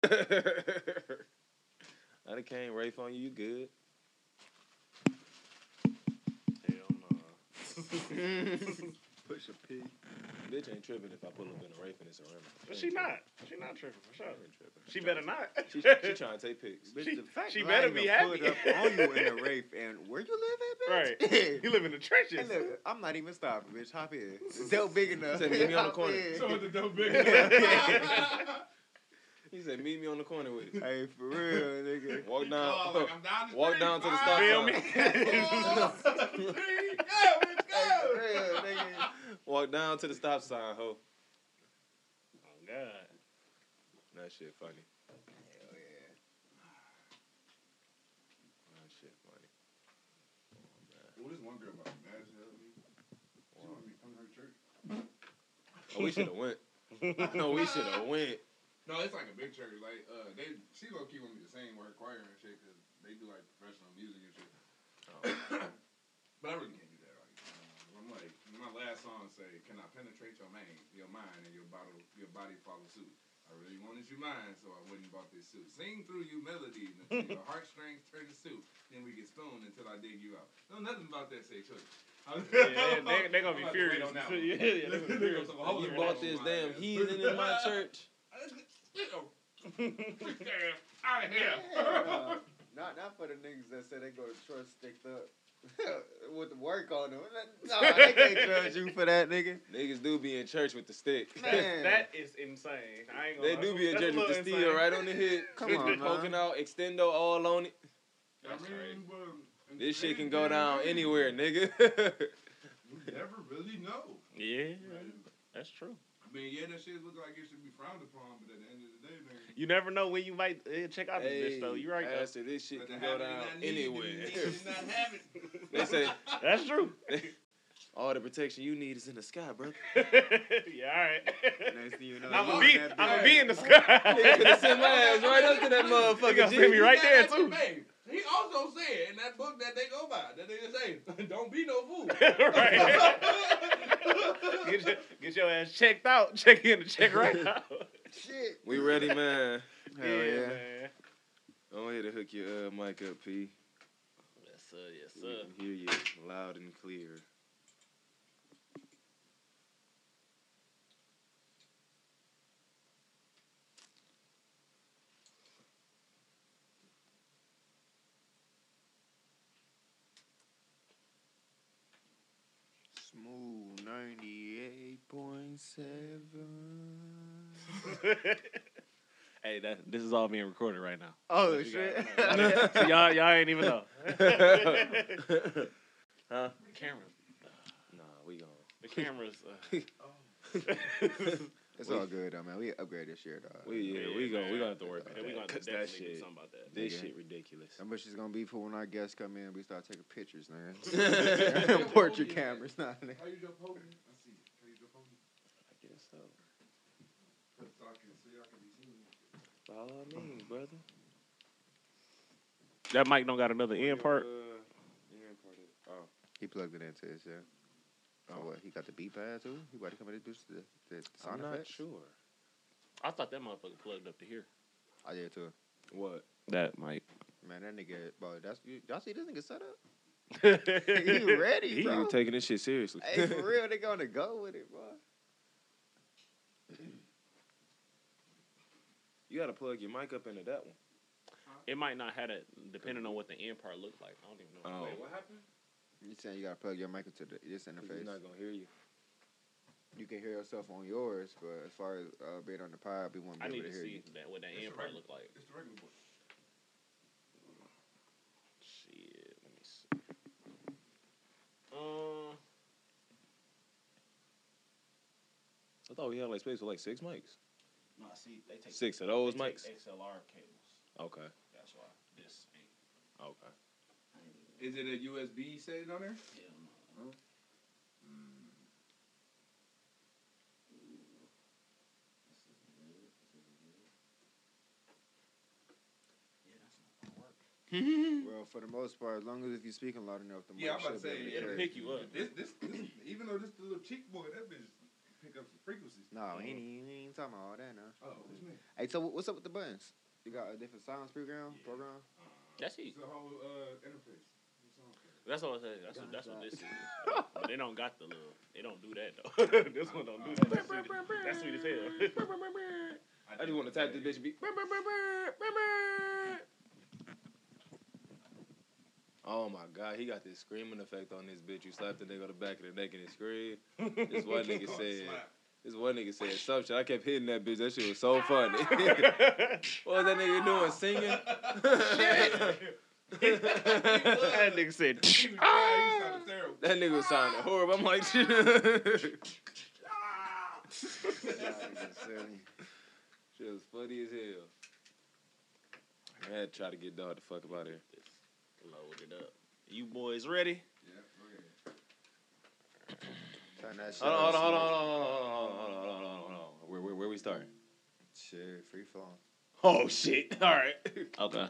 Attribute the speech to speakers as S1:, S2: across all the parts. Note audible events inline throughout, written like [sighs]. S1: [laughs] I done came rafe on you. You good?
S2: Hell
S1: [laughs]
S2: no.
S1: Push a pee. Bitch ain't tripping if I pull up in a rafe and it's a rim.
S2: but she not. She not tripping for sure. She better not. [laughs]
S1: She, she trying to take pics.
S2: Bitch, the fact that I ain't gonna
S3: Put up on you
S2: [laughs]
S1: [laughs]
S3: in a rafe and where you live [laughs] at, bitch?
S2: you live in the trenches.
S3: And look, I'm not even stopping, bitch. Hop in.
S1: [laughs]
S3: Dealt big enough.
S1: Said, "Meet me on the
S3: Hop
S1: corner."
S3: in.
S4: So
S1: [laughs]
S4: the dope big.
S1: He said, "Meet me on the corner with
S3: [laughs]
S1: it."
S3: Hey, for real,
S1: [laughs]
S3: nigga.
S1: Walk down.
S4: Oh, Like, I'm down the
S1: Walk
S4: street.
S1: down to the
S4: Bye.
S1: stop [laughs]
S2: Feel
S1: sign.
S2: me? [laughs] Oh,
S4: [laughs] Go, let's
S3: Hey,
S4: go.
S3: for real, nigga.
S1: Walk down to the stop sign, ho.
S2: Oh God.
S1: That shit funny. That shit funny.
S4: Well, this one girl about mad as hell at me. She wanted me to come to her church.
S1: Oh, we should have went. No, we should have went.
S4: No, it's like a big church. Like uh, they, she low key want me to sing with her choir and shit because they do like professional music and shit. [coughs] but I really can't do that. Like, um, I'm like, my last song say, "Can I penetrate your mind, your mind, and your body, your body follow suit." I really wanted you mine, so I wouldn't bought this suit. Sing through you melodies
S1: [laughs]
S4: until your heartstrings turn to soup. Then we get stoned until I dig you out. No, nothing about that sexually. [laughs]
S2: Yeah, they, they gonna be
S4: I'm about to wait
S2: furious.
S4: on
S2: [laughs]
S4: that
S2: Yeah,
S4: one. [laughs]
S2: they gonna be furious.
S4: Oh,
S1: you
S4: yeah.
S1: bought this damn heathen in
S4: [laughs]
S1: my church.
S4: Out
S3: Yeah,
S4: of here.
S3: not not for the niggas that said they go to church sticked up [laughs] with the work on them. No, they can't judge you for that, nigga.
S1: Niggas do be in church with the stick.
S2: [laughs]
S3: Man.
S2: That is insane. I ain't gonna
S1: They
S2: lie.
S1: do be in
S2: That's
S1: church with the
S2: little
S1: steel
S2: insane.
S1: right on the hip.
S3: Come on,
S1: poking
S3: man.
S1: out, extendo all on it.
S2: That's crazy.
S1: This shit can go down anywhere, nigga.
S4: You never really know.
S2: Yeah,
S4: I
S2: that's true.
S4: mean, yeah, that shit look like it should be frowned upon, but at the end of the day, man.
S2: You never know when you might uh, check out this
S1: hey,
S2: bitch though. You right though.
S1: Pastor, this shit
S4: But
S1: can
S4: to
S1: go
S4: have it,
S1: down
S4: you not need it,
S1: anywhere.
S4: you need
S1: [laughs]
S4: it, you not have it.
S1: they say
S2: [laughs] That's true. [laughs]
S1: all the protection you need is in the sky, brother.
S2: yeah, all right.
S3: Next thing you know,
S2: [laughs] I'm
S3: you
S2: gonna
S3: on
S2: be, I'm
S3: that
S2: gonna
S3: bitch.
S2: be in the
S1: Nigga could have [laughs]
S2: sky.
S1: sent my ass right up to that
S2: [laughs] You
S1: motherfucker.
S2: gonna send me
S1: G.
S2: right there
S4: Not
S2: too.
S4: babe. He also said in that book that they go by that they say, [laughs] "Don't be
S1: [laughs]
S4: no fool."
S2: [laughs]
S4: [laughs]
S2: right. Get your, get your ass checked out. Check in and check right out.
S3: Shit.
S1: We ready, man.
S3: Hell yeah.
S2: man.
S1: I'm here to hook your uh, mic up, P.
S2: Yes sir. Yes
S1: So we can hear you loud and clear.
S3: Smooth ninety-eight
S1: [laughs]
S3: point seven.
S2: hey, that this is all being recorded right now.
S3: Oh
S2: You got
S3: shit!
S1: [laughs]
S2: it. [laughs] So y'all, y'all ain't even [laughs] know.
S1: huh?
S2: Camera,
S1: Nah, we gone.
S2: [laughs] the cameras. uh,
S3: it's all good though, man. We upgrade this year, dog.
S1: We yeah,
S2: Yeah,
S1: we gonna we gonna
S2: man.
S1: have to work on
S2: we gonna
S1: that. 'cause
S2: definitely
S1: that
S2: do
S1: shit,
S2: something about that.
S1: this
S3: Nigga.
S1: shit ridiculous.
S3: How much is gonna be for when our guests come in? We start taking pictures,
S1: [laughs] Yeah,
S3: man. [laughs] Portrait cameras, not.
S4: How you just holding? I see. it. How you just holding?
S1: I guess so.
S4: it? So I can so y'all can be seen.
S1: By all means, brother.
S2: That mic don't got another end part.
S3: He plugged it into his yeah. Oh,
S1: Oh.
S3: what? He got the beat pad too. He about to come in this bitch. The, the sound
S1: I'm not
S3: effects?
S1: sure.
S2: I thought that motherfucker plugged up to here.
S3: I did too.
S1: What?
S2: That [laughs] mic.
S3: Man, that nigga, bro. That's you, y'all see this nigga set [laughs] up. He
S2: That's
S3: ready,
S1: He
S3: bro.
S1: ain't taking this shit seriously.
S3: [laughs] hey, for real, they gonna go with it, bro.
S1: [laughs] you gotta plug your mic up into that one.
S2: It might not have that, depending on what the end part looked like. I don't even know.
S1: Oh.
S4: Wait, what happened?
S3: You saying you gotta plug your mic into the, this
S1: 'cause He's
S3: interface?
S1: not gonna hear you.
S3: you can hear yourself on yours, but as far as uh, being on the pod, we won't be
S2: I
S3: able
S2: need
S3: to
S2: to
S3: hear
S2: see
S3: you.
S2: that, what that
S4: It's
S2: end
S4: a
S2: part
S4: record.
S2: looked like.
S4: It's the regular book.
S2: Shit, let me see. Um,
S1: I thought we had like space for like six mics.
S2: no, see, they take
S1: Six of those mics.
S2: XLR cables.
S1: Okay.
S2: That's why this ain't.
S1: Okay.
S4: Is it a USB setting on there?
S2: Mm.
S3: Well, for the most part, as long as if you're speaking loud enough, the mic
S4: Yeah, I'm about
S3: should
S4: to say,
S3: be able to
S2: It'll
S3: carry.
S2: pick you up.
S4: This, this, this, even though this the little cheek boy, that bitch pick up some frequencies.
S3: Oh. No, he ain't- he ain't ain't talking about all that now.
S4: Oh, what's name?
S3: Hey, so wh- what's up with the buttons? You got a different sounds program? Program?
S2: That's it.
S4: It's the whole uh, interface. It's on there.
S2: That's what I said. That's, what, that's what this is. But they don't got the little. They don't do that though. this [laughs] one don't do that. That's sweet, that's sweet as hell.
S1: I just want to tap this bitch and be. Oh my god, he got this screaming effect on this bitch. You slap the nigga on the back of the neck and it screamed. This
S4: [laughs]
S1: one nigga
S4: Oh,
S1: said,
S4: slap.
S1: this one nigga said some shit. I kept hitting that bitch. That shit was so funny. [laughs] what was that nigga doing? Singing?
S2: that nigga said.
S4: He was crying. He sounded terrible.
S1: [laughs] [laughs]
S4: [laughs]
S1: that nigga was sounding horrible. I'm like, [laughs]
S3: [laughs]
S1: Shit was funny as hell. I had to try to get dog the fuck up out of here.
S2: Load it up. You boys ready?
S4: Yeah, go ahead.
S3: Turn that shit
S1: Hold on,
S3: up,
S1: hold on, hold on, hold on, hold on, hold on, hold on, hold on, hold on. Where, where, where we starting?
S3: Shit, free
S1: [laughs]
S3: flowing.
S1: Oh shit! All right.
S2: Okay.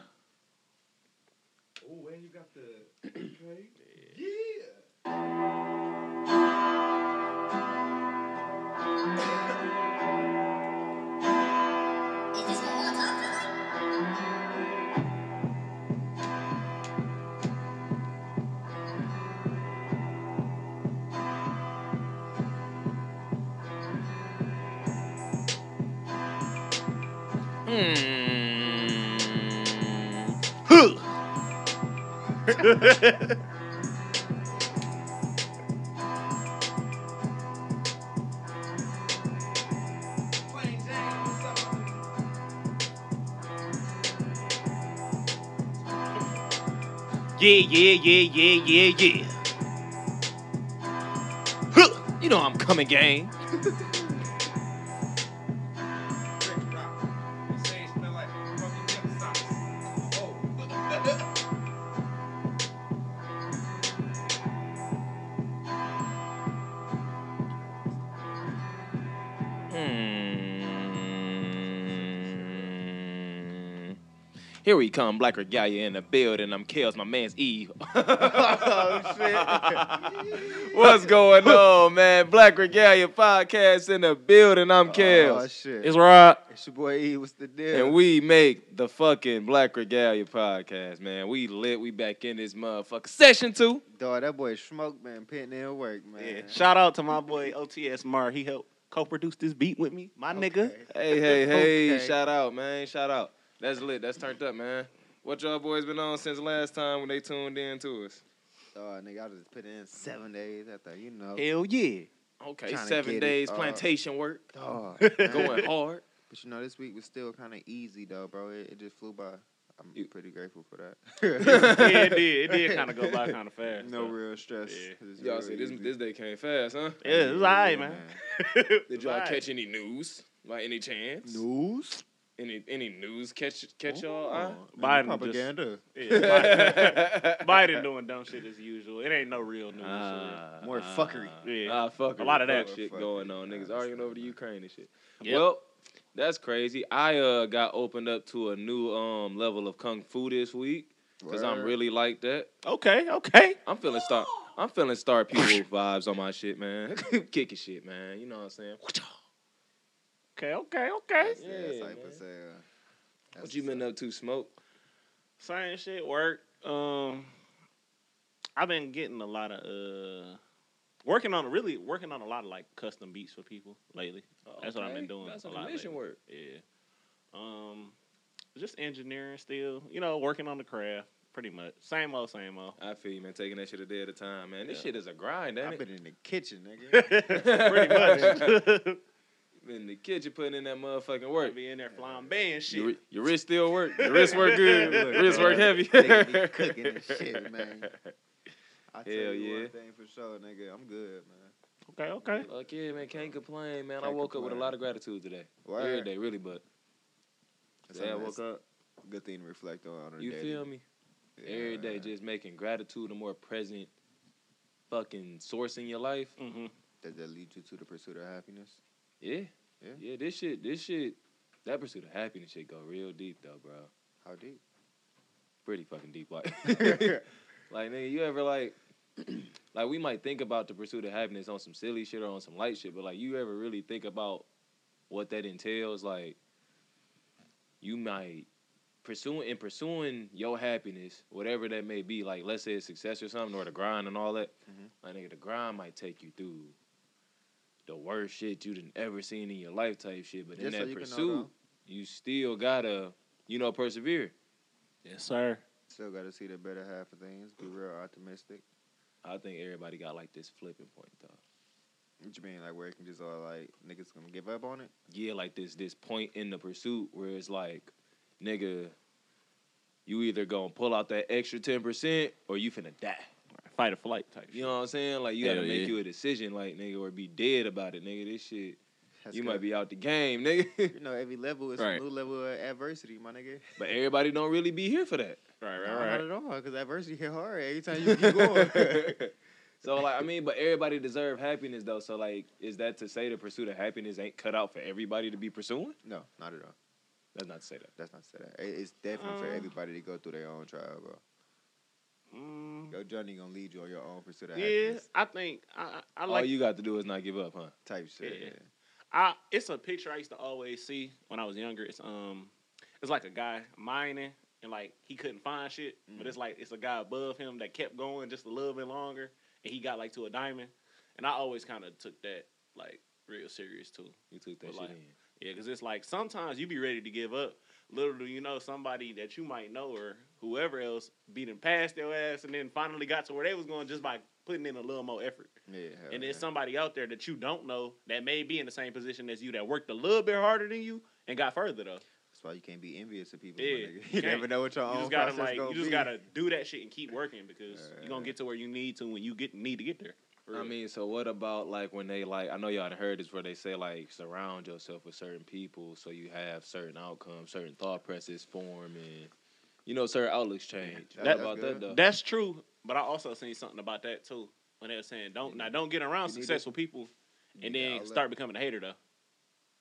S4: Oh, and you got the [clears throat] okay. Yeah.
S1: Hmm.
S2: Yeah, yeah, yeah, yeah, yeah, yeah. Huh, You know I'm coming, gang.
S4: Oh.
S2: Hmm. Here we come, Black Regalia in the building. I'm Kels, my man's Eve.
S1: [laughs] Oh,
S3: [laughs]
S1: What's going on, man? Black Regalia podcast in the building. I'm
S3: Oh,
S1: Kels.
S3: shit.
S2: It's Rob.
S3: It's your boy E. What's the deal?
S1: And we make the fucking Black Regalia podcast, man. We lit. We back in this motherfucker. Session two.
S3: Dog, that boy Smoke man, putting in work, man.
S2: Yeah. Shout out to my boy OTS Mar. He helped co-produce this beat with me. My nigga.
S3: Okay.
S1: Hey, hey, hey.
S3: Okay.
S1: Shout out, man. Shout out. That's lit. That's turned up, man. What y'all boys been on since last time when they tuned in to us?
S3: Dog, nigga, I just put in seven days after, you know.
S2: Hell yeah.
S1: Okay,
S3: Tryna
S1: seven
S3: get it,
S1: days
S3: uh,
S1: plantation work.
S3: Dog,
S1: [laughs] Going hard.
S3: But you know, this week was still kind of easy though, bro. It, it just flew by. I'm
S1: You-
S3: pretty grateful for that.
S1: [laughs]
S2: [laughs]
S3: [laughs]
S2: yeah, it did. It did kind of go by kind of fast.
S3: No
S2: though.
S3: real stress.
S2: Yeah.
S3: It was
S1: Y'all
S3: real
S1: see this
S3: easy.
S1: this day came fast, huh?
S2: Yeah, it was all right, man.
S1: Did y'all all catch any news by any chance?
S3: News? Oh,
S1: Any any news catch catch y'all eye? [laughs]
S2: Biden just-
S3: propaganda.
S2: Yeah, Biden, Biden doing dumb shit as usual. It ain't no real news.
S1: Uh,
S3: More fuckery.
S2: so, yeah.
S1: Ah, fuck
S2: A lot of that.
S1: shit
S3: Fuck
S1: going
S3: it.
S1: on.
S3: I
S1: Niggas
S3: understand
S1: arguing over the
S3: that.
S1: Ukraine and shit.
S2: Yep.
S1: Well, that's crazy. I uh got opened up to a new um level of kung fu this week because uh, I'm
S3: Word.
S1: really like that.
S2: Uh, okay, okay.
S1: I'm feeling star. I'm feeling star [laughs] people vibes on my shit, man. [laughs] Kicking shit, man. You know what I'm saying?
S2: Okay, okay, okay.
S3: That's
S1: Yeah,
S3: it, type
S1: man.
S3: of sale. uh, That's
S1: What you been up to, Smoke?
S2: Same shit work. Um, I've been getting a lot of uh, working on really working on a lot of like custom beats for people lately. That's what I've been doing
S1: That's
S2: a
S1: some
S2: lot
S1: commission
S2: lately.
S1: work.
S2: Yeah. Um, just engineering still. You know, working on the craft. Pretty much same old, same old. [laughs]
S1: I feel you, man. Taking that shit a day at a time, man. This
S2: Yeah.
S1: shit is a grind, ain't
S3: I've
S1: it?
S3: been in the kitchen,
S1: [laughs]
S2: [laughs]
S3: nigga.
S2: Pretty much.
S1: Been in the kitchen putting in that motherfucking
S2: I'd
S1: work.
S2: be in there flambéing shit.
S1: Your, wri- your [laughs] wrist still work. Your wrist work [laughs] good.
S3: Look,
S1: Your wrist work
S3: man.
S1: heavy. [laughs]
S3: Nigga be cooking and shit, man. I tell
S1: Hell
S3: you
S1: yeah.
S3: one thing for sure, nigga. I'm good, man.
S2: Okay, okay.
S1: Fuck yeah, man. Can't complain, man. I
S3: Can't
S1: woke up with a
S3: complain.
S1: lot of gratitude today.
S3: Word.
S1: Every day, really, but
S3: That's
S1: yeah, I
S3: a-
S1: woke
S3: that's
S1: up.
S3: a Good thing to reflect on. on a
S1: You
S3: daily-
S1: feel me?
S3: Yeah,
S1: Every day,
S3: man.
S1: just making gratitude a more present fucking source in your life.
S2: hmm
S3: Does that lead you to the pursuit of happiness?
S1: Yeah.
S3: Yeah.
S1: Yeah, this shit, this shit, that pursuit of happiness shit go real deep though, bro. [laughs]
S3: How deep? [laughs]
S1: Pretty fucking deep. Like, [laughs] like nigga, you ever like, [clears throat] like we might think about the pursuit of happiness on some silly shit or on some light shit, but like you ever really think about what that entails, like you might pursuing in pursuing your happiness, whatever that may be, like let's say it's success or something, or the grind and all that.
S3: Mhm.
S1: Like nigga, the grind might take you through the worst shit you done ever seen in your life type shit. But in
S3: Just so
S1: that
S3: you can know,
S1: pursuit,
S3: though.
S1: you still gotta, you know, persevere.
S2: Yes, sir.
S3: Still got to see the better half of things. Be real optimistic.
S1: I think everybody got like this flipping point though.
S3: What you mean, like where it can just all like niggas gonna give up on it?
S1: yeah, like this this point in the pursuit where it's like, nigga, you either gonna pull out that extra ten percent or you finna die.
S2: Fight or flight type.
S1: You know what I'm saying? Like you
S2: Hell
S1: gotta make
S2: yeah.
S1: you a decision, like nigga, or be dead about it, nigga. This shit,
S3: That's
S1: you
S3: good.
S1: might be out the game, nigga. [laughs]
S3: You know, every level is
S2: Right.
S3: a new level of adversity, my nigga.
S1: but everybody don't really be here for that.
S2: Right,
S3: No,
S2: right,
S3: Not
S2: right.
S3: at all, because adversity hit hard every time you [laughs] keep going.
S1: [laughs] so like I mean, but everybody deserve happiness though. So like, is that to say the pursuit of happiness ain't cut out for everybody to be pursuing?
S3: no, not at all.
S1: That's not to say that.
S3: That's not to say that. It- It's definitely for
S2: Uh.
S3: everybody to go through their own trial, bro.
S2: Mm,
S3: Your journey gonna lead you on your own pursuit of
S2: yeah,
S3: happiness
S2: I think I I I
S1: All
S2: like
S1: you got to do is not give up, huh?
S3: type shit.
S2: Yeah.
S3: Yeah.
S2: I it's a picture I used to always see when I was younger. It's um it's like a guy mining and like he couldn't find shit, but
S1: Mm-hmm.
S2: it's like it's a guy above him that kept going just a little bit longer and he got like to a diamond. And I always kind of took that like real serious too.
S1: You took that
S2: But,
S1: shit
S2: like,
S1: in.
S2: Yeah, because it's like sometimes you be ready to give up. Little do you know somebody that you might know or whoever else beating past their ass and then finally got to where they was going just by putting in a little more effort.
S3: Yeah, hell
S2: and
S3: yeah.
S2: there's somebody out there that you don't know that may be in the same position as you that worked a little bit harder than you and got further though.
S3: That's why you can't be envious of people.
S2: Yeah,
S3: Yeah,
S2: you
S3: you, [laughs] you never
S2: can't.
S3: know what your
S2: You
S3: own
S2: just gotta
S3: process
S2: like
S3: gonna
S2: you just
S3: be.
S2: gotta do that shit and keep working because
S3: Yeah.
S2: you're gonna get to where you need to when you get need to get there. For
S1: I
S2: real.
S1: mean, so what about like when they like? I know y'all done heard this where they say like surround yourself with certain people so you have certain outcomes, certain thought processes form, and you know certain outlooks change.
S3: Yeah,
S1: What
S2: that's
S1: about
S3: good.
S1: that though?
S2: that's true, but I also seen something about that too when they were saying don't now don't get around
S3: You need
S2: successful people
S3: You
S2: and
S3: need
S2: then
S3: to outlet.
S2: start becoming a hater though.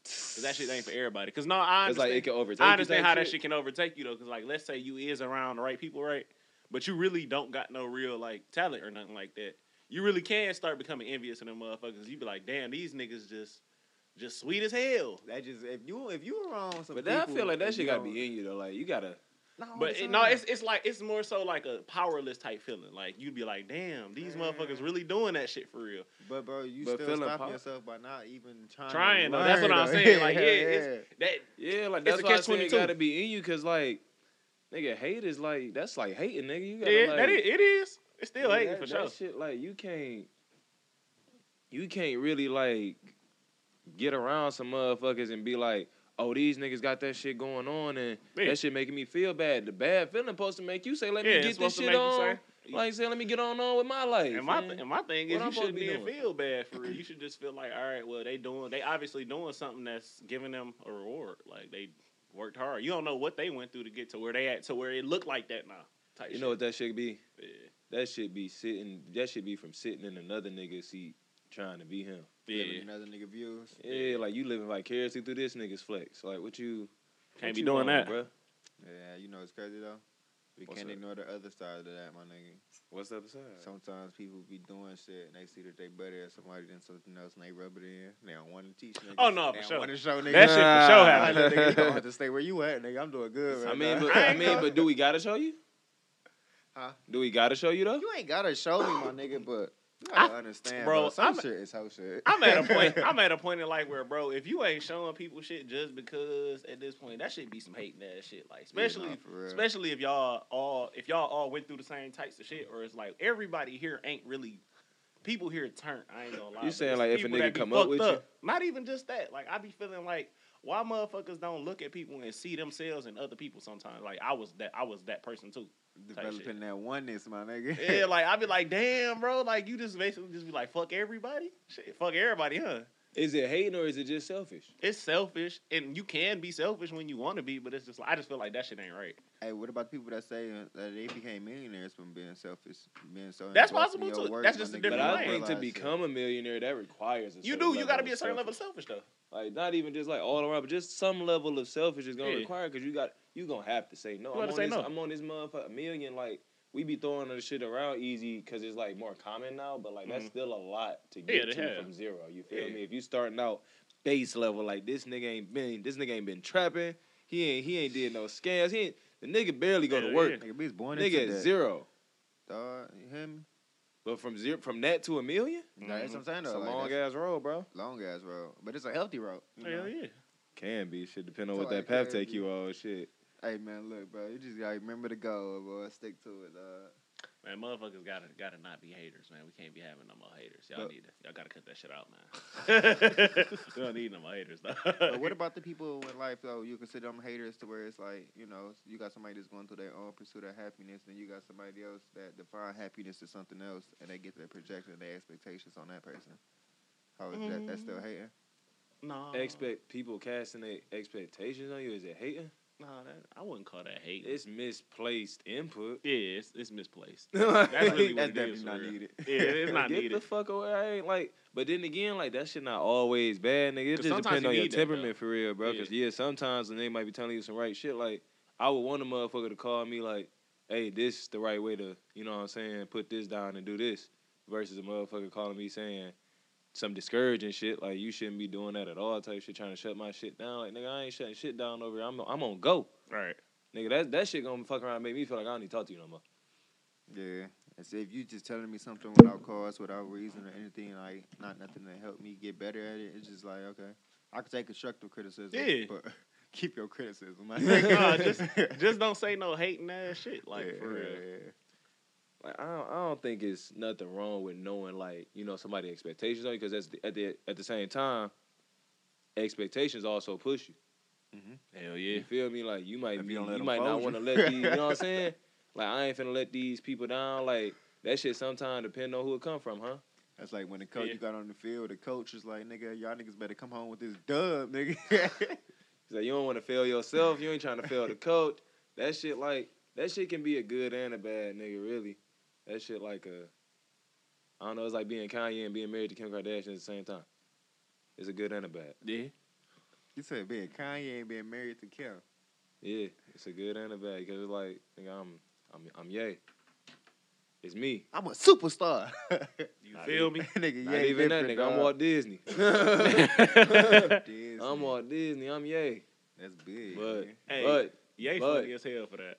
S2: Cause that shit ain't for everybody. Cause no, I
S1: it's
S2: understand.
S1: like it can overtake.
S2: I
S1: you
S2: understand
S1: type
S2: how that shit can overtake you though, because like let's say you is around the right people, right? But you really don't got no real like talent or nothing like that. You really can start becoming envious of them motherfuckers. You be like, damn, these niggas just just sweet as hell.
S3: That just if you if you around some
S1: But that, I
S3: people
S1: feel like that
S3: and
S1: shit
S3: you
S1: gotta
S3: don't-
S1: be in you though. Like you gotta.
S3: Not all
S2: But
S3: the
S2: it, no,
S3: time.
S2: it's it's like it's more so like a powerless type feeling. Like you'd be like, damn, these motherfuckers really doing that shit for real.
S3: but bro, you
S1: but
S3: still
S1: feeling
S3: stop
S1: power-
S3: yourself by not even trying.
S2: Trying
S3: to
S2: though, that's what
S3: learn,
S2: I'm
S3: though. [laughs]
S2: saying. Like yeah,
S3: Hell
S2: it's that
S1: Yeah, like
S2: It's
S1: that's
S2: a
S1: why I
S2: catch
S1: said it
S2: 22.
S1: gotta be in you, cause like, nigga, hate is like that's like hating, nigga. You gotta
S2: yeah,
S1: like,
S2: that is, it is. It's still
S1: Yeah,
S2: hating
S1: that-
S2: for
S1: that
S2: sure.
S1: Shit, like you can't, you can't really like get around some motherfuckers and be like, oh, these niggas got that shit going on and
S2: Yeah.
S1: that shit making me feel bad. The bad feeling supposed to make you say, let me
S2: Yeah, it's
S1: get this
S2: supposed to
S1: shit
S2: make you
S1: on.
S2: say-
S1: like say, let me get on on with my life.
S2: And my,
S1: man.
S2: th- and my thing is,
S1: What I'm
S2: you
S1: supposed to
S2: shouldn't
S1: be
S2: even
S1: doing?
S2: feel bad for it. You should just feel like, all right, well, they doing, they obviously doing something that's giving them a reward. Like they worked hard. You don't know what they went through to get to where they at, to where it looked like that now. Type
S1: you know what
S2: shit.
S1: that shit be?
S2: Yeah.
S1: That should be sitting. That should be from sitting in another nigga's seat trying to be him.
S3: yeah.
S2: yeah.
S3: Living another nigga views.
S1: Yeah, like you living vicariously through this nigga's flex. Like what you
S2: Can't
S1: what
S2: be
S1: you
S2: doing
S1: on,
S2: that.
S1: bruh?
S3: Yeah, you know it's crazy though. We
S1: What's
S3: can't
S1: up?
S3: ignore the other side of that, my nigga.
S1: What's up, sir?
S3: Sometimes people be doing shit and they see that they better at somebody than something else and they rub it in. They don't want to teach niggas.
S2: Oh, no,
S3: they
S2: for
S3: don't
S2: sure.
S3: wanna show niggas.
S2: That shit for sure
S3: Nah,
S2: happened.
S3: look, nigga, you gonna have to stay where you at, nigga. I'm doing good. Right
S1: I mean,
S3: now.
S1: but I mean, but do we gotta show you?
S3: Huh?
S1: Do we gotta show you though?
S3: you ain't gotta show me, my nigga. But you gotta understand,
S2: bro,
S3: bro. Some
S2: I'm-
S3: shit is whole shit.
S2: I'm at a
S1: [laughs]
S3: [laughs]
S2: point. I'm at a point in life where, bro, if you ain't showing people shit just because, at this point, that should be some hating ass shit. Like, especially,
S3: nah, for real.
S2: especially if y'all all, if y'all all went through the same types of shit, or it's like everybody here ain't really. People here turn. I ain't gonna lie.
S1: You
S2: but
S1: saying
S2: it's
S1: like if a
S2: people
S1: nigga
S2: that be
S1: come up
S2: fucked
S1: with you?
S2: Not even just that. Like I be feeling like why motherfuckers don't look at people and see themselves and other people sometimes. Like I was that. I was that
S1: [laughs]
S2: person too.
S3: Developing that oneness, my nigga.
S2: Yeah, like I be like, damn, bro. Like you just basically just be like, fuck everybody. Shit, fuck everybody, huh?
S1: Is it hating or is it just selfish?
S2: it's selfish, and you can be selfish when you want to be, but it's just like I just feel like that shit ain't right.
S3: Hey, what about the people that say uh, that they became millionaires from being selfish, being so?
S2: That's
S3: engrossed in
S2: possible,
S3: your
S2: too.
S3: work,
S2: That's
S3: my
S2: just a
S3: nigga,
S1: But
S2: different
S3: you
S1: I
S2: lane.
S1: think to
S3: realize it.
S1: become a millionaire, that requires a
S2: You
S1: certain
S2: do. You
S1: level
S2: got to
S1: of
S2: be a certain level of
S1: selfish.
S2: selfish though.
S1: Like not even just like all around, but just some level of selfish is gonna
S2: Yeah.
S1: require because you got you gonna have to say no.
S2: You
S1: I'm
S2: gotta
S1: on
S2: say
S1: this,
S2: no.
S1: I'm on this motherfucker million. Like we be throwing the shit around easy because it's like more common now, but like that's
S2: Mhm.
S1: still a lot to
S2: Yeah,
S1: get
S2: to
S1: to
S2: have.
S1: from zero. You feel
S2: Yeah.
S1: me? If you starting out base level. Like this nigga ain't been this nigga ain't been trapping. He ain't he ain't did no scams. He ain't, the nigga barely go to
S2: Hell
S1: work.
S3: Nigga, B's born
S1: Nigga
S3: into
S1: at
S3: that.
S1: zero.
S3: Dog, you hear me?
S1: But from zero from that to a million?
S3: Nah, That's what I'm saying.
S1: Mm-hmm. It's a
S3: though, like,
S1: long
S3: that's
S1: ass road, bro.
S3: a long ass road, but it's a healthy road. You know?
S2: Hell yeah.
S1: Can be shit depending on
S3: So
S1: what that
S3: like,
S1: path
S3: uh,
S1: take
S3: you-
S1: you on shit.
S3: Hey man, look, bro, you just gotta remember the goal, boy. Stick to it, dog.
S2: Man, motherfuckers gotta gotta not be haters, man. We can't be having no more haters. Y'all
S3: But-
S2: need to, y'all gotta cut that shit out, [laughs] man. we don't need no more haters, though. [laughs]
S3: But what about the people in life though? You consider them haters to where it's like, you know, you got somebody that's going through their own pursuit of happiness, then you got somebody else that define happiness as something else, and they get their projection and their expectations on that person. How is that?
S2: Mm-hmm.
S3: That's still hating.
S2: no,
S1: Expect people casting their expectations on you. Is it hating?
S2: No, that, I wouldn't call that hate.
S1: It's misplaced input.
S2: yeah, it's, it's [laughs] misplaced.
S1: That's [laughs]
S3: [laughs]
S2: really what
S3: that's
S2: it
S3: definitely
S2: is,
S3: not
S2: for real.
S3: needed.
S2: Yeah, it's not
S1: Get the
S2: needed.
S1: fuck away. I ain't like. But then again, like that shit not always bad, nigga. It
S2: 'Cause
S1: just
S2: sometimes
S1: depends
S2: you
S1: on your
S2: need that, though.
S1: temperament for real, bro. Because yeah. sometimes when they might be telling you some right shit, like I would want a motherfucker to call me like, "Hey, this the right way to, you know what I'm saying? Put this down and do this," versus a motherfucker calling me saying some discouraging shit like you shouldn't be doing that at all type shit, trying to shut my shit down. Like nigga, I ain't shutting shit down over here. I'm I'm on go,
S2: right.
S1: nigga. That that shit gonna fuck around and make me feel like I don't need to talk to you no more.
S3: Yeah. And so if you just telling me something without cause, without reason or anything, like not nothing to help me get better at it, it's just like okay, I could take constructive criticism.
S2: Yeah.
S3: But [laughs] keep your criticism.
S2: Nah,
S3: [laughs]
S2: just- Just don't say no hating ass shit, like
S3: Yeah,
S2: for real.
S3: yeah.
S1: like I don't, I don't think it's nothing wrong with knowing like you know somebody's expectations on you because that's the, at the at the same time expectations also push you.
S2: Hell
S1: You feel me? Like you might
S3: If
S1: be, you,
S3: you don't let 'em
S1: might not
S3: fold
S1: want to
S3: you.
S1: let these. You
S3: [laughs]
S1: know what I'm saying? Like I ain't finna let these people down. Like that shit sometimes depend on who it come from, huh?
S3: That's like when the coach
S2: Yeah.
S3: you got on the field, the coach is like, nigga, y'all niggas better come home with this dub, nigga. [laughs]
S1: He's like you don't want to fail yourself. You ain't trying to fail the coach. That shit like that shit can be a good and a bad nigga. Really, that shit like a. I don't know. It's like being Kanye and being married to Kim Kardashian at the same time. It's a good and a bad.
S2: Yeah.
S3: you said, man, Kanye ain't been married to Kim.
S1: Yeah, it's a good and a bad because it's like nigga, I'm I'm I'm yay. It's me.
S3: I'm a superstar. [laughs]
S2: You
S1: Not
S2: feel me?
S3: nigga,
S1: Not
S3: yeah,
S1: even that nigga.
S3: [laughs]
S1: I'm Walt Disney.
S3: Disney.
S1: I'm Walt Disney. I'm yay.
S3: That's big.
S1: But
S3: nigga.
S2: Hey,
S1: but [laughs]
S2: yay
S1: but-
S2: funny as hell for that.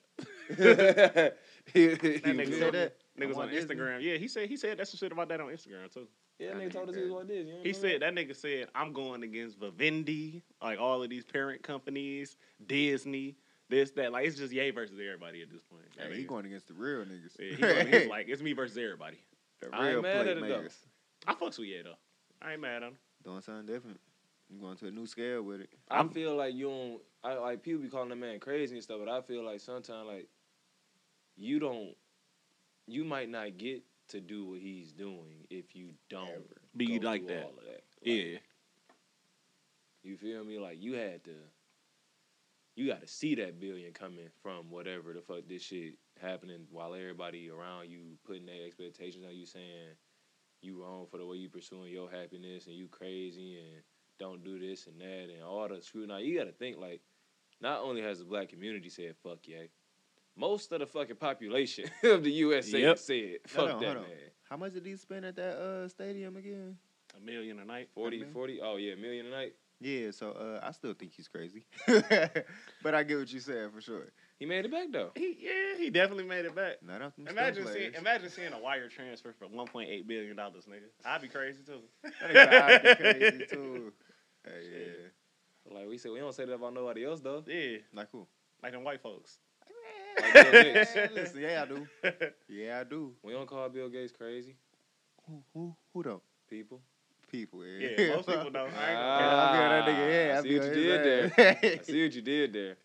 S1: that
S2: nigga
S3: You
S2: said
S3: said that?
S2: Nigga was
S3: I'm
S2: on
S3: on Disney.
S2: Instagram. Yeah, he said he said that's some shit about that on Instagram too.
S1: Yeah,
S3: That
S1: nigga
S3: nigga
S1: told us he
S3: crazy.
S1: was Walt Disney. You ain't
S2: He
S1: know that?
S2: said that nigga said I'm going against Vivendi, like all of these parent companies, Disney, this that. Like it's just yay versus everybody at this point. That
S3: Hey, he
S2: nigga-
S3: going against the real niggas. [laughs]
S2: yeah, he going- he's like it's me versus everybody.
S3: the
S1: I ain't
S3: real
S1: mad
S3: plate
S1: at it, though.
S3: makers.
S2: I fucks with yay though. I ain't mad at him.
S3: Doing something different. You going to a new scale with it.
S1: I
S2: I'm-
S1: feel like you don't. I like people be calling that man crazy and stuff, but I feel like sometimes like you don't. You might not get to do what he's doing if you don't
S2: Be
S1: go
S2: like
S1: through
S2: that.
S1: All of that. Like,
S2: Yeah,
S1: You feel me? Like you had to, you got to see that billion coming from whatever the fuck this shit happening while everybody around you putting their expectations on you, saying you wrong for the way you pursuing your happiness and you crazy and don't do this and that and all the scrutiny. You got to think like, not only has the black community said fuck yeah, most of the fucking population [laughs] of the USA
S2: Yep.
S1: said
S3: Hold
S1: fuck
S3: on,
S1: that
S3: hold
S1: man.
S3: on. How much did he spend at that uh, stadium again?
S2: a million a night.
S1: 40,
S3: man.
S1: 40, oh yeah, million a night.
S3: Yeah, so uh, I still think he's crazy, [laughs] but I get what you said for sure.
S1: He made it back though.
S2: He yeah, he definitely made it back.
S3: Not off them stem
S2: Imagine seeing,
S3: players.
S2: imagine seeing a wire transfer for one point eight billion dollars, nigga. I'd be crazy too.
S3: That
S2: [laughs]
S3: nigga I'd be crazy too. Hey, yeah,
S2: Shit.
S1: Like we said, we don't say that about nobody else though.
S2: Yeah,
S3: like
S2: [laughs]
S3: who?
S2: like them white folks. [laughs]
S1: Like Bill Gates.
S3: Man, [laughs] listen, yeah, I do. Yeah, I do.
S1: We don't call Bill Gates crazy,
S3: Who who who don't?
S1: people.
S3: People. Yeah,
S2: Yeah, most
S3: [laughs]
S2: people don't. I
S3: I'll be on that nigga head.
S1: Ah, I
S3: I'll
S1: see
S3: be
S1: what
S3: on
S1: you
S3: his
S1: did
S3: ass. [laughs]
S1: I see what you did there.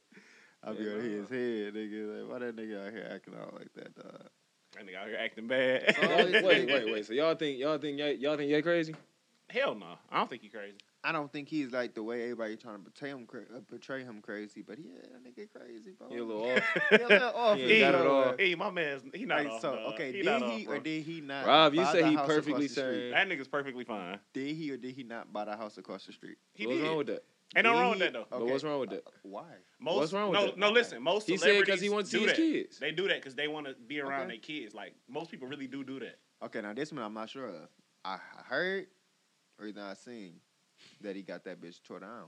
S3: I'll be on his head, nigga. Like, why that nigga out here acting out like that,
S2: ain't
S3: dog?
S2: gonna- that nigga out here acting bad.
S1: wait, wait, wait, wait. So y'all think y'all think y'all, y'all think you crazy?
S2: [laughs] Hell no, I don't think you crazy.
S3: I don't think he's like the way everybody trying to portray him, cra- uh, portray him crazy, but yeah, that nigga crazy, bro.
S1: You a little off.
S3: [laughs] He a
S1: [laughs]
S3: little off.
S1: He
S3: his
S1: ain't got it
S3: nut,
S1: all.
S3: bro.
S2: Hey, my man's he not
S3: Like,
S2: off,
S3: so,
S2: dog.
S3: okay,
S2: He
S3: did
S2: not
S3: he
S2: off,
S3: or
S2: bro.
S3: did he not?
S1: Rob, you
S3: buy
S1: say
S3: the
S1: he
S3: house across
S1: perfectly
S3: the
S1: sane.
S3: street?
S2: That nigga's perfectly fine.
S3: Did he or did he not buy the house across the street?
S2: He
S1: what's
S2: did.
S1: wrong with that?
S2: Ain't no
S3: did
S2: wrong with
S3: he-
S2: that though.
S3: Oh,
S1: But
S3: Okay.
S1: what's wrong with that?
S3: Why?
S2: Most,
S1: what's wrong with
S2: no,
S1: that?
S2: No, listen. Most
S1: He said
S2: celebrities
S1: because he wants to
S2: do
S1: see his
S2: that.
S1: kids.
S2: They do that because they want to be around
S3: Okay.
S2: their kids. Like most people really do do that.
S3: Okay, now this one I'm not sure of. I h- heard or either I seen that he got that bitch tore down.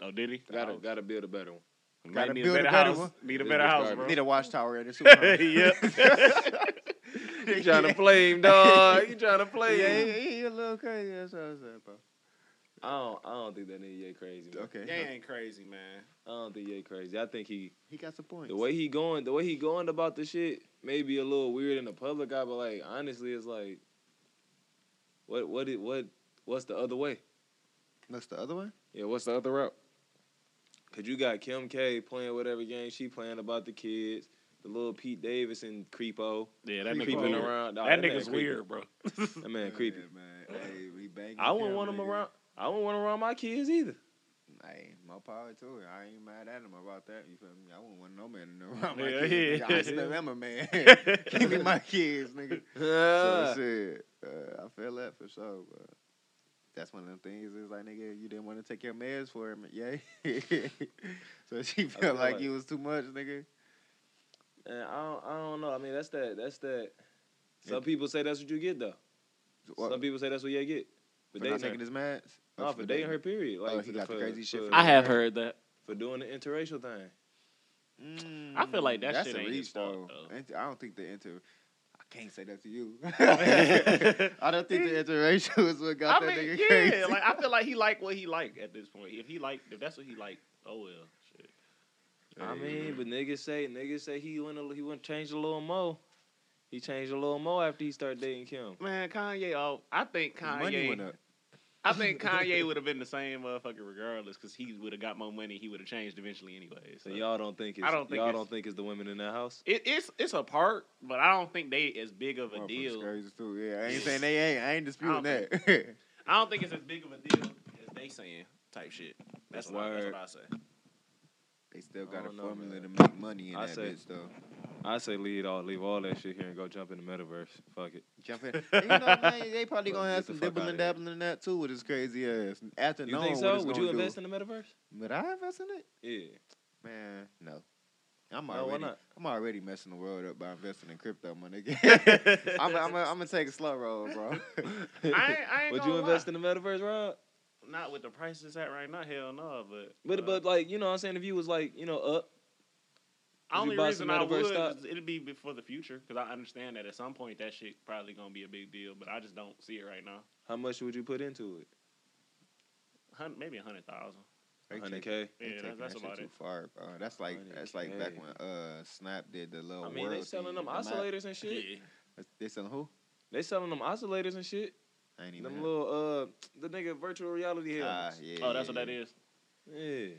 S2: Oh, did he?
S1: Gotta gotta build a
S3: [laughs]
S1: better one.
S2: Might
S3: gotta
S2: need
S3: build
S2: a
S3: a
S2: better
S3: better
S2: house.
S3: one.
S2: Need a
S1: This
S2: better
S1: is
S2: house,
S1: garbage.
S2: bro.
S3: Need a watchtower at the
S1: [laughs]
S3: [laughs]
S2: yep.
S1: You trying to play [laughs] him, dog? You trying to play
S3: Yeah,
S1: him?
S3: he, he a little crazy. That's what I was saying, bro.
S1: I don't I don't think that nigga yay crazy. Man.
S3: Okay.
S2: They ain't crazy, man.
S1: I don't think yay crazy. I think he
S3: He got some points.
S1: the way he going the way he going about the shit may be a little weird in the public eye, but like honestly, it's like what what it what what's the other way?
S3: That's the other one?
S1: Yeah, what's the other route? Cause you got Kim K playing whatever game she playing about the kids, the little Pete Davis and creepo
S2: Yeah, that nigga
S3: Creep
S1: creeping
S3: creeping
S2: weird.
S1: around. Nah,
S2: That
S1: man
S2: nigga's
S1: creepy.
S2: weird, bro.
S1: That man creepy.
S3: man. Hey, we banging.
S1: I wouldn't want him around. I wouldn't want him around my kids either.
S3: Hey, my power too. I ain't mad at him about that. You feel me? I wouldn't want no man around my
S2: Yeah,
S3: kids.
S2: yeah,
S3: nigga. I
S2: yeah.
S3: still am a man.
S1: [laughs]
S3: [laughs] Give me
S2: yeah,
S3: my kids, nigga. [laughs] so
S1: Ah.
S3: shit, uh, I feel that for sure. But that's one of them things. Is like, nigga, you didn't want to take your meds for him, yeah. [laughs] so she felt
S1: feel
S3: like,
S1: like-
S3: you was too much, nigga.
S1: [laughs] And I don't, I don't know. I mean, that's that. That's that. Some people say that's what you get though.
S3: What,
S1: Some people say that's what you get. But
S3: for
S1: they
S3: not taking his meds. Or
S1: no, for dating her period. Like
S3: Oh,
S1: for-
S3: he got the
S1: for-
S3: crazy shit
S1: for-
S3: for
S2: I have heard that.
S1: for doing the interracial thing.
S2: I feel like that
S3: Mm, that's
S2: shit
S3: a
S2: ain't his
S3: reach though.
S2: fault, though.
S3: Inter- I don't think the inter. I can't say that to you. [laughs] I
S2: [laughs]
S3: don't think the interracial is what got
S2: I
S3: that
S2: mean,
S3: nigga
S2: yeah,
S3: crazy.
S2: like I feel like he liked what he liked at this point. If he liked, if that's what he liked, oh well. Shit.
S1: I mean, but niggas say niggas say he went a, he went changed a little mo. He changed a little mo after he started dating Kim.
S2: Man, Kanye, oh, I think
S3: His money went
S2: Kanye,
S3: up.
S1: [laughs]
S2: I think Kanye would have been the same motherfucker regardless, because he would have got more money. He would have changed eventually anyway.
S1: So y'all don't think it's
S2: I don't think
S1: y'all
S2: it's-
S1: don't think it's the women in that house.
S2: It, it's it's a part, but I don't think they as big of a
S3: Motherfuckers
S2: deal.
S3: Crazy too. Yeah, I ain't saying they ain't. I ain't disputing
S2: think-
S3: that. [laughs]
S2: I don't think it's as big of a deal as they saying type shit. That's, what, I, that's
S1: Word.
S2: what I say.
S3: They still
S1: I
S3: got a
S1: don't know,
S3: formula
S1: man.
S3: to make money in
S1: I
S3: that
S1: say-
S3: bitch though.
S1: I say leave it all leave all that shit here and go jump in the metaverse. Fuck it.
S3: Jump in. you know, man,
S1: [laughs]
S3: they probably
S1: Bro,
S3: gonna
S1: get
S3: have
S1: the
S3: some
S1: fuck
S3: dibbling
S1: outta
S3: and dabbling in that too with his crazy ass. After
S1: You
S3: knowing
S1: think so?
S3: what
S1: Would
S3: it's
S1: you
S3: gonna
S1: invest
S3: do.
S1: in the metaverse?
S3: Would I invest in it? [laughs]
S1: Yeah.
S3: Man, no. I'm
S1: No, why
S3: already,
S1: not?
S3: I'm already messing the world up by investing in crypto,
S1: [laughs]
S3: my nigga.
S2: [laughs]
S3: I'm, I'm, I'm gonna take a slow roll, bro.
S2: I ain't, I ain't
S1: Would
S2: gonna
S1: you invest
S2: lie.
S1: in the metaverse, Rob?
S2: Not with the prices at right now, hell no. But
S1: But
S2: uh,
S1: but like you know, what I'm saying if you was like you know up, you
S2: only
S1: buy
S2: reason
S1: some
S2: I
S1: metaverse
S2: would
S1: stock?
S2: is it'd be for the future because I understand that at some point that shit probably gonna be a big deal. But I just don't see it right now.
S1: how much would you put into it?
S2: Hun- maybe a hundred thousand.
S3: They
S1: Hundred
S3: taking-
S1: k.
S3: they
S2: Yeah,
S3: taking
S2: that- that's
S3: that shit
S2: about
S3: too
S2: it.
S3: far, bro. That's like that's like back
S1: 100K.
S3: when uh Snap did the little
S1: I mean, they
S3: world
S1: selling
S3: thing.
S1: them isolators and shit.
S2: Yeah.
S3: They selling who?
S1: They selling them isolators and shit.
S3: I ain't even.
S1: Them
S3: heard.
S1: little uh, the nigga virtual reality
S3: Ah,
S1: heads.
S3: yeah,
S2: Oh, that's
S3: yeah,
S2: what that
S3: yeah.
S2: is.
S1: yeah.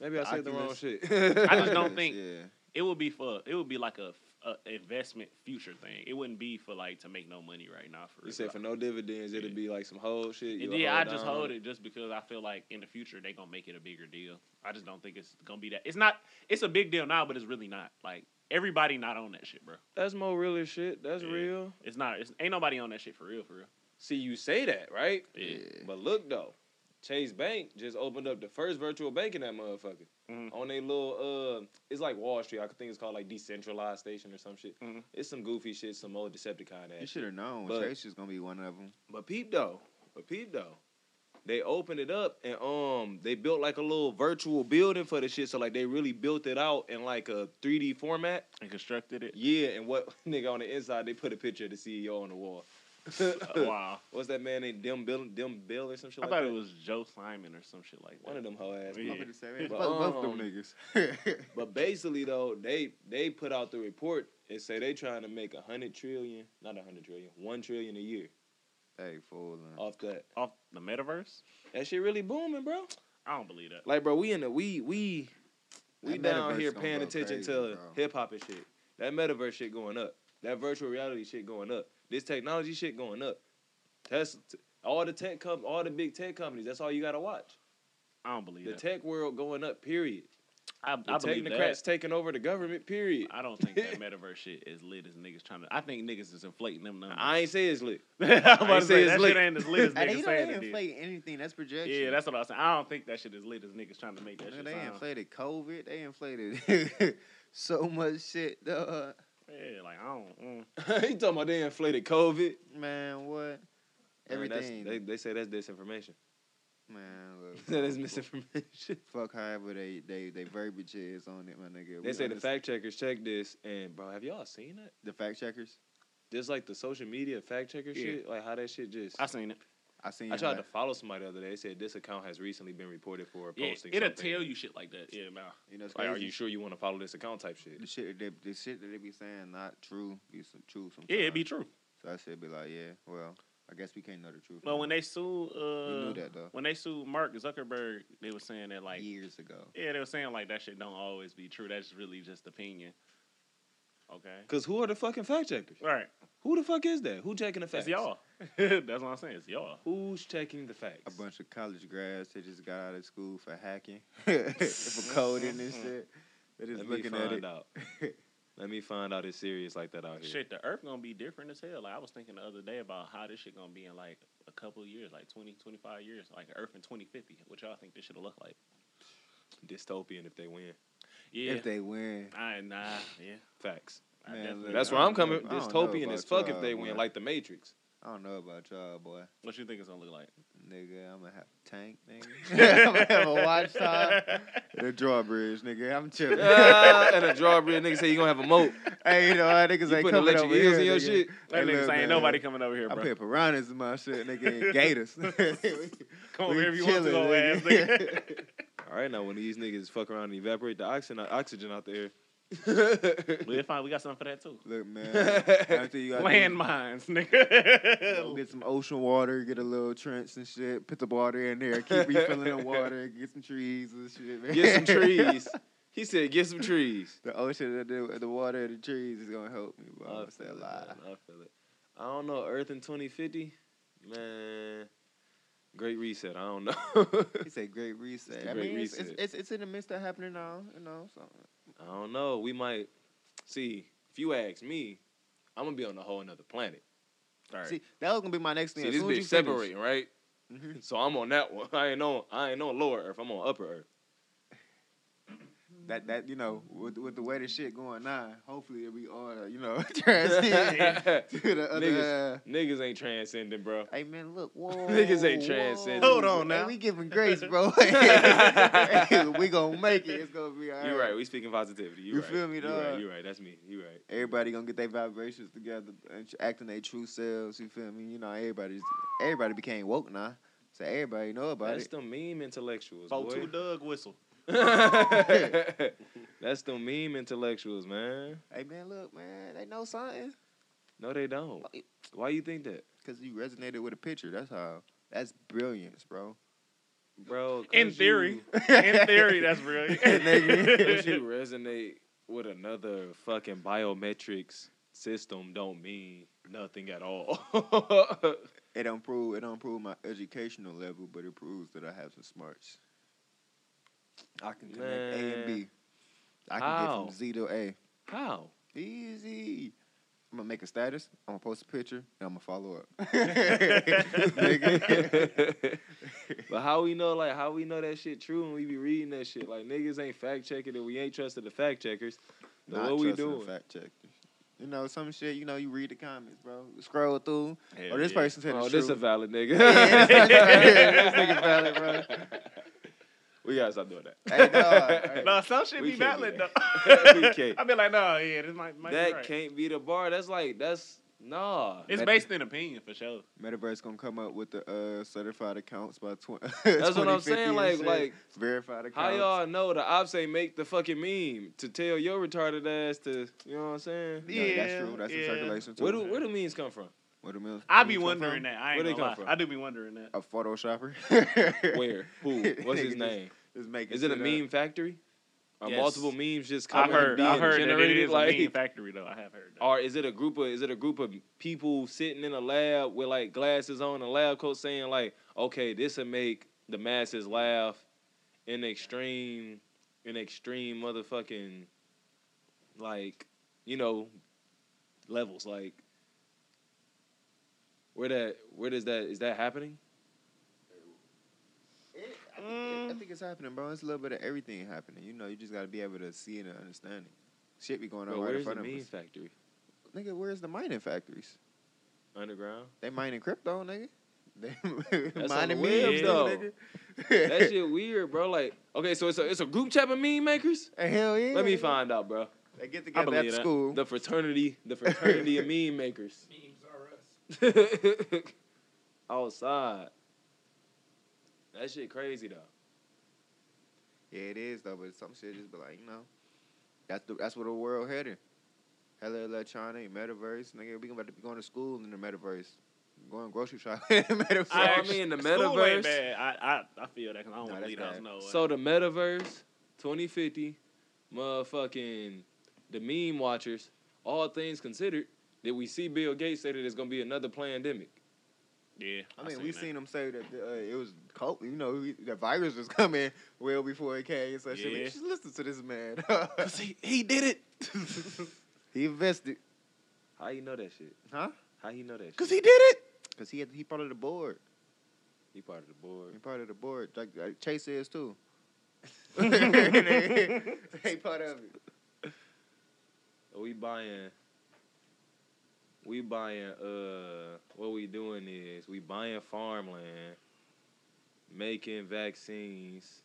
S1: Maybe I
S3: The
S1: said the wrong
S3: Oculus.
S1: shit.
S2: I just don't
S3: [laughs] Oculus,
S2: think-
S3: Yeah.
S2: It would be for it would be like a, a investment future thing. It wouldn't be for like to make no money right now.
S1: [laughs]
S2: For
S1: You
S2: real.
S1: said for no dividends, it'd be like some whole shit.
S2: And
S1: you'll
S2: yeah, I just
S1: down.
S2: hold it just because I feel like in the future they gonna make it a bigger deal. I just don't think it's gonna be that. It's not. It's a big deal now, but it's really not. Like everybody not on that shit, bro.
S1: That's more real as shit. That's
S2: Yeah.
S1: real.
S2: It's not. It's ain't nobody on that shit for real, for real.
S1: See, you say that right,
S2: Yeah.
S1: but look though, Chase Bank just opened up the first virtual bank in that motherfucker.
S2: Mhm.
S1: On a little uh, it's like Wall Street. I think it's called like decentralized station or some shit.
S2: Mhm.
S1: It's some goofy shit, some old Decepticon ass.
S3: You should have known.
S1: But-
S3: Chase is gonna be one of them.
S1: But peep though, but peep though, they opened it up and um they built like a little virtual building for the shit. So like they really built it out in like a 3D format.
S2: And constructed it.
S1: Yeah, and what [laughs] nigga on the inside they put a picture of the CEO on the wall.
S2: Uh, wow.
S1: What's that man named Dim Bill? Dim Bill or some shit.
S2: I
S1: like
S2: thought
S1: that?
S2: it was Joe Simon or some shit like that.
S1: one of them hoe ass.
S2: Yeah.
S3: I'm gonna say that.
S1: But,
S3: Fuck both
S1: um,
S3: them niggas. [laughs]
S1: But basically though, they they put out the report and say they trying to make a hundred trillion, not a hundred trillion, one trillion a year
S3: hey, fool. uh,
S1: off that.
S2: Off the metaverse.
S1: That shit really booming, bro.
S2: I don't believe that.
S1: Like, bro, we in the we we we
S3: That
S1: down
S3: metaverse
S1: here
S3: gonna
S1: paying
S3: go
S1: attention
S3: crazy,
S1: to
S3: bro.
S1: hip hop and shit. That metaverse shit going up. That virtual reality shit going up. This technology shit going up. That's all the tech com- all the big tech companies. That's all you gotta watch.
S2: I don't believe
S1: The
S2: that.
S1: tech world going up. Period.
S2: I,
S1: The
S2: I believe
S1: technocrats
S2: that.
S1: taking over the government. Period.
S2: I don't think that metaverse shit is lit as niggas trying to. I think niggas is inflating them numbers.
S1: I ain't say it's lit.
S2: [laughs]
S1: [laughs]
S2: I'm about
S1: I ain't
S2: to
S1: say
S2: say
S1: it's
S2: that
S1: lit.
S2: shit ain't as
S1: [laughs]
S2: lit as
S3: Hey, they
S2: niggas
S3: don't
S2: saying
S3: they
S2: it is.
S3: inflate anything. That's projection.
S2: Yeah, that's what I was saying. I don't think that shit is lit as niggas trying to make that
S3: Man,
S2: shit
S3: they
S2: sound.
S3: inflated COVID. They inflated [laughs] so much shit. Dog.
S2: Yeah, like I don't. Mm.
S1: he talking about they inflated COVID.
S3: Man, what?
S1: Man, that's-
S3: Everything.
S1: they, they say that's disinformation.
S3: Man, look.
S1: [laughs] that is misinformation.
S3: Fuck however they they they verbiage is on it, my nigga.
S1: They
S3: We
S1: say the
S3: underst-
S1: fact checkers check this, and bro, have y'all seen that?
S3: the fact checkers.
S1: Just like the social media fact checker
S2: Yeah.
S1: shit, like how that shit just.
S2: I seen it.
S3: I seen.
S1: I tried to
S3: like,
S1: follow somebody the other day. They said this account has recently been reported for
S2: Yeah,
S1: posting.
S2: it'll
S1: something."
S2: tell you shit like that. Yeah, man.
S3: You know, it's
S1: Like,
S3: crazy.
S1: are you sure you want to follow this account? Type shit.
S3: The shit that they, the shit that they be saying not true. Be some true. Sometimes.
S2: Yeah, it'd be true.
S3: So I should be like, yeah, well, I guess we can't know the truth.
S2: But
S3: now.
S2: when they sued,
S3: we
S2: uh,
S3: knew that though,
S2: when they sued Mark Zuckerberg, they were saying that like, yeah.
S3: years ago.
S2: they were saying like that shit don't always be true. That's really just opinion. Okay.
S1: Cause who are the fucking fact checkers?
S2: All right.
S1: Who the fuck is that? Who checking the facts?
S2: It's y'all. [laughs] That's what I'm saying. It's y'all.
S1: Who's checking the facts?
S3: A bunch of college grads that just got out of school for hacking, [laughs]
S1: Mm-hmm.
S3: for coding and shit. They just
S1: Let me
S3: looking
S1: find
S3: at it.
S1: out.
S3: [laughs]
S1: Let me find out it's serious like that out here.
S2: Shit, the earth gonna be different as hell. Like I was thinking the other day about how this shit gonna be in like a couple years, like 20, 25 years, like earth in 2050. What y'all think this shit'll look like?
S1: Dystopian if they win.
S2: Yeah.
S3: If they win,
S2: I nah, yeah.
S1: Facts.
S2: I
S3: Man,
S2: definitely-
S3: look,
S1: That's
S3: I
S1: where I'm
S3: don't know
S1: coming.
S3: ab- I don't know
S1: Dystopian as
S3: about
S1: fuck if
S3: y'all,
S1: they win,
S3: man.
S1: like the
S3: [laughs]
S1: Matrix. [laughs]
S3: I don't know about y'all, boy.
S2: What you think it's gonna look like?
S3: Nigga, I'm gonna have a tank,
S1: [laughs]
S3: nigga. [laughs] I'm gonna have a watch tower
S2: That's
S3: and a drawbridge,
S1: [laughs]
S3: nigga. I'm chilling.
S1: ah, and a drawbridge nigga say you gonna have a moat.
S3: hey, you know, our niggas
S1: You
S3: ain't
S1: putting
S3: coming
S1: electric
S3: over
S1: eels
S3: here.
S1: in your
S3: nigga.
S1: shit?
S3: Hey,
S2: niggas
S3: look,
S2: ain't
S3: man,
S2: nobody coming over here,
S3: I
S2: bro.
S3: put piranhas in my shit, nigga,
S1: [laughs]
S3: and gators. [laughs]
S2: Come on,
S3: we
S2: wherever you want to
S3: chilling,
S2: go, ass
S3: nigga.
S2: nigga.
S1: All right, now when these niggas fuck around and evaporate the oxygen, oxygen out
S3: [laughs]
S1: there. Landmines.
S2: We'll find we got something for that too.
S1: [laughs]
S3: Look, man. After you got
S2: Landmines,
S3: [laughs] Go
S2: nigga.
S3: Get some ocean water, get a little trench and shit, put the water in there, keep
S1: [laughs]
S3: refilling the water, get some trees and shit, man.
S1: Get some trees. He said, "Get some trees."
S3: [laughs] the ocean, the, the water, the trees is gonna help me, bro. I'm gonna say a
S1: it,
S3: lot.
S1: man. I feel it. I don't know. Earth in 2050, man. Great reset. I don't know. [laughs]
S3: It's a great reset.
S1: the
S3: I
S1: great
S3: mean, it's, it's,
S1: reset.
S3: it's it's in the midst of happening now, you know. So
S1: I don't know. We might see. If you ask me, I'm gonna be on a whole another planet.
S2: All right.
S3: see, that was gonna be my next thing.
S1: See,
S3: as
S1: this
S3: soon as you
S1: bitch
S3: finish-
S1: separating, right? [laughs]
S3: Mhm.
S1: So I'm on that one. I ain't on. I ain't on lower Earth. I'm on upper
S3: [laughs]
S1: Earth.
S3: That that you know, with with the way the shit going on, hopefully we all you know [laughs]
S1: [laughs]
S3: transcend [laughs] to the other. Uh,
S1: Niggas ain't transcending, bro.
S3: Hey man, look, whoa,
S1: [laughs] Niggas ain't
S3: whoa.
S1: transcending.
S2: Hold on
S3: Hey,
S2: now.
S3: we giving grace,
S1: [laughs]
S3: bro. [laughs] we gonna make it. It's gonna be all
S1: You right. We speaking positivity. You,
S3: You
S1: right.
S3: feel me,
S1: You right.
S3: dog?
S1: You right. That's me. You right.
S3: Everybody gonna get their vibrations together and tr- acting their true selves. You feel me? You know, everybody's everybody became woke now, so everybody know about
S1: That's
S3: it.
S1: the meme intellectuals,
S2: Bo
S1: boy.
S2: two Doug whistle.
S1: [laughs] That's the meme intellectuals, man.
S3: Hey man, look, man, they know something
S1: No, they don't. Why you think that,
S3: because you resonated with a picture. That's how. That's brilliance, bro.
S1: bro? 'cause
S2: In theory. [laughs]
S1: [laughs] you-
S2: In
S3: [laughs]
S2: theory, that's real. [laughs]
S1: [laughs] Cause you
S3: Nigga.
S1: resonate with another fucking biometrics system don't mean nothing at all. [laughs]
S3: It don't prove it don't prove my educational level, but it proves that I have some smarts. I can connect A and B. I can get
S1: How?
S3: from Z to A.
S1: How?
S3: Easy. I'm gonna make a status. I'm gonna post a picture. And I'm gonna follow up. [laughs] Nigga.
S1: but how we know like how we know that shit true and we be reading that shit. Like niggas ain't fact checking and we ain't trusted the fact checkers. So
S3: Not
S1: what we
S3: trusting the
S1: doing?
S3: Fact check. You know some shit. You know you read the comments, bro. Scroll through.
S2: Hell
S3: oh, this
S2: yeah.
S3: person said
S1: Oh,
S3: it's
S1: this [laughs]
S3: true.
S1: a valid nigga. [laughs]
S3: Yeah, [laughs] this [laughs] nigga valid, bro.
S1: We gotta stop doing that. [laughs]
S3: Hey, dog. Hey.
S2: No, some shit
S1: We
S2: be
S1: can't
S2: valid
S1: do [laughs]
S2: though.
S1: We can't.
S2: I be like, no, yeah, this might, might
S1: that
S2: be right.
S1: can't be the bar. That's like that's nah.
S2: It's
S3: That-
S2: based in opinion for sure.
S3: Metaverse gonna come up with the uh, certified accounts by [laughs] twenty.
S1: That's what I'm saying. Like like
S3: verified
S1: how
S3: accounts.
S1: y'all know the ops ain't make the fucking meme to tell your retarded ass to you know what I'm saying?
S3: No,
S2: Yeah,
S3: that's true. That's in
S2: yeah.
S3: circulation too.
S1: Where do where do memes come
S3: [laughs]
S1: from?
S3: Where do memes-
S2: I
S3: memes
S2: be
S3: come
S2: wondering
S3: from?
S2: that. I ain't
S1: Where they
S2: gonna lie.
S1: come from?
S2: I do be wondering that.
S3: A photoshopper.
S1: [laughs] Where?
S3: [laughs]
S1: Who? What's his name?
S3: Is making
S1: Is it a
S3: shit up.
S1: meme factory? Are
S2: Yes.
S1: multiple memes just
S2: I
S1: coming and
S2: heard. I
S1: being
S2: heard that it
S1: generated
S2: is
S1: like
S2: a meme factory though. I have heard that.
S1: or is it a group of is it a group of people sitting in a lab with like glasses on a lab coat saying like okay this'll make the masses laugh in extreme in extreme motherfucking like you know levels like where that where does that is that happening
S3: It- I, think, it- I think it's happening, bro. It's a little bit of everything happening. You know, you just gotta be able to see it and understand it. Shit be going on
S1: Bro,
S3: right in
S1: where's the
S3: front
S1: meme
S3: of us.
S1: factory
S3: Nigga, where's the mining factories?
S1: underground
S3: They mining crypto, nigga. [laughs]
S1: That's
S3: Minding
S1: weird,
S3: memes though,
S1: though.
S3: nigga. [laughs]
S1: That shit weird, bro. Like, okay, so it's a it's a group chat of meme makers.
S3: Hell yeah.
S1: Let me find out, bro.
S3: They get
S2: I
S3: together
S2: believe
S3: after
S2: that.
S3: school.
S1: The fraternity,
S3: [laughs]
S1: the fraternity of meme makers. [laughs]
S4: Memes are us.
S1: Outside. That shit crazy though.
S3: Yeah, it is though, but some shit just be like, you know, that's the that's where the world headed. Hella electronic, metaverse, nigga. We gonna be going to school in the metaverse, going grocery shopping
S2: [laughs]
S3: in the metaverse.
S1: So, I mean, in the
S2: School ain't
S1: metaverse-
S2: bad. I, I, I feel that because I don't
S3: No,
S2: want to
S3: that's
S2: leave the house
S3: bad.
S2: nowhere.
S1: So the metaverse, 2050, motherfucking the meme watchers, all things considered, did we see Bill Gates say that it's gonna be another pandemic?
S2: yeah,
S3: I mean,
S2: seen
S3: we
S2: that. [laughs]
S3: seen them say that uh, it was cold. You know, we- the virus was coming well before it came. So shit,
S2: Yeah.
S3: we just listen to this man. [laughs]
S1: he, he did it.
S3: he invested,
S1: How you know that shit?
S3: huh?
S1: How he know that shit?
S3: Cause he did it. Cause he had, he part of the board.
S1: He part of the board.
S3: He part of the board. Like, like Chase is too. [laughs] they, they part of it.
S1: We buying. We buying. Uh, what we doing is we buying farmland, making vaccines,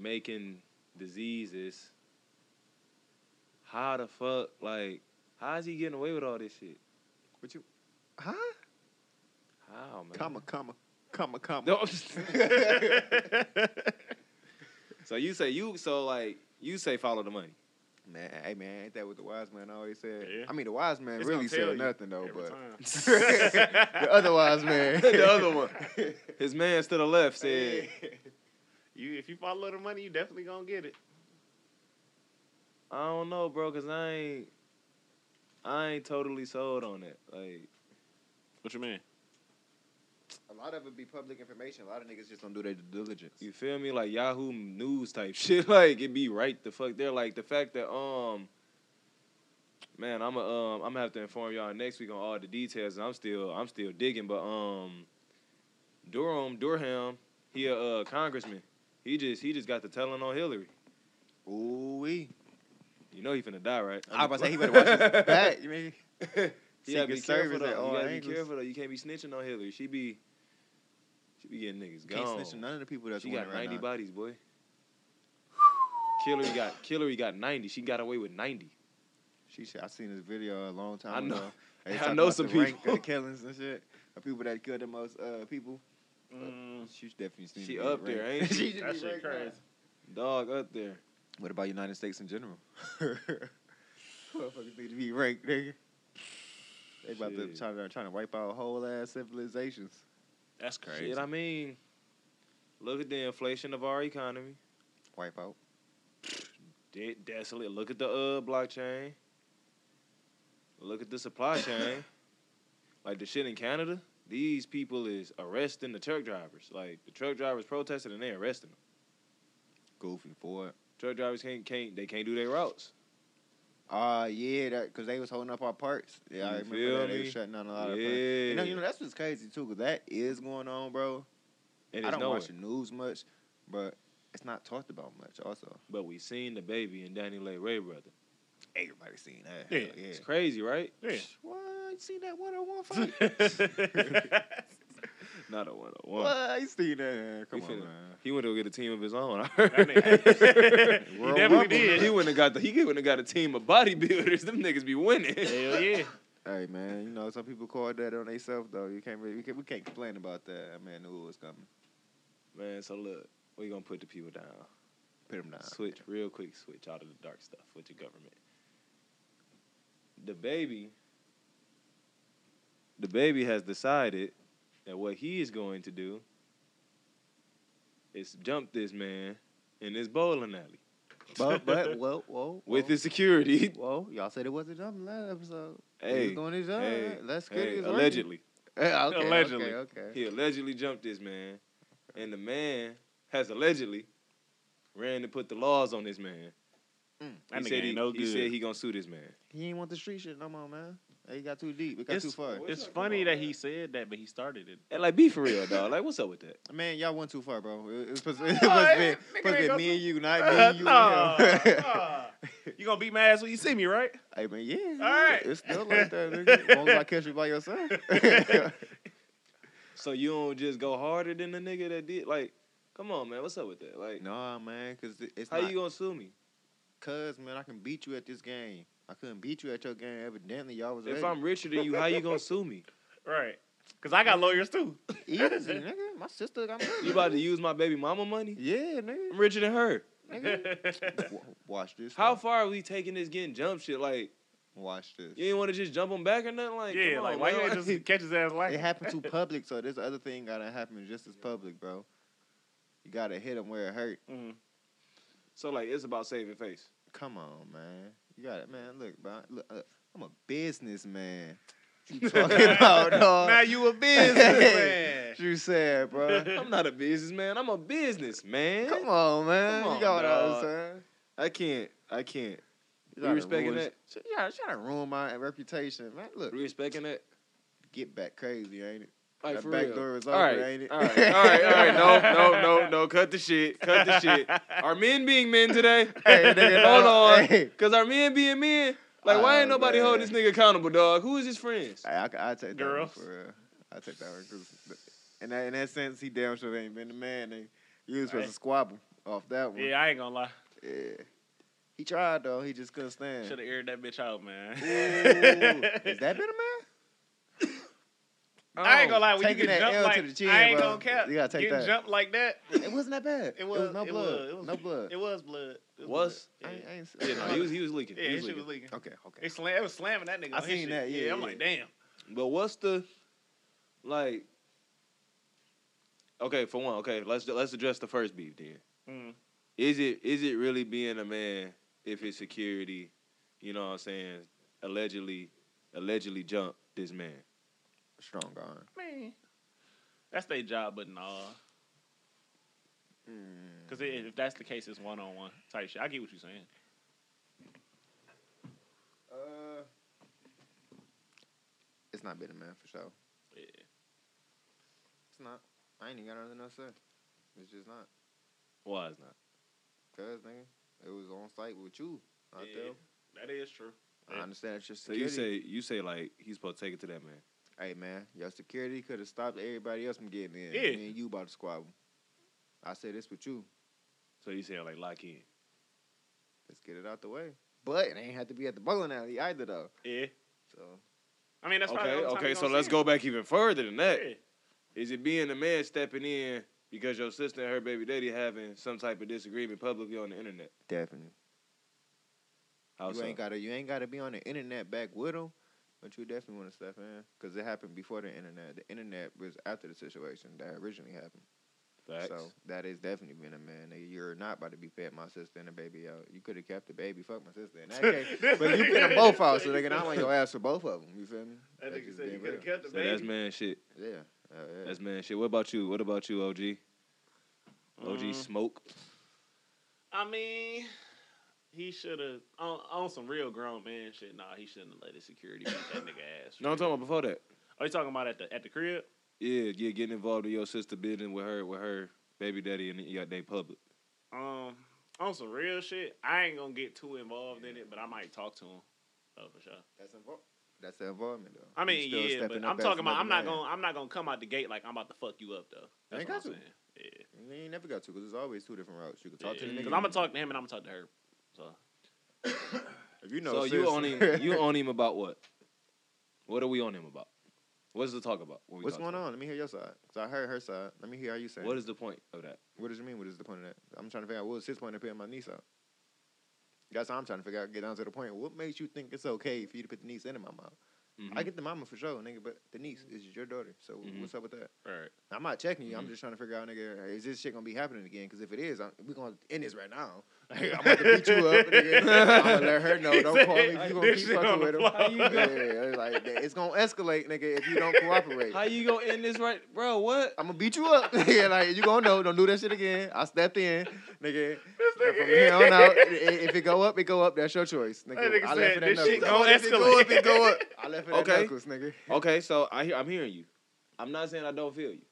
S1: making diseases. How the fuck? Like, how is he getting away with all this shit?
S3: What you? Huh?
S1: How man?
S3: Comma, comma, comma, comma.
S1: No, I'm just- [laughs] so you say you so like you say follow the money.
S3: Man, hey man, ain't that what the wise man always said?
S2: Yeah.
S3: I mean, the wise
S2: [laughs]
S3: man
S2: It's
S3: really
S2: gonna tell
S3: said
S2: you
S3: nothing though,
S2: every
S3: but
S1: [laughs]
S2: time.
S3: [laughs] the other wise
S1: [laughs]
S3: man,
S1: the other one, [laughs] his man's to the left
S3: [laughs]
S1: said.
S2: you if you follow the money, you definitely gonna get it.
S1: I don't know, bro, cause I ain't, I ain't totally sold on it. Like,
S2: What you mean?
S3: a lot of it be public information. A lot of niggas just don't do their due diligence.
S1: you feel me? Like Yahoo News type [laughs] shit. Like, it be right the fuck there. Like the fact that um, man, I'm a um, I'm gonna have to inform y'all next week on all the details. And I'm still, I'm still digging, but um, Durham Durham, he a uh, congressman. He just, he just got the telling on Hillary.
S3: Ooh wee.
S1: You know he finna die, right?
S3: I was about to say [laughs] he
S1: [laughs]
S3: better watch his back. [laughs] You mean?
S1: You gotta
S3: Secret
S1: be careful
S3: Service at
S1: though.
S3: all
S1: You gotta be
S3: angles.
S1: careful though. You can't be snitching on Hillary. She be, she be getting niggas
S3: Can't
S1: gone.
S3: snitch on none of the people that's
S1: She
S3: winning
S1: got
S3: right
S1: 90
S3: now.
S1: bodies, boy.
S3: [sighs]
S1: Killery got Killery got 90. She got away with 90.
S3: She, I seen this video a long time
S1: I know- [laughs]
S3: ago. They
S1: I
S3: talking
S1: know
S3: about
S1: some
S3: the rank of
S1: people.
S3: the killings and shit. The people that killed the most uh, people. She's definitely seen
S1: She up there, ain't
S3: [laughs]
S1: [laughs] she?
S3: she
S2: Mm.
S3: should
S2: that
S3: be
S2: shit
S3: ranked
S2: crazy.
S3: high.
S1: Dog up there.
S3: What about United States in general? [laughs] Motherfuckers need to be ranked, nigga. They about to
S1: Shit.
S3: trying to trying to wipe out whole ass civilizations.
S2: That's crazy.
S1: Shit, I mean, look at the inflation of our economy.
S3: Wipe out.
S1: De- desolate. Look at the uh blockchain. Look at the
S3: [coughs]
S1: supply chain. like the shit in Canada, these people is arresting the truck drivers. Like the truck drivers protested and they arresting them.
S3: Goofy for it.
S1: Truck drivers can't can't they can't do their routes.
S3: Uh yeah, that because they was holding up our parts. Yeah, I
S1: You
S3: remember
S1: feel
S3: that they
S1: me?
S3: was shutting down a lot of. Parts.
S1: Yeah.
S3: You know, you know that's what's crazy too, because that is going on, bro.
S1: and
S3: I
S1: it's
S3: don't
S1: nowhere.
S3: watch the news much, but it's not talked about much. Also,
S1: But we seen the baby and Danny Lay Ray brother.
S3: everybody seen that.
S2: Yeah.
S3: Hell yeah.
S1: It's crazy, right?
S2: Yeah.
S3: What? You seen that one
S1: oh
S3: on one fight? [laughs]
S1: [laughs] Not a one on one.
S3: what? You seen that? Come
S1: You
S3: on,
S1: finna-
S3: man.
S1: He went to get a team of his own. I
S2: That
S1: heard. [laughs]
S3: [laughs]
S2: nigga- he
S3: World
S2: definitely
S3: Rumble,
S2: did.
S1: He went and got the. He went and got a team of bodybuilders. Them niggas be winning.
S2: Hell yeah.
S3: Hey man, you know some people call that on themselves though. You can't really, we can't, we can't complain about that. I man knew it was coming.
S1: Man, so look, we gonna put the people down.
S3: Put him down.
S1: Switch real quick. Switch out of the dark stuff with your government. The baby. The baby has decided that what he is going to do is jump this man in this bowling alley
S3: But but whoa [laughs] whoa
S1: with
S3: whoa.
S1: his security.
S3: Whoa, y'all said it wasn't jumping last episode. It was
S1: [laughs] Hey,
S3: going to jump.
S1: hey,
S3: Let's get
S1: hey,
S3: it.
S1: allegedly.
S3: allegedly.
S2: Allegedly.
S3: Okay. okay.
S1: He allegedly jumped this man, and the man has allegedly ran to put the laws on this man.
S2: That
S1: he
S2: nigga
S1: said
S2: ain't
S1: he,
S2: no
S1: he
S2: good.
S1: said he gonna sue this man.
S3: He ain't want the street shit no more, man. It got too deep. It got too far.
S4: What's
S2: It's
S4: up? Come
S2: funny
S4: on,
S2: that
S4: man.
S2: he said that, but he started it.
S1: And like, be for real, dog. Like, what's up with that?
S3: Man, y'all went too far, bro. It, it was supposed [laughs] to
S2: No,
S3: be
S2: it- nigga
S3: supposed to
S2: ain't
S3: be
S2: go
S3: me
S2: too-
S3: and you, not me [laughs] and you.
S2: Nah,
S3: and him.
S2: nah. you gonna beat my ass when you see me, right?
S3: [laughs] Hey man, yeah.
S2: All right.
S3: [laughs] It's still like that, nigga. As long as I catch you by yourself.
S1: So you don't just go harder than the nigga that did. Like, come on, man. What's up with that? Like,
S3: [laughs] Nah, man, because it's
S1: how
S3: not,
S1: you gonna sue me?
S3: Cause man, I can beat you at this game. I couldn't beat you at your game. Evidently, y'all was
S1: If
S3: ready.
S1: I'm richer than you, how you gonna sue
S3: [laughs]
S1: me?
S2: Right. Cause I got lawyers too.
S3: easy, nigga. My sister got me.
S1: You about to use my baby mama money?
S3: Yeah, nigga.
S1: I'm richer than her. [laughs]
S3: nigga.
S2: [laughs]
S3: Wa- Watch this.
S1: How
S3: now.
S1: far are we taking this getting jump shit? Like,
S3: Watch this.
S1: you ain't want to just jump him back or nothing? Like, [laughs]
S2: yeah,
S1: come
S2: like
S1: on,
S2: why you
S1: man.
S2: ain't just catch his ass like
S3: It happened too public, so this other thing gotta happen just as public, bro. You gotta hit them where it hurt.
S2: Mm.
S1: So, like, it's about saving
S3: [laughs]
S1: face.
S3: Come on, man. You got it, man. Look, bro. Look, uh, I'm a businessman.
S1: [laughs]
S3: You [laughs] talking about
S2: Mm.
S3: dog?
S2: Now you a businessman.
S3: [laughs] What you
S1: [laughs]
S3: said, bro.
S1: I'm not a businessman. I'm a businessman.
S3: Come on, man.
S1: Come
S3: you
S1: on,
S3: got what I was
S1: dog.
S3: saying.
S1: I can't. I can't.
S3: You
S1: We
S3: gotta
S1: respecting
S3: ruin-
S1: that?
S3: Sh- Yeah, try to ruin my reputation, man. Look,
S1: We respecting that?
S3: get back crazy, ain't it?
S1: Like,
S3: That
S1: for
S3: back
S1: real.
S3: door is
S1: All
S3: open,
S1: right,
S3: ain't it?
S1: All right, all right, all
S3: [laughs]
S1: right. No, no, no, no. Cut the shit. Cut the shit. Are men being men today?
S3: [laughs] Hey, nigga,
S1: Hold
S3: no.
S1: on.
S3: Hey.
S1: Cause are men being men? Like, why ain't
S3: Oh,
S1: nobody
S3: man.
S1: holding this nigga accountable, dog? Who is his friends?
S3: I, I, ca- I take
S2: Girls.
S3: that one for real. I take that one because in that, in that sense, he damn sure ain't been the man. Nigga. You was supposed
S2: Right.
S3: to squabble off that one.
S2: yeah, I ain't gonna lie.
S3: Yeah. He tried though. He just couldn't stand.
S2: Should have aired that bitch out, man.
S3: Ooh, Is that been a man?
S2: [laughs] I ain't gonna lie. When you
S3: Taking
S2: get
S3: that
S2: jumped
S3: L to
S2: like
S3: the chin,
S2: I ain't
S3: bro.
S2: gonna cap.
S3: You gotta take
S2: Getting
S3: that.
S2: jumped like that. [laughs]
S3: It wasn't that bad.
S2: It was.
S3: no
S2: it
S3: blood.
S2: Was, it was,
S3: no blood.
S2: It was blood. It
S1: Was?
S2: blood.
S3: I ain't,
S2: Yeah,
S3: I ain't, s-
S1: Yeah, no, he was he was leaking.
S2: yeah
S1: he
S2: his
S1: was
S2: shit was
S1: leaking.
S2: leaking.
S3: Okay, okay.
S2: It, slam, it was slamming that nigga.
S3: I
S2: on his
S3: seen
S2: shit.
S3: that, yeah,
S2: I'm
S3: yeah.
S2: like, damn.
S1: But what's the like? Okay, for one, okay, let's let's address the first beef then.
S2: Mm.
S1: Is it is it really being a man if his security, you know what I'm saying, allegedly allegedly jumped this man?
S3: Strong arm.
S2: Man, that's their job, but nah.
S3: Mm.
S2: Because if that's the case, it's one on one type shit. I get what you're saying.
S5: Uh,
S3: It's not been a man for sure.
S2: Yeah.
S3: It's not. I ain't even got nothing else to say. It's just not.
S1: Why it's not?
S3: Cause nigga, it was on site with you. Out
S2: Yeah.
S3: there.
S2: That is true.
S3: I understand it's your
S1: So you
S3: security.
S1: say you say like he's supposed to take it to that man.
S3: hey man, your security could have stopped everybody else from getting in.
S2: Yeah.
S3: Me and you about to squabble. I said this with you.
S1: So you saying like lock in.
S3: Let's get it out the way. But it ain't have to be at the bowling alley either though.
S2: Yeah.
S3: So
S2: I mean, that's
S1: okay,
S2: probably the only time
S1: okay.
S2: you
S1: So
S2: gonna
S1: let's
S2: see
S1: go back even further than that.
S2: it.
S1: Is it being a man stepping in because your sister and her baby daddy having some type of disagreement publicly on the internet?
S3: definitely.
S1: How
S3: you
S1: so?
S3: ain't gotta you ain't gotta be on the internet back with them, but you definitely want to step in because it happened before the internet. The internet was after the situation that originally happened.
S1: Facts.
S3: So that is definitely been a man. nigga. You're not about to be fed my sister and the baby out. You could have kept the baby. Fuck my sister in
S2: [laughs]
S3: that case, but you put them both out. So nigga, and I want your ass for both of them. You feel me?
S2: That
S3: That's
S2: nigga
S3: just
S2: said you
S3: being
S2: could
S3: real.
S2: have kept the
S1: So that's
S2: baby.
S1: man shit.
S3: Yeah. Hell yeah.
S1: That's man shit. What about you? What about you, OG? OG
S2: Mm.
S1: Smoke.
S2: I mean, he should have on, on some real grown man shit. Nah, he shouldn't have let his security beat that nigga ass.
S1: No, I'm talking about before that.
S2: Are you talking about at the at the crib?
S1: Yeah, yeah, getting involved in your sister business with her, with her baby daddy, and yeah, they public.
S2: Um, on some real shit. I ain't gonna get too involved in it, but I might talk to him. Oh, for sure.
S3: that's involved. That's the involvement though.
S2: I
S3: You
S2: mean,
S3: still
S2: yeah,
S3: stepping
S2: but
S3: up
S2: I'm
S3: as
S2: talking about.
S3: another
S2: I'm not
S3: man.
S2: gonna. I'm not gonna come out the gate like I'm about to fuck you up though. That's
S3: Ain't
S2: what I'm
S3: got
S2: saying.
S3: to.
S2: Yeah.
S3: You ain't never got to because there's always two different routes. You can talk to the nigga.
S2: Because I'm gonna talk to him and I'm gonna talk to her. So
S3: If you know,
S1: so you on
S2: [laughs]
S1: him? You on him about what? What are we on him about? What's the talk about? when we
S3: What's
S1: talk to
S3: going
S1: him?
S3: on? Let me hear your side. So I heard her side. Let me hear how you saying.
S1: What is the point of that?
S3: What does it mean? What is the point of that? I'm trying to figure out what was his point of putting my niece out. That's what I'm trying to figure out. Get down to the point. What makes you think it's okay for you to put the niece into my mouth? I
S1: Mhm.
S3: get the mama for sure, nigga, but the niece is your daughter. So
S1: Mhm.
S3: what's up with that?
S2: all right.
S3: I'm not checking you. I'm
S1: Mhm.
S3: just trying to figure out, nigga, is this shit gonna be happening again? Because if it is, I'm, we're gonna end this right
S1: [laughs]
S3: now. Like, [laughs] I'm about to beat you
S2: [laughs]
S3: up, nigga. I'm gonna let her know.
S2: He
S3: Don't
S2: said,
S3: call me if you gonna
S2: "This
S3: keep
S2: shit on
S3: fucking
S2: the
S3: with him.
S2: fly."
S3: Yeah, it's like it's gonna escalate, nigga, if
S1: [laughs]
S3: you don't cooperate.
S1: How you gonna end this right, bro? What?
S3: I'm gonna beat you up. [laughs] yeah, like you gonna know. Don't do that shit again. I stepped in, nigga. And from here on out, i- if it go up, it go up. That's your choice, nigga.
S2: That nigga
S3: I
S2: said,
S3: left it at
S2: "This shit
S3: knuckles.
S2: gonna
S3: If it go up, it go up.
S2: escalate."
S3: I left it
S1: Okay.
S3: at knuckles, nigga.
S1: Okay, so I hear, I'm hearing you. I'm not saying I don't feel you.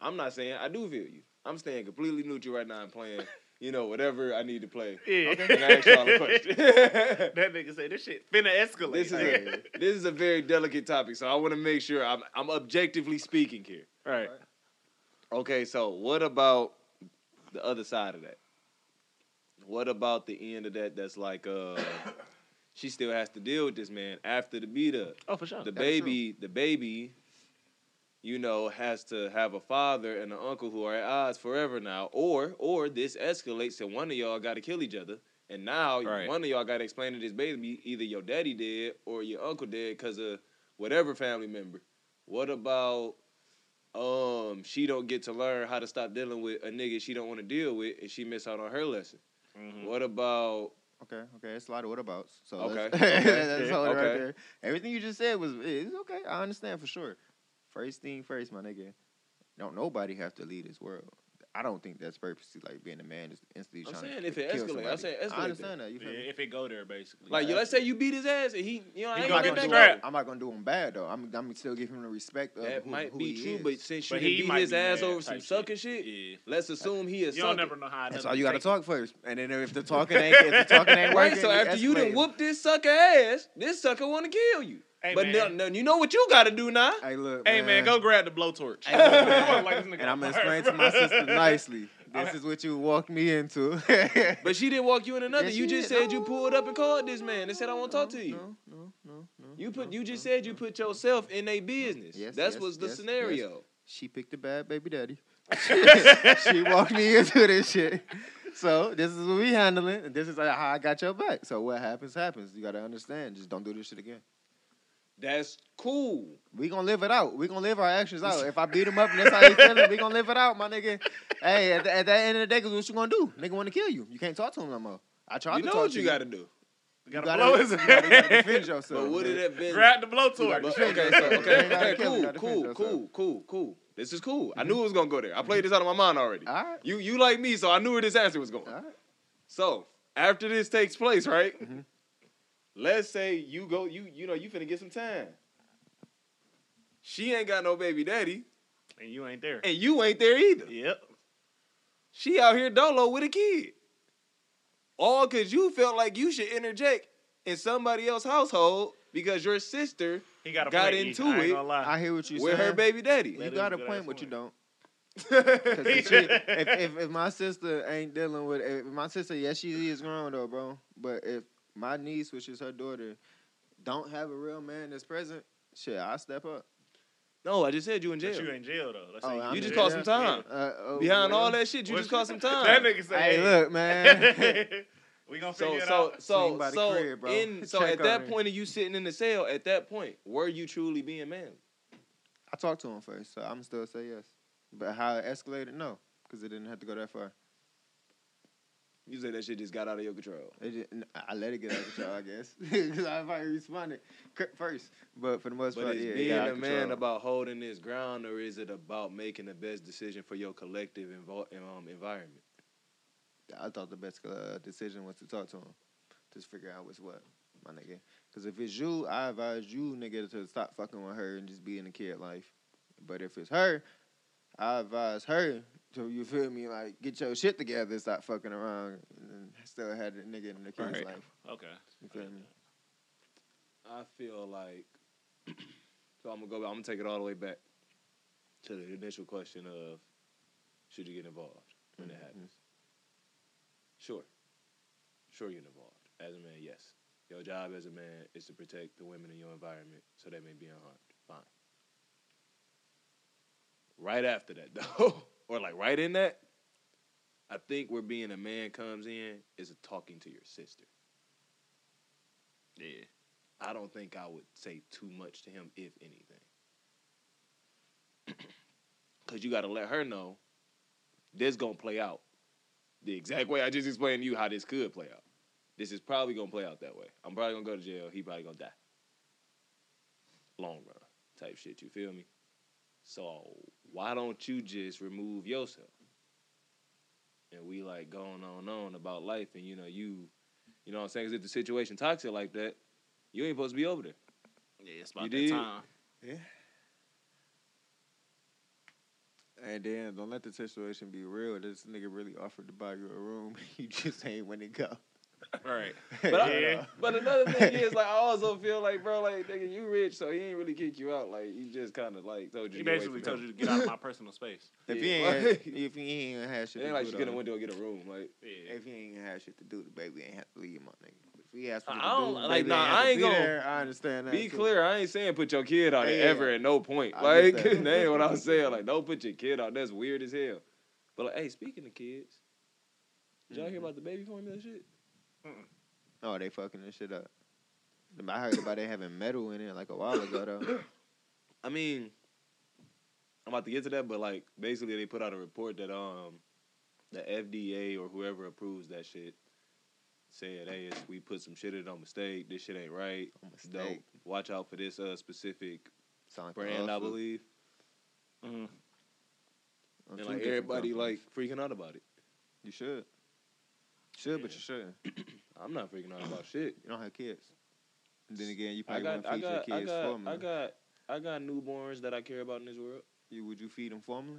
S1: I'm not saying I do feel you. I'm staying completely neutral right now and playing, you know, whatever I need to play.
S2: [laughs] [laughs] Yeah.
S1: And I ask y'all a
S2: [laughs]
S1: question.
S2: That nigga said this shit finna escalate.
S1: This is
S2: Like,
S1: a, this is a very delicate topic, so I want to make sure I'm I'm objectively speaking here.
S2: Right.
S1: Okay, so what about the other side of that? What about the end of that? That's like, uh, she still has to deal with this man after the beat up.
S2: [laughs] Oh, for sure.
S1: The
S3: That's true.
S1: baby, the baby, you know, has to have a father and an uncle who are at odds forever now, or or this escalates and one of y'all got to kill each other, and now
S2: Right.
S1: one of y'all got to explain to this baby either your daddy did or your uncle did because of whatever family member. What about um she don't get to learn how to stop dealing with a nigga she don't want to deal with and she miss out on her lesson.
S2: Mhm.
S1: What about
S3: Okay, okay, it's a lot of whatabouts. So
S1: Okay,
S3: [laughs] that's,
S1: okay,
S3: that's
S1: yeah,
S3: all
S1: okay.
S3: right there. Everything you just said was it's okay. I understand for sure. First thing first, my nigga. Don't nobody have to leave this world. I don't think that's purposely like being a man is instantly
S1: I'm
S3: trying
S1: saying
S3: to
S1: if it
S3: kill
S1: escalate, I'm
S3: somebody.
S1: saying escalate
S3: I understand that. You feel
S2: Yeah,
S3: me?
S2: if it go there, basically.
S1: like you let's say you beat his ass and he you know I ain't
S2: He gonna
S3: I'm
S1: gonna let
S2: get
S3: not gonna
S1: that
S3: do
S1: go.
S2: strapped.
S3: him- I'm not gonna do him bad though. I'm I'm still giving him the respect of
S1: That
S3: who,
S1: might
S3: who
S1: be
S3: he
S1: true,
S3: is.
S1: but since you
S2: But he
S1: beat
S2: might
S1: his
S2: be
S1: ass
S2: mad
S1: over some
S2: type
S1: sucker
S2: shit.
S1: shit,
S2: Yeah.
S1: let's assume he is.
S2: you don't never know how.
S3: That's
S2: another
S3: all you gotta
S2: take it.
S3: talk first, and then if the talking ain't if the talking ain't
S1: [laughs] Right,
S3: working,
S1: so
S3: it
S1: after you done
S3: escalates.
S1: whooped this sucker ass, this sucker want to kill you.
S2: Hey,
S1: but
S2: man.
S1: no, no, you know what you got to do now.
S3: Hey, look,
S2: Hey man, go grab the blowtorch.
S3: Hey, man.
S2: I'm like, this nigga
S3: and I'm gonna
S2: fired,
S3: explain to
S2: bro.
S3: my sister
S1: [laughs]
S2: [laughs]
S3: nicely. This
S2: Alright.
S3: is what you walked me into. [laughs]
S1: But she didn't walk you in another.
S3: Yes,
S1: you
S3: she
S1: just
S3: did. Mm-hmm.
S1: said you
S3: No,
S1: pulled up and called this
S3: no,
S1: man and said I
S3: no,
S1: want to talk
S3: no,
S1: to you.
S3: No, no, no, no.
S1: You put
S3: no,
S1: you just
S3: no,
S1: said you
S3: no.
S1: put yourself in their business.
S3: Mm-hmm. Yes,
S1: That's
S3: yes,
S1: what's the
S3: yes, yes.
S1: scenario.
S3: She picked a bad
S1: [laughs]
S3: baby daddy. [laughs] she walked me into this shit. So this is what we handling. and This is how I got your back. So what happens, happens. You gotta understand. Just don't do this shit again.
S1: That's cool.
S3: We gonna live it out. We gonna live our actions out. If I beat him up and that's how he feeling, we gonna live it out, my nigga. Hey, at the, at the end of the day, cause what you gonna do? Nigga want to kill you. You can't talk to him no more. I tried
S1: You
S3: to
S1: know
S3: talk
S1: what
S3: to
S1: you got to do.
S3: You
S2: Gotta
S3: gotta,
S1: [laughs]
S2: blow his [laughs]
S3: you gotta, you gotta defend yourself.
S1: But would it
S3: man.
S1: have been?
S2: Grab the
S1: But-
S2: blowtorch.
S1: okay,
S3: defend
S1: so
S3: yourself. You
S1: okay,
S3: gotta
S1: okay,
S3: kill him. You
S1: cool,
S3: gotta defend
S1: cool,
S3: yourself.
S1: cool, cool, cool. This is cool.
S3: Mm-hmm.
S1: I knew it was gonna go there. I played this out of my mind already.
S3: All right.
S1: You you like me, so I knew where this answer was going.
S3: All right.
S1: So after this takes place, right?
S3: Mhm.
S1: Let's say you go, you you know, you finna get some time. She ain't got no baby daddy,
S2: And you ain't there.
S1: and you ain't there either.
S2: Yep.
S1: She out here dolo with a kid. All cause you felt like you should interject in somebody else's household because your sister
S2: He got a
S1: Got
S2: point. E.
S1: into
S2: I ain't
S1: it.
S2: gonna lie.
S3: I hear what you
S1: with
S3: saying.
S1: her baby daddy.
S3: You
S2: That
S3: got
S2: is
S3: a
S2: a good
S3: point,
S2: ass
S3: but you
S1: [laughs]
S2: point.
S3: don't. 'Cause if, she, if, if if my sister ain't dealing with if my sister, yes, she is grown though, bro. But if my niece, which is her daughter, don't have a real man that's present, shit, I step up.
S1: no, I just said you in
S2: But
S1: jail.
S2: you in jail though. Let's
S3: Oh,
S2: say
S3: I'm
S1: You
S3: in
S1: just
S3: jail.
S1: caught some time.
S3: Uh, oh,
S1: Behind
S3: well.
S1: all that shit, you
S2: What
S1: just
S2: you-
S1: caught some time.
S2: [laughs] That nigga say,
S3: Hey, look, man.
S2: [laughs] we gonna figure
S1: So
S2: it
S1: so
S2: out.
S1: so
S3: Swing by the
S1: so
S3: crib, bro.
S1: in so
S3: Check
S1: at
S3: on
S1: that
S3: her.
S1: point of you sitting in the cell, at that point, were you truly being manly?
S3: [laughs] I talked to him first, so I'm still say yes. But how it escalated, no, because it didn't have to go that far.
S1: You say that shit just got out of your control.
S3: It just, n- I let it get out of control, I guess, [laughs] because I probably responded cr- first. But for the most
S1: But
S3: part,
S1: is
S3: yeah, it
S1: being
S3: got out
S1: a
S3: of
S1: man
S3: control.
S1: about holding this ground, or is it about making the best decision for your collective invo- um, environment?
S3: I thought the best uh, decision was to talk to him, just figure out what's what, my nigga. Because if it's you, I advise you, nigga, to stop fucking with her and just be in the kid life. But if it's her, I advise her to you feel me, like get your shit together, and stop fucking around, and still had the nigga in the kid's
S2: Right.
S3: life.
S2: Okay.
S3: You feel me?
S1: I feel like [clears throat] so. I'm gonna go. I'm gonna take it all the way back to the initial question of should you get involved when it
S3: Mhm.
S1: happens? Sure, sure you're involved as a man. Yes, your job as a man is to protect the women in your environment so they may be unharmed. Fine. Right after that, [laughs] though, or like right in that, I think where being a man comes in is a talking to your sister.
S2: Yeah.
S1: I don't think I would say too much to him, if anything. [clears throat] Because you got to let her know this going to play out the exact way I just explained to you how this could play out. This is probably going to play out that way. I'm probably going to go to jail. He probably going to die. Long run type shit, you feel me? So why don't you just remove yourself? And we like going on and on about life and you know, you, you know what I'm saying? 'Cause if the situation toxic like that, you ain't supposed to be over there.
S2: Yeah, it's about
S1: You
S2: that
S1: did?
S2: time.
S3: And then [laughs] don't let the situation be real. This nigga really offered to buy [laughs] you a room. You just ain't when it go.
S2: Right.
S1: But, I-
S2: Yeah.
S1: but another thing is, like, I also feel like, bro, like, nigga, you rich, so he ain't really kick you out. Like, he just kind of, like, told you.
S2: He
S1: to get away
S2: basically
S1: from
S2: told
S1: him.
S2: you to get out
S3: [laughs]
S2: of my personal space.
S3: If
S1: Yeah.
S3: he
S1: [laughs]
S3: ain't, if he ain't had shit,
S1: It ain't
S3: to
S1: like
S3: do,
S1: you could
S3: though.
S1: have went to go get a room. Like,
S2: Yeah.
S3: If he ain't had shit to do, the baby ain't have to leave, my nigga. If he has
S1: I
S3: something to
S1: don't-
S3: do, the
S1: like,
S3: baby
S1: nah,
S3: have
S1: I
S3: to
S1: ain't
S3: be
S1: gonna-
S3: there. I understand that.
S1: be
S3: too.
S1: clear, I ain't saying put your kid out there
S3: Yeah.
S1: ever at no point.
S3: I
S1: Like, [laughs]
S3: get that.
S1: that ain't what I'm saying. Like, don't put your kid out. That's weird as hell. But, like, hey, speaking of kids, did y'all hear
S2: Mm-hmm.
S1: about the baby formula shit?
S3: Oh, they fucking this shit up. I heard about they having metal in it like a while
S1: [coughs]
S3: ago though.
S1: I mean, I'm about to get to that, but like basically they put out a report that um the FDA or whoever approves that shit said, hey, it's, we put some shit in on mistake. This shit ain't right.
S3: A mistake.
S1: Don't watch out for this uh specific
S3: Sound like a
S1: brand, I
S3: lawsuit.
S1: believe.
S2: Mhm.
S3: On
S1: And
S3: two
S1: like
S3: different
S1: everybody like
S3: companies.
S1: freaking out about it.
S3: you should, should, but
S1: Yeah.
S3: you shouldn't.
S1: I'm not freaking out about shit.
S3: You don't have kids. And then again, you
S1: I
S3: probably
S1: got
S3: wouldn't
S1: I
S3: feed
S1: got
S3: your
S1: I
S3: kids
S1: got
S3: formula.
S1: I got I got newborns that I care about in this world.
S3: you would you feed them formula?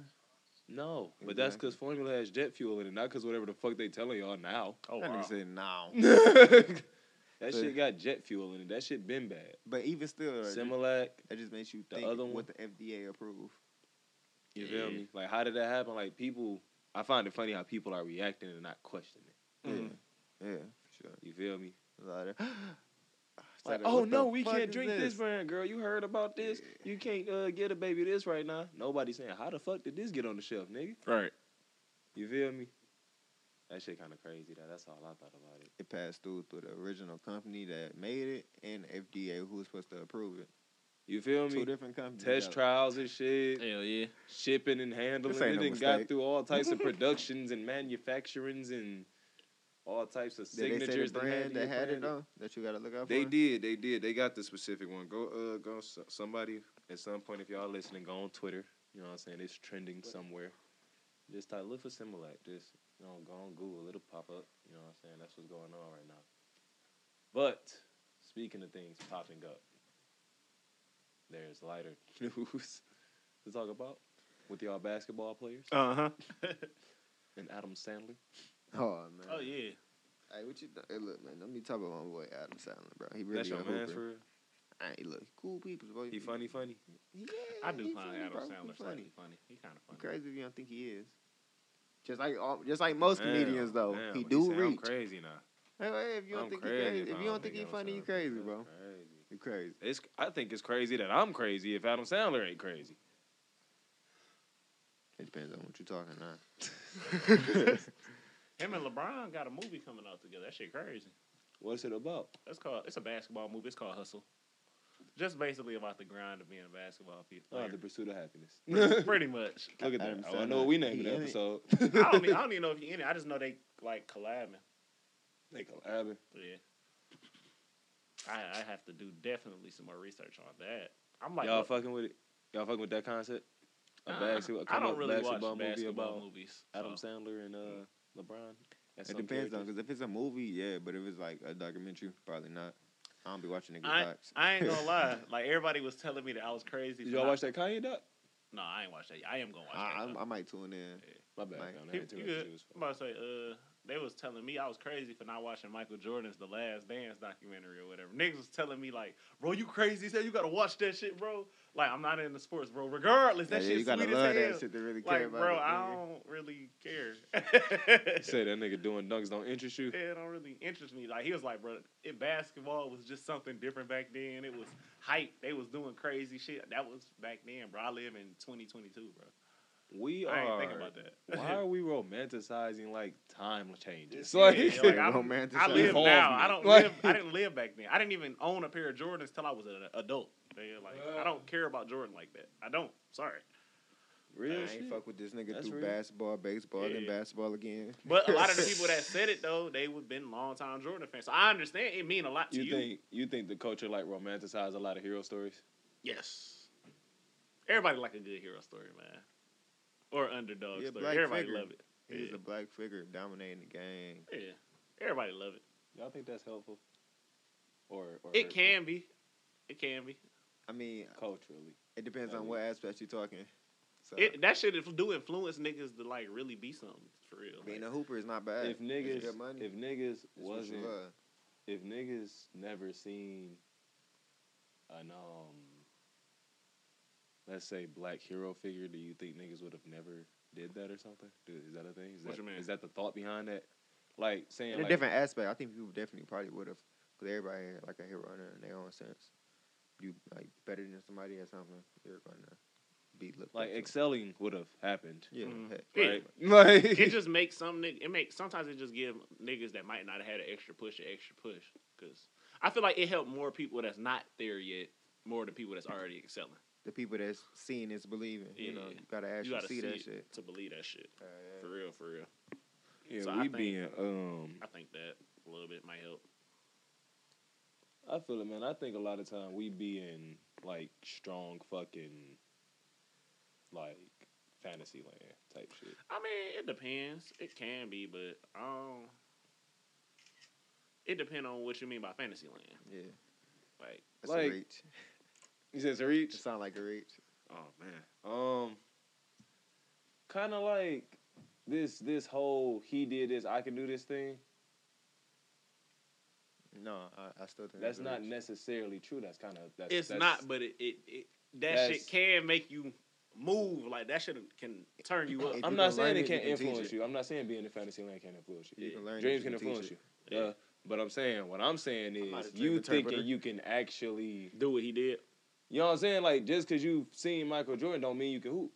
S1: No, but that's
S3: Exactly.
S1: because formula has jet fuel in it, not because whatever the fuck they telling y'all now.
S2: Oh,
S3: that
S2: wow.
S3: nigga said no. [laughs]
S1: Mm. that
S3: So-
S1: shit got jet fuel in it. That shit been bad.
S3: But even still, like,
S1: Similac,
S3: that just makes you
S1: The
S3: think
S1: other one-
S3: what the FDA approved.
S1: you feel
S2: Yeah.
S1: me? Like, how did that happen? Like, people, I find it funny how people are reacting and not questioning. it.
S2: Mhm.
S3: Yeah, yeah, for sure.
S1: You feel me?
S3: A lot of- It's
S1: Like,
S3: like,
S1: oh
S3: what the
S1: no, we
S3: fuck
S1: can't
S3: is
S1: drink this? brand, girl. You heard about this?
S3: Yeah.
S1: You can't uh, get a baby this right now. Nobody's saying how the fuck did this get on the shelf, nigga.
S2: Right.
S1: You feel me? That shit kind of crazy. Though. That's all I thought about it.
S3: It passed through through the original company that made it and FDA, who was supposed to approve it.
S1: You feel
S3: Two
S1: me?
S3: different companies.
S1: Test
S3: out.
S1: trials and shit.
S2: Hell yeah.
S1: shipping and handling.
S3: This ain't
S1: It
S3: no
S1: done got
S3: mistake.
S1: through all types
S3: [laughs]
S1: of productions and manufacturings and all types of
S3: Did they say the
S1: signatures. that had
S3: brand
S1: to
S3: that
S1: get
S3: had it
S1: branded.
S3: though that you gotta look out for?
S1: They did, they did. They got the specific one. Go, uh, go. s- Somebody at some point, if y'all listening, go on Twitter. You know what I'm saying? It's trending somewhere. Just type, look for Similac. Just you know, go on Google. It'll pop up. You know what I'm saying? That's what's going on right now. But speaking of things popping up, there's lighter [laughs] news to talk about with y'all basketball players
S2: Uh
S3: Uh-huh.
S2: huh.
S1: and Adam Sandler.
S3: Oh man.
S2: Oh yeah.
S3: Hey, what you th- hey, look, man? Let me talk about my boy Adam Sandler, bro. He really
S1: That's
S3: a
S1: your man
S3: hooper.
S1: for real.
S3: Hey, look, he cool people, bro.
S1: He funny, funny.
S3: Yeah,
S2: I do
S3: he
S2: find
S3: funny,
S2: Adam
S3: bro. He
S2: Sandler
S3: funny.
S2: slightly funny. He kind
S3: You
S2: of funny.
S3: crazy if you don't think he is. Just like all, just like most
S1: Damn,
S3: comedians, though,
S1: damn,
S3: he
S1: when
S3: do
S1: say I'm
S3: reach.
S1: crazy now.
S3: Hey, hey, if you don't
S1: I'm
S3: think he
S1: crazy
S3: crazy,
S1: if
S3: if
S1: I don't
S3: you don't think
S1: think
S3: he
S1: Adam
S3: funny, you
S1: Sandler's
S3: crazy,
S1: That's
S3: bro.
S1: crazy.
S3: You crazy.
S1: It's I think it's crazy that I'm crazy if Adam Sandler ain't
S3: [laughs]
S1: crazy.
S3: It depends on what you're talking about.
S2: Him and LeBron got a movie coming out together. That shit crazy.
S1: [laughs] What's it about?
S2: That's called. It's a basketball movie. It's called Hustle. Just basically about the grind of being a basketball pe-
S1: Oh,
S2: player.
S1: the pursuit of happiness. [laughs]
S2: Pretty- Pretty much.
S1: Look at
S3: Adam
S1: that. Oh, I
S3: Sandler,
S1: know what we named
S3: he
S1: the
S3: in it.
S1: episode. [laughs]
S2: I don't, even, I don't even know if he in it. I just know they like collabing.
S1: They collabing.
S2: Yeah. I, I have to do definitely some more research on that. I'm like,
S1: Y'all
S2: look,
S1: fucking with it? Y'all fucking with that concept? A
S2: uh,
S1: basketball,
S2: I
S1: come
S2: don't
S1: up
S2: really
S1: basketball
S2: watch
S1: movie
S2: basketball
S1: about
S2: movies.
S1: Adam
S2: so.
S1: Sandler and uh, LeBron. That's
S3: It depends though, because if it's a movie, yeah, but if it's like a documentary, probably not. I don't be watching niggas
S2: I,
S3: box.
S2: I ain't
S1: [laughs]
S2: gonna lie. Like everybody was telling me that I was crazy.
S1: Did
S2: for
S1: y'all
S2: not-
S1: watch that Kanye doc?
S2: No, I ain't watch that. yet. I am gonna watch
S3: I,
S2: that.
S3: I, I might tune in.
S1: My bad.
S3: Like,
S1: fam, that
S2: though.
S1: ain't too
S2: You
S1: much
S2: good?
S1: to do, it's
S2: I'm
S1: fine.
S2: about to say, uh, they was telling me I was crazy for not watching Michael Jordan's The Last Dance documentary or whatever. Niggas was telling me like, bro, you crazy? Said you gotta watch that shit, bro. Like I'm not into sports, bro. Regardless, that
S3: Yeah,
S2: shit
S3: you gotta
S2: sweet as
S3: love
S2: hell.
S3: that shit to really care
S2: Like,
S3: about
S2: bro,
S3: it,
S2: I
S3: nigga.
S2: don't really care. [laughs]
S1: You say that nigga doing dunks don't interest you?
S2: it don't really interest me. Like he was like, bro, it, basketball was just something different back then. It was hype. They was doing crazy shit. That was back then, bro. I live in 2022, bro.
S1: We
S2: I ain't
S1: are.
S2: thinking about that.
S1: Why
S3: [laughs]
S1: are we romanticizing like time changes?
S2: Yeah,
S1: Like,
S2: yeah, like, I'm-
S3: romanticized
S2: I live
S1: involvement.
S2: now. I don't
S1: Like-
S2: live. I didn't live back then. I didn't even own a pair of Jordans till I was an adult. nigga. Like I don't care about Jordan like that. I don't. Sorry.
S1: real
S3: I ain't
S1: shit.
S3: fuck with this nigga
S1: That's
S3: through
S1: real.
S3: basketball, baseball, then
S2: Yeah.
S3: basketball again.
S2: But a lot of the people that said it though, they would been long time Jordan fans. So I understand it mean a lot to
S1: You,
S2: you.
S1: think you think the culture like romanticized a lot of hero stories?
S2: Yes. Everybody like a good hero story, man. Or underdog
S3: Yeah,
S2: story.
S3: Black
S2: Everybody
S3: figure.
S2: love it.
S3: He was
S2: Yeah.
S3: a black figure dominating the game.
S2: Yeah. Everybody love it.
S1: Y'all think that's helpful? Or, or
S2: It
S1: hurtful?
S2: can be. It can be.
S3: I mean,
S1: culturally.
S3: it depends
S1: At
S3: on what aspect you're talking. So,
S2: It, that shit inf- do influence niggas to like really be something for real.
S3: being
S2: Like,
S3: a hooper is not bad.
S1: if niggas,
S3: it's good money,
S1: if niggas
S3: It's what you
S1: wasn't,
S3: love.
S1: if niggas never seen an um, let's say black hero figure, do you think niggas would have never did that or something? Do, is that a thing? Is
S2: What
S1: that,
S2: you mean?
S1: Is that the thought behind that? Like saying
S3: in a
S1: like,
S3: different aspect, I think people definitely probably would have, because everybody had like a hero in their- in their own sense. You like better than somebody at something, you're gonna be looked
S1: like
S3: up to.
S1: excelling would have happened.
S3: yeah,
S2: Mhm.
S3: heck,
S2: Yeah.
S1: [laughs]
S3: right. [laughs]
S2: it
S3: like
S2: just makes some nigg- it makes sometimes it just give niggas that might not have had an extra push an extra push because I feel like it helped more people that's not there yet more than people that's already excelling.
S3: the people that's seeing is believing. You know,
S2: Yeah.
S3: you gotta actually
S2: You gotta
S3: see,
S2: see,
S3: that
S2: it
S3: shit.
S2: to believe that shit
S3: Uh,
S2: for real for real.
S1: Yeah,
S2: So I
S1: we
S2: think-
S1: being um,
S2: I think that a little bit might help.
S1: I feel it, man. I think a lot of time we be in like strong fucking like fantasy land type shit.
S2: I mean, it depends. It can be, but um, it depends on what you mean by fantasy land.
S3: yeah,
S2: Like,
S3: that's
S1: Like-
S3: a reach.
S1: He says a reach.
S3: It sound like a reach.
S1: Oh man. Um kind of like this this whole he did this, I can do this thing.
S3: No, I, I still think
S1: That's
S3: it's a
S1: not
S3: reach.
S1: necessary true. That's kind of that's
S2: it's
S1: that's-
S2: not, but it it, it that
S1: That's-
S2: shit can make you move. Like that shit can turn you up.
S3: If
S1: I'm
S3: you
S1: not
S3: can
S1: saying
S3: learn
S1: it
S3: it, uh, you
S1: can't
S3: can teach
S1: influence
S3: it.
S1: you. I'm not saying being in fantasy land can't influence you.
S3: You can learn it,
S1: Dreams
S3: you
S1: can
S3: can teach
S1: influence you.
S3: it.
S2: Yeah.
S1: Duh. But I'm saying what I'm saying
S3: I'm not
S1: is
S3: a dream
S1: you
S3: interpreter.
S1: thinking you can actually
S2: Do what he did.
S1: You know what I'm saying? Like just cause you've seen Michael Jordan don't mean you can hoop.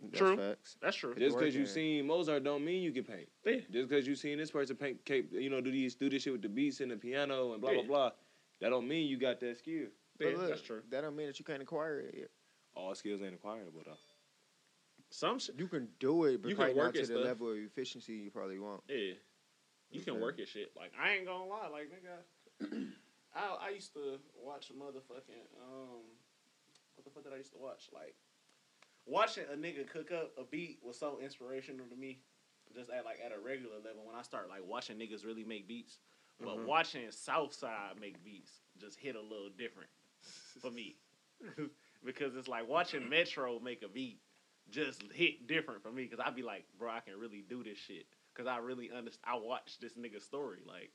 S3: That's
S2: True.
S3: facts.
S2: That's true.
S1: Just cause
S3: Jordan.
S1: you've seen Mozart don't mean you can paint.
S2: Yeah.
S1: Just cause you've seen this person paint, cape, you know, do these do this shit with the beats and the piano and blah
S2: Yeah.
S1: blah blah. That don't mean you got that skill.
S3: But
S2: Yeah,
S3: look,
S2: that's true.
S3: That don't mean that you can't acquire it.
S1: All skills ain't acquirable though.
S2: Some shit.
S3: You can do it, but
S2: You can
S3: probably
S2: work
S3: not to the
S2: at stuff.
S3: level of efficiency you probably want.
S2: Yeah. You can
S3: Okay.
S2: work at shit. Like I ain't gonna lie. Like nigga, [clears throat] I I used to watch motherfucking um, what the fuck did I used to watch? Like watching a nigga cook up a beat was so inspirational to me. Just at like at a regular level, when I start like watching niggas really make beats, but watching Southside make beats just hit a little different for [laughs] me because it's like watching Metro make a beat just hit different for me because I'd be like, bro, I can really do this shit because I really understand. I watched this nigga's story. Like,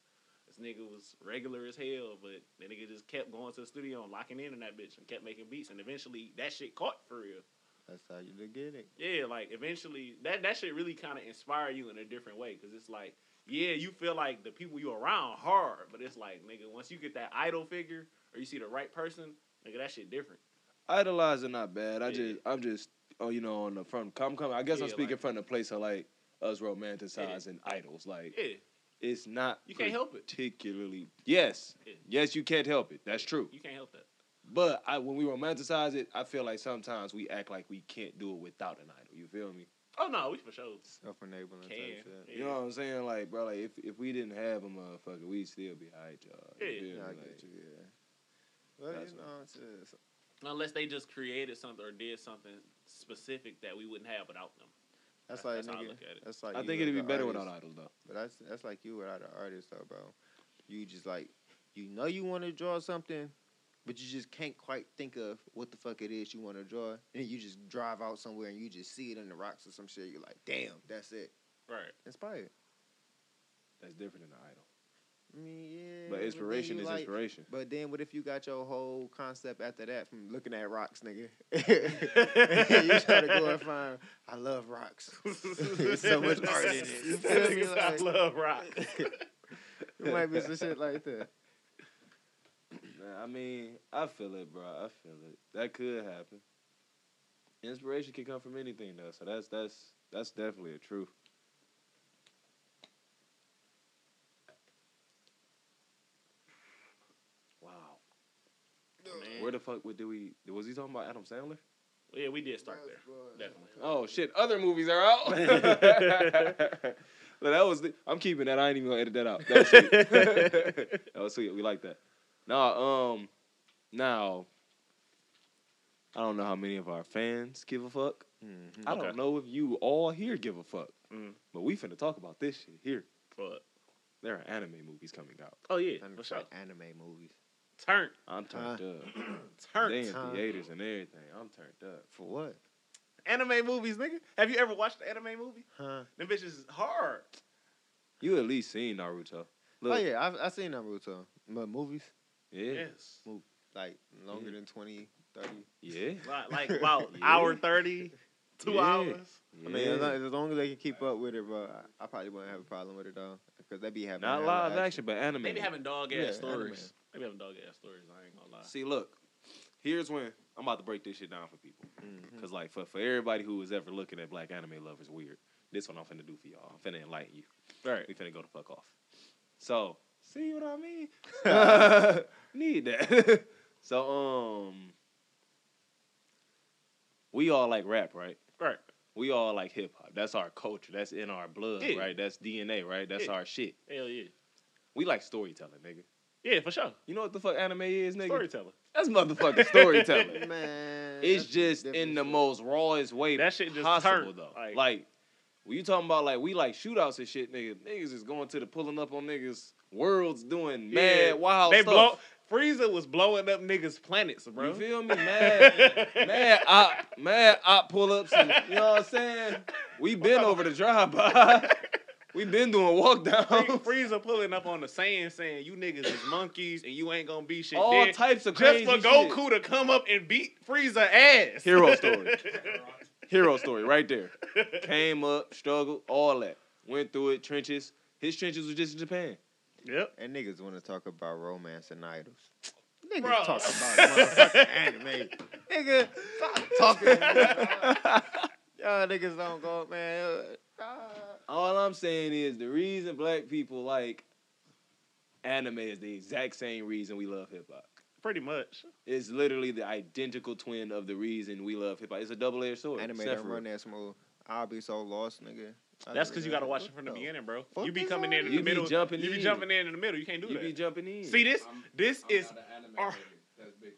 S2: this nigga was regular as hell, but the nigga just kept going to the studio and locking in on that bitch and kept making beats. And eventually, that shit caught for real.
S3: That's how you get it.
S2: Yeah, like eventually, that that shit really kind of inspire you in a different way because it's like, yeah, you feel like the people you around hard, but it's like, nigga, once you get that idol figure or you see the right person, nigga, that shit different.
S1: Idolize are not bad. I
S2: Yeah.
S1: just I'm just oh you know on the front come come I guess I'm
S2: Yeah,
S1: speaking
S2: like-
S1: from the place of like us romanticizing idols. Like
S2: Yeah,
S1: it's not
S2: you can't help it.
S1: particularly yes.
S2: Yeah.
S1: Yes, you can't help it. That's true.
S2: You can't help that.
S1: But I when we romanticize it, I feel like sometimes we act like we can't do it without an idol. You feel me?
S2: Oh no, we for sure
S3: Self enabling
S2: can.
S3: type shit.
S2: Yeah.
S1: You know what I'm saying? Like, bro, like if, if we didn't have a motherfucker, we'd still be high, y'all. You
S2: Yeah.
S1: feel
S3: Yeah,
S1: me?
S3: I
S1: Like,
S3: get you, yeah. Well,
S1: That's
S3: you know, it's just,
S2: Unless they just created something or did something specific that we wouldn't have without them.
S3: that's
S2: That's-
S3: like
S2: that's how I
S3: nigga,
S2: look at it.
S3: That's like
S1: I
S3: you
S1: think
S3: as
S1: it'd be
S3: a
S1: better
S3: artist.
S1: without idols though.
S3: But that's that's like you without an artist though, bro. You just like you know you want to draw something, but you just can't quite think of what the fuck it is you want to draw. And you just drive out somewhere and you just see it in the rocks or some shit. You're like, damn, that's it.
S2: Right.
S3: Inspired.
S1: That's different than an idol.
S3: I mean, yeah.
S1: But
S3: then
S1: inspiration
S3: you
S1: is
S3: like-
S1: inspiration.
S3: But then what if you got your whole concept after that from looking at rocks, [laughs] nigga? you try to go and find I love rocks. [laughs] so much art in it. [laughs] You feel me?
S2: Niggas, I
S3: Like,
S2: love rock.
S3: it might be some shit like that.
S1: Man, I mean, I feel it, bro. I feel it. That could happen. Inspiration can come from anything though, so that's that's that's definitely a truth. Wow.
S2: Man.
S1: Where the fuck would do we was he talking about Adam Sandler?
S2: yeah, we did start there. Definitely.
S1: Oh shit! Other movies are [laughs] out. Look, that was. The, I'm keeping that. I ain't even gonna edit that out. That was sweet. [laughs] that was sweet. We like that. Nah. Um. Now. I don't know how many of our fans give a fuck.
S3: Mm-hmm.
S1: I
S2: Okay.
S1: don't know if you all here give a fuck.
S2: Mhm.
S1: But we finna talk about this shit here.
S2: But-
S1: There are anime movies coming out.
S2: oh yeah,
S3: And
S2: for
S3: it's
S2: sure.
S3: like anime movies.
S2: Turn,
S1: I'm turned up.
S2: turn.
S1: They in
S3: Huh.
S1: theaters and everything. I'm turned up.
S3: For what?
S2: anime movies, nigga. Have you ever watched the anime movie?
S3: Huh?
S2: Them bitches is hard.
S1: You at least seen Naruto. Look,
S3: Oh yeah, I've I seen Naruto, but movies
S1: yeah, [laughs]
S2: Yes.
S3: like longer
S1: Yeah.
S3: than 20, 30.
S1: yeah,
S2: Like, like about
S1: Yeah.
S2: hour thirty, two
S1: Yeah.
S2: hours.
S1: yeah.
S3: I mean, as long, as long as they can keep up with it, bro, I, I probably wouldn't have a problem with it though, because they be having
S1: not
S3: hella
S1: live action, but anime.
S2: Maybe having dog ass
S3: Yeah,
S2: stories. Maybe having dog ass stories. I ain't gonna lie.
S1: See, look, here's when I'm about to break this shit down for people.
S2: Mm-hmm.
S3: Mhm.
S1: Because, like, for, for everybody who was ever looking at black anime lovers weird, this one I'm finna do for y'all. I'm finna enlighten you.
S2: All right.
S1: We finna go the fuck off. So, see what I
S2: [laughs]
S1: mean? [laughs] Need that. [laughs] so, um, we all like rap, right?
S2: Right.
S1: We all like hip hop. That's our culture. That's in our blood,
S2: Yeah.
S1: right? That's DNA, right? That's
S2: Yeah.
S1: our shit.
S2: Hell yeah.
S1: We like storytelling, nigga.
S2: Yeah, for sure.
S1: You know what the fuck anime is, nigga?
S2: Storyteller.
S1: That's motherfucking storytelling.
S2: [laughs]
S3: Man,
S1: It's
S3: that's
S1: just
S3: different
S1: in the
S3: shit.
S1: most rawest way
S2: That shit just
S1: possible,
S2: turned,
S1: though. Like,
S2: like-
S1: when you talking about like we like shootouts and shit, nigga. Niggas is going to the pulling up on niggas worlds doing
S2: Yeah,
S1: mad wild
S2: they
S1: stuff.
S2: blow. Frieza was blowing up niggas' planets, bro.
S1: You feel me?
S2: [laughs]
S1: Mad, mad op, mad op pull ups. You know what I'm saying? We been over the drive by.
S2: [laughs]
S1: We been doing walk
S2: Fre-
S3: Oh.
S1: downs.
S2: Frieza pulling up on the sand saying you niggas is monkeys and you ain't gonna be shit.
S1: All
S2: dead.
S1: types of
S2: Just
S1: crazy
S2: for Goku to come up and beat Frieza ass. [laughs]
S1: Hero story. Hero story right there. Came up, struggled, all that. Went through it, trenches. His trenches was just in Japan.
S2: yep.
S3: And niggas want to talk about romance and idols. Niggas
S2: Bro.
S3: talk about motherfucking anime. Nigga, stop talking. Y'all niggas don't go, man.
S1: All I'm saying is the reason black people like anime is the exact same reason we love hip hop.
S2: Pretty much.
S1: It's literally the identical twin of the reason we love hip hop. It's a double edged sword.
S3: Anime
S1: Separate.
S3: don't run that smooth. I'll be so lost, nigga. I
S2: That's
S3: just
S2: because
S3: be
S2: you gotta watch
S3: like, what
S2: it from the
S3: fuck?
S2: beginning, bro.
S3: Fuck
S2: you be
S3: is
S2: coming
S3: that?
S2: in in
S1: You
S2: the
S1: be
S2: middle.
S1: jumping
S2: you
S1: in.
S2: be jumping in in the middle. You can't do
S1: You
S2: that.
S1: be jumping in.
S2: See this?
S4: I'm-
S2: This
S4: I'm
S2: is [laughs]
S4: not an anime
S2: ar-
S4: nigga. That's big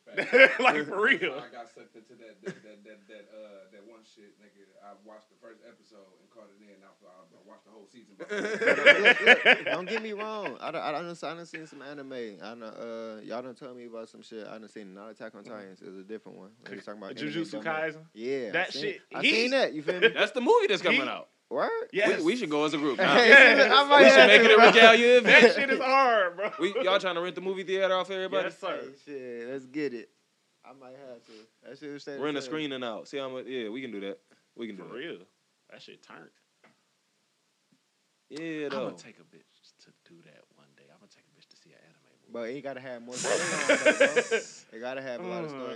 S2: [laughs]
S4: fact.
S2: like for real.
S4: I got sucked into that that that that, that uh that one shit, nigga. I watched the first episode and caught it in. I, I watched the whole
S2: [laughs]
S4: season.
S3: Look, look, don't get me wrong. I done, I done, I done seen some anime. I done, uh, y'all done tell me about some shit. I done seen not Attack on Titans. It's a different one. When you talking about anime
S2: Jujutsu
S3: dumb-
S2: Kaisen.
S3: Yeah,
S2: That
S3: I seen,
S2: shit-
S3: I
S2: he-
S3: seen that. You feel me?
S2: [laughs]
S1: That's the movie that's coming
S2: He-
S1: out.
S3: Word.
S2: Yes.
S1: We, we should go as a group. Now.
S3: Hey, [laughs] I might
S1: We should
S3: have
S1: make
S3: to,
S1: it a
S3: bro.
S1: regalia
S2: That
S1: event.
S2: shit [laughs] is hard, bro.
S1: We, y'all trying to rent the movie theater off everybody?
S2: yes, sir.
S3: Hey, shit, let's get it. I might have to. That shit was saying.
S1: Rent a screening out. See how much? Yeah, we can do that. We can do
S2: For
S1: that.
S2: real. That shit turned.
S1: Yeah,
S2: I'm
S1: though.
S2: gonna take a bitch to do that one day. I'm gonna take a bitch to see an anime
S3: But it gotta have [laughs] more storyline, though, bro. It gotta have a lot of
S2: movie.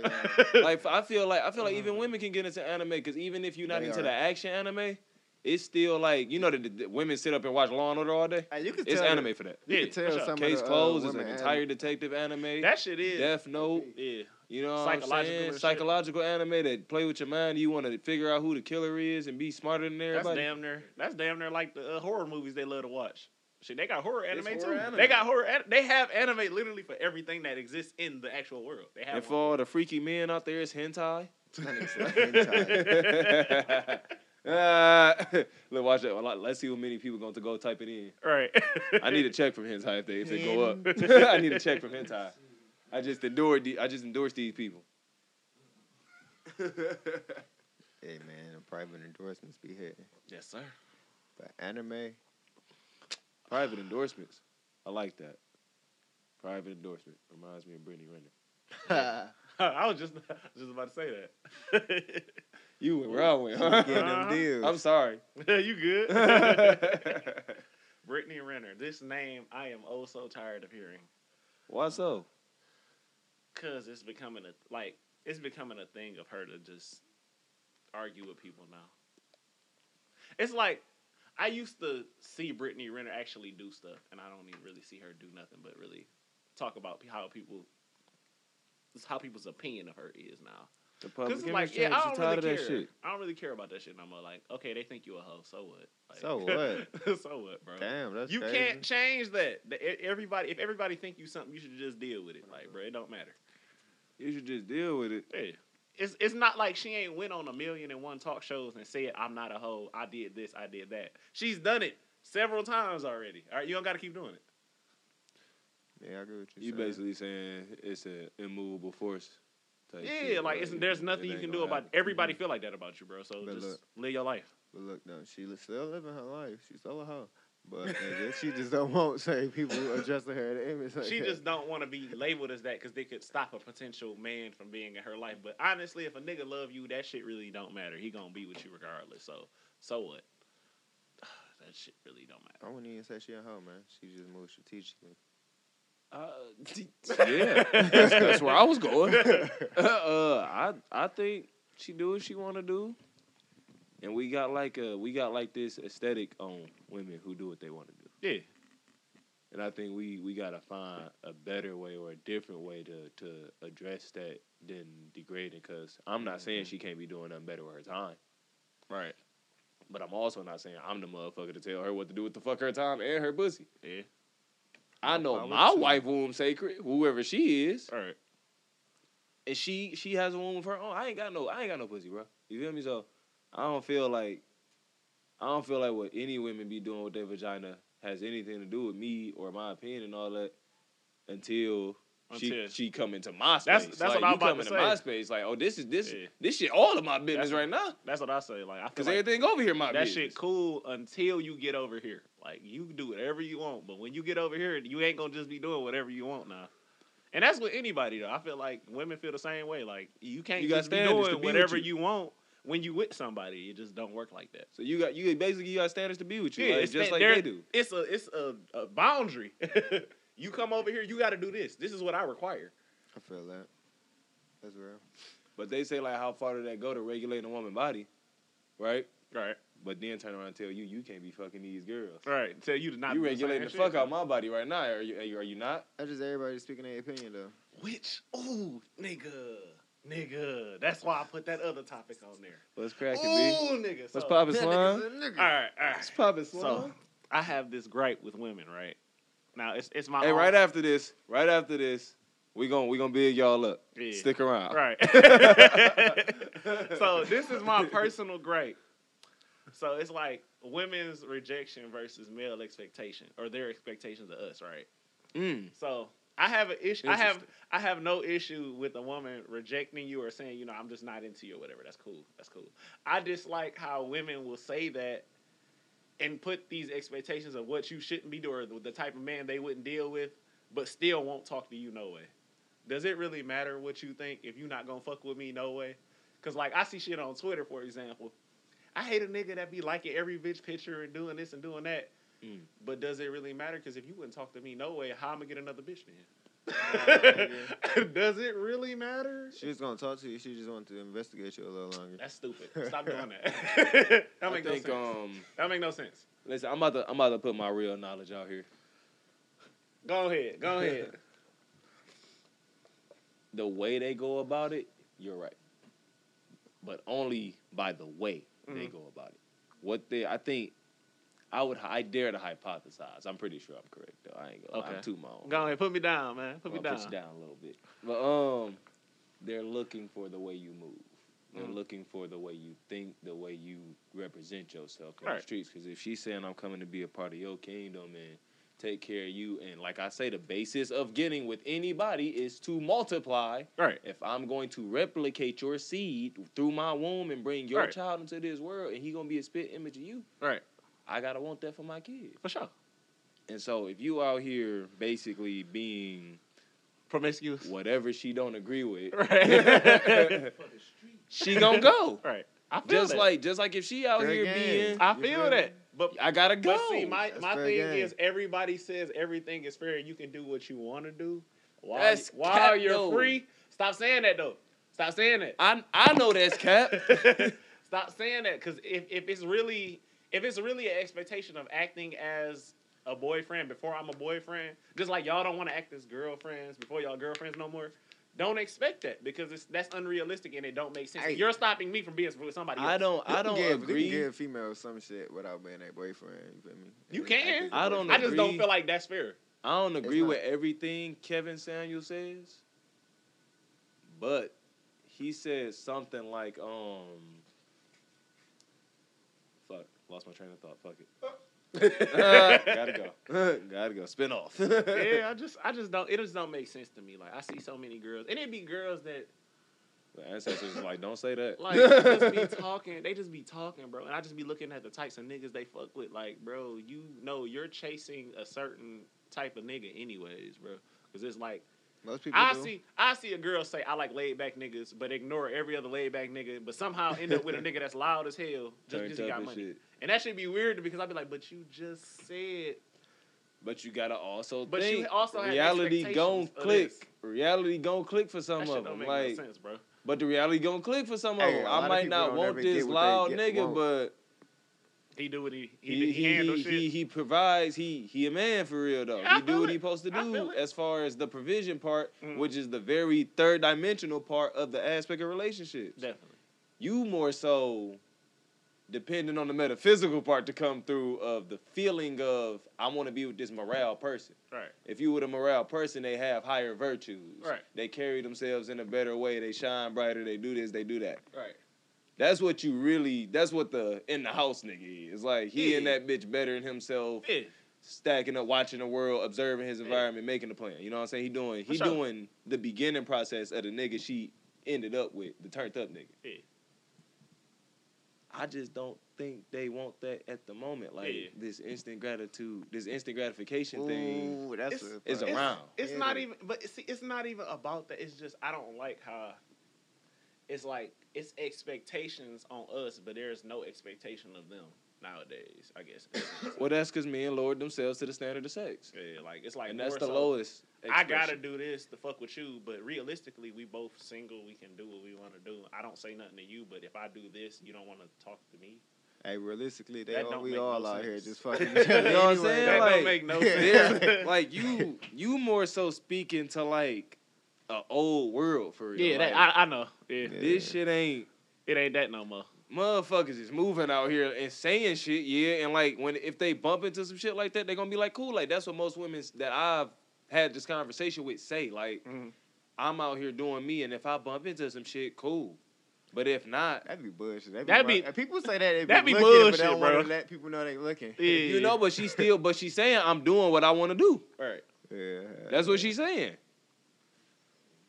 S2: [laughs]
S3: storyline.
S1: like I feel like I feel like
S2: Uh-huh.
S1: even women can get into anime because even if you're not
S3: They
S1: into
S3: are.
S1: the action anime, it's still like you know that the, the women sit up and watch Law and Order all day.
S3: [laughs] Hey, you can
S1: It's
S3: tell
S1: anime for that.
S3: You
S2: Yeah,
S3: can tell
S2: for sure.
S3: some of
S1: Case
S3: the, uh,
S1: Closed is an
S3: women [laughs]
S1: entire detective anime.
S2: that shit is.
S1: Death Note.
S2: yeah.
S1: You know what I'm
S2: Psychological
S1: saying?
S2: and shit.
S1: Psychological anime that play with your mind. You want to figure out who the killer is and be smarter than
S2: That's
S1: everybody.
S2: damn near. That's damn near like the uh, horror movies they love to watch. Shit, they got horror anime
S1: horror
S2: too.
S1: anime.
S2: They got horror. An- they have anime literally for everything that exists in the actual world. They have.
S1: and for
S2: one.
S1: all the freaky men out there, it's hentai.
S3: anime.
S1: uh, [laughs] look, watch that. Like, Let's see how many people going to go type it in.
S2: right. [laughs]
S1: I need a check from hentai if they if they go up. [laughs] I need a check from hentai. I just adored the, I just endorsed these people.
S3: hey man, the private endorsements be hit.
S2: yes, sir.
S3: But anime,
S1: Private endorsements. I like that. Private endorsement reminds me of Brittany Renner.
S3: get
S2: I was just [laughs] I was just about to say
S1: You went where I went. [laughs]
S3: [laughs]
S1: Huh?
S3: them
S2: Uh-huh.
S3: deals.
S1: I'm
S2: [laughs]
S1: sorry.
S2: that. you
S1: [laughs]
S2: good? [laughs]
S1: Why
S2: Brittany Renner. This name I am oh so tired of hearing.
S1: so?
S2: Cause it's becoming a like it's becoming a thing of her to just argue with people now. It's like I used to see Brittany Renner actually do stuff, and I don't even really see her do nothing but really talk about how people, it's how people's opinion of her is now.
S1: The
S2: Cause
S1: public
S2: it's
S1: image
S2: like, yeah,
S1: change.
S2: I
S1: You
S2: don't
S1: tired
S2: really care.
S1: of that shit.
S2: I don't really care about that shit no more. Like, okay, they think you a hoe, so what? Like, [laughs]
S3: So what?
S2: so what, bro?
S3: Damn, that's
S2: you
S3: crazy.
S2: can't change that. The- e- Everybody, if everybody think you something, you should just deal with it. Like, bro, it don't matter.
S1: You should just deal with it.
S2: Yeah. It's it's not like she ain't went on a million and one talk shows and said I'm not a hoe. I did this. I did that. She's done it several times already. All right, you don't got to keep doing it.
S3: Yeah, I agree with you.
S1: You basically saying it's an immovable force. type shit,
S2: Yeah, like it's, there's
S1: it
S2: nothing you
S1: ain't
S2: can
S1: gonna
S2: do about
S1: happen.
S2: everybody feel like that about you, bro. So
S3: But
S2: just
S3: look.
S2: live your life.
S3: But look, though, she li- still living her life. She's still a hoe. But nigga, she just don't want certain [laughs] people addressing her the image. Like
S2: She
S3: that.
S2: just don't want to be labeled as that because they could stop a potential man from being in her life. But honestly, if a nigga love you, that shit really don't matter. He gonna be with you regardless. So so what? [sighs] that shit really don't matter.
S3: I wouldn't even say she a hoe, man. She just moved strategically.
S1: Uh, [laughs]
S2: [laughs]
S1: yeah, that's, that's where I was going. [laughs] uh, I I think she do what she want to do, and we got like a we got like this aesthetic on women who do what they want to do,
S2: Yeah,
S1: and I think we we gotta find a better way or a different way to to address that than degrading. Cause I'm not saying
S2: Mm-hmm.
S1: she can't be doing nothing better with her time,
S2: right.
S1: but I'm also not saying I'm the motherfucker to tell her what to do with the fuck her time and her pussy.
S2: Yeah,
S1: I
S3: I
S1: know
S3: would
S1: my
S3: too.
S1: wife womb sacred, whoever she is.
S2: all right.
S1: and she she has a woman of her own. I ain't got no I ain't got no pussy, bro. You feel me? So I don't feel like I don't feel like what any women be doing with their vagina has anything to do with me or my opinion and all that until, she
S2: Until-
S1: she come into my space.
S2: That's- that's
S1: like,
S2: what I'm
S1: you
S2: about
S1: come
S2: to
S1: into
S2: say.
S1: my space. Like, oh, this is this
S2: Yeah.
S1: this shit all of my business
S2: That's-
S1: right now.
S2: That's what I say. Like I feel
S1: Cause
S2: like
S1: everything over here my
S2: that
S1: business.
S2: shit cool until you get over here. Like you can do whatever you want, but when you get over here, you ain't gonna just be doing whatever you want now. And that's with anybody though. I feel like women feel the same way. Like you can't
S1: You got
S2: just be
S1: standards to
S2: doing
S1: be with
S2: whatever you.
S1: you.
S2: want when you with somebody. It just don't work like that.
S1: So you got you basically you got standards to be with you, like,
S2: it's
S1: just
S2: that-
S1: like
S2: there-
S1: they do.
S2: It's a it's a, a boundary. [laughs] you come over here, you got to do this. This is what I require.
S3: I feel that. That's real.
S1: But they say like how far did that go to regulating a woman body, right?
S2: Right,
S1: But then turn around and tell you you can't be fucking these girls.
S2: right. Tell you to not
S1: you
S2: do
S1: regulating the
S2: same
S1: fuck
S2: shit.
S1: out my body right now. Are you? Are you, are you not?
S3: That's just everybody speaking their opinion, though.
S2: Which ooh nigga nigga. That's why I put that other topic on there.
S1: What's cracking,
S2: Ooh nigga.
S1: What's
S2: so-
S1: poppin',
S3: That
S1: slime?
S3: nigga's a nigga.
S2: All right, all right.
S1: What's poppin',
S2: So
S1: slime?
S2: I have this gripe with women, right? Now it's it's my
S1: hey,
S2: own-
S1: right after this, right after this, we gon' we gonna big y'all up.
S2: Yeah.
S1: Stick around. [laughs]
S2: right. so this is my personal gripe. So it's like women's rejection versus male expectation or their expectations of us, right?
S1: Mm.
S2: So I have an issue. I have
S1: Interesting.
S2: I have no issue with a woman rejecting you or saying you know I'm just not into you or whatever. That's cool. That's cool. I dislike how women will say that and put these expectations of what you shouldn't be doing or the type of man they wouldn't deal with, but still won't talk to you no way. Does it really matter what you think if you're not gonna fuck with me no way? Cause like I see shit on Twitter for example. I hate a nigga that be liking every bitch picture and doing this and doing that.
S1: Mm.
S2: But does it really matter? Because if you wouldn't talk to me, no way. How am I gonna get another bitch [laughs] then? does it really matter?
S3: She was gonna talk to you. She just wanted to investigate you a little longer.
S2: That's stupid. Stop doing
S1: [laughs]
S2: that. that
S1: I
S2: make no
S1: think
S2: sense.
S1: um,
S2: that make no sense.
S1: listen, I'm about to I'm about to put my real knowledge out here.
S2: Go
S1: [laughs]
S2: ahead. Go ahead.
S1: The way they go about it, you're right, but only by the way they
S2: Mhm.
S1: go about it. What they, I think, I would, I dare to hypothesize. I'm pretty sure I'm correct though. I ain't gonna.
S2: Okay.
S1: I'm too my own.
S2: Go ahead. Put me down, man. Put me
S1: Well,
S2: down.
S1: I'll Put you down a little bit. But um, they're looking for the way you move. They're
S2: Mhm.
S1: looking for the way you think, the way you represent yourself in
S2: Right.
S1: the streets. Because if she's saying I'm coming to be a part of your kingdom and take care of you, and like I say, the basis of getting with anybody is to multiply.
S2: Right.
S1: If I'm going to replicate your seed through my womb and bring your
S2: Right.
S1: child into this world, and he gonna be a spit image of you,
S2: Right.
S1: I gotta want that for my kid.
S2: For sure.
S1: And so if you out here basically being
S2: Promiscuous.
S1: whatever she don't agree with, [laughs]
S2: [laughs] Right.
S1: she gonna go.
S2: [laughs] right. I feel
S1: Just
S2: that.
S1: like just like if she out
S3: Fair
S1: here
S3: game.
S1: being,
S2: I
S3: You
S2: feel
S3: feel
S2: that.
S3: me?
S2: But
S1: I gotta go.
S2: But see, my,
S3: That's
S2: my
S3: fair
S2: thing
S3: game.
S2: is everybody says everything is fair and you can do what you want to do while,
S1: That's
S2: while
S1: cap,
S2: you're
S1: though.
S2: free. Stop saying that though. Stop saying that.
S1: I I know that's
S2: [laughs]
S1: cap.
S2: Stop saying that because if, if it's really if it's really an expectation of acting as a boyfriend before I'm a boyfriend, just like y'all don't want to act as girlfriends before y'all girlfriends no more. Don't expect that because it's that's unrealistic and it don't make sense.
S3: Hey.
S2: You're stopping me from being with somebody.
S1: I
S2: else.
S1: don't I
S3: You can
S1: don't
S3: give, You
S1: agree.
S3: can give females some shit without being their boyfriend. You feel me?
S2: You
S3: Like,
S2: can.
S3: think
S1: I
S3: the
S1: don't
S3: boyfriend-
S2: I just don't
S1: agree.
S2: feel like that's fair.
S1: I don't agree
S3: not-
S1: with everything Kevin Samuel says, but he says something like um. Fuck, lost my train of thought. Fuck
S3: [laughs]
S1: it. gotta go. gotta go. Spin off. [laughs]
S2: yeah, I just I just don't it just don't make sense to me. Like I see so many girls, and it be girls that
S1: The ancestors was like, don't say that. [laughs]
S2: Like they just be talking, they just be talking, bro. And I just be looking at the types of niggas they fuck with. Like, bro, you know you're chasing a certain type of nigga anyways, bro. Cause it's like
S3: Most people
S2: I
S3: do.
S2: see I see a girl say I like laid back niggas, but ignore every other laid back nigga, but somehow end up with
S1: [laughs]
S2: a nigga that's loud as hell just
S1: Turned
S2: because he
S1: up
S2: got
S1: and
S2: money.
S1: shit.
S2: And that should be weird because I'd be like, but you just said
S1: But you gotta also
S2: But
S1: think
S2: you also have
S1: reality gon'
S2: expectations of
S1: click.
S2: this.
S1: Reality gon' click for some
S2: that
S1: of
S2: shit
S1: them.
S2: don't make
S1: Like,
S2: no sense, bro.
S1: but the reality gon' click for some
S3: Hey,
S1: of
S3: a
S1: them.
S3: lot
S1: I
S3: of
S1: might
S3: people
S1: not
S3: don't
S1: want
S3: ever get
S1: this
S3: what they
S1: loud
S3: get-
S1: nigga,
S3: want.
S1: but
S2: He do what he he,
S1: he
S2: he, handle
S1: he,
S2: shit.
S1: he he provides. He he a man for real though.
S2: Yeah, I
S1: he do
S2: feel
S1: what
S2: it.
S1: he supposed to
S2: I feel
S1: do
S2: it.
S1: as far as the provision part,
S2: Mhm.
S1: which is the very third dimensional part of the aspect of relationships.
S2: Definitely.
S1: you more so depending on the metaphysical part to come through of the feeling of I want to be with this morale person.
S2: Right.
S1: If you with a morale person, they have higher virtues.
S2: Right.
S1: They carry themselves in a better way. They shine brighter. They do this. They do that.
S2: Right.
S1: That's what you really. That's what the in the house nigga is like. He and
S2: Yeah.
S1: that bitch bettering himself,
S2: Yeah.
S1: stacking up, watching the world, observing his
S2: Yeah.
S1: environment, making the plan. You know what I'm saying? He doing.
S2: For
S1: He
S2: sure.
S1: doing the beginning process of the nigga she ended up with, the turned up nigga.
S2: Yeah.
S1: I just don't think they want that at the moment. Like
S2: Yeah.
S1: this instant gratitude, this instant gratification thing
S3: Ooh, that's
S2: It's-
S3: what
S1: is
S3: fuck-
S1: around.
S2: It's
S3: Yeah.
S2: not even, but see, it's not even about that. It's just I don't like how it's like it's expectations on us, but there's no expectation of them nowadays. I guess. [coughs]
S1: Well, that's because men lowered themselves to the standard of sex,
S2: yeah, like it's like
S1: and that's
S2: more
S1: the
S2: so,
S1: lowest.
S2: I gotta
S1: expression.
S2: do this to fuck with you, but realistically, we both single. We can do what we want to do. I don't say nothing to you, but if I do this, you don't want to talk to me.
S3: Hey, realistically, they
S2: That
S3: all,
S2: don't
S3: we
S2: make
S3: all
S2: no
S3: out
S2: sense.
S3: here just
S2: [laughs]
S3: fucking. [laughs]
S1: [laughs]
S2: You know
S1: what I'm
S3: anyway.
S1: saying?
S2: that
S1: like-
S2: don't make
S1: [laughs]
S2: no
S1: There's-
S2: sense.
S1: like you, you more so speaking to like a old world for real.
S2: yeah, that,
S1: Like,
S2: I, I know. Yeah.
S1: this shit ain't
S2: it ain't that no more.
S1: motherfuckers is moving out here and saying shit, yeah. And like when if they bump into some shit like that, they're gonna be like, cool. Like that's what most women that I've had this conversation with say. Like
S2: Mhm.
S1: I'm out here doing me, and if I bump into some shit, cool. But if not,
S3: That'd be bullshit. That'd be,
S2: That'd be-
S3: right. people say that. They be
S2: that'd be
S3: looking, bullshit, but
S2: bullshit,
S3: they don't
S2: bro.
S3: want to let people know they looking.
S2: Yeah,
S1: you know, but she still, but she's saying I'm doing what I want to do.
S2: right?
S3: Yeah,
S1: That's what she's saying.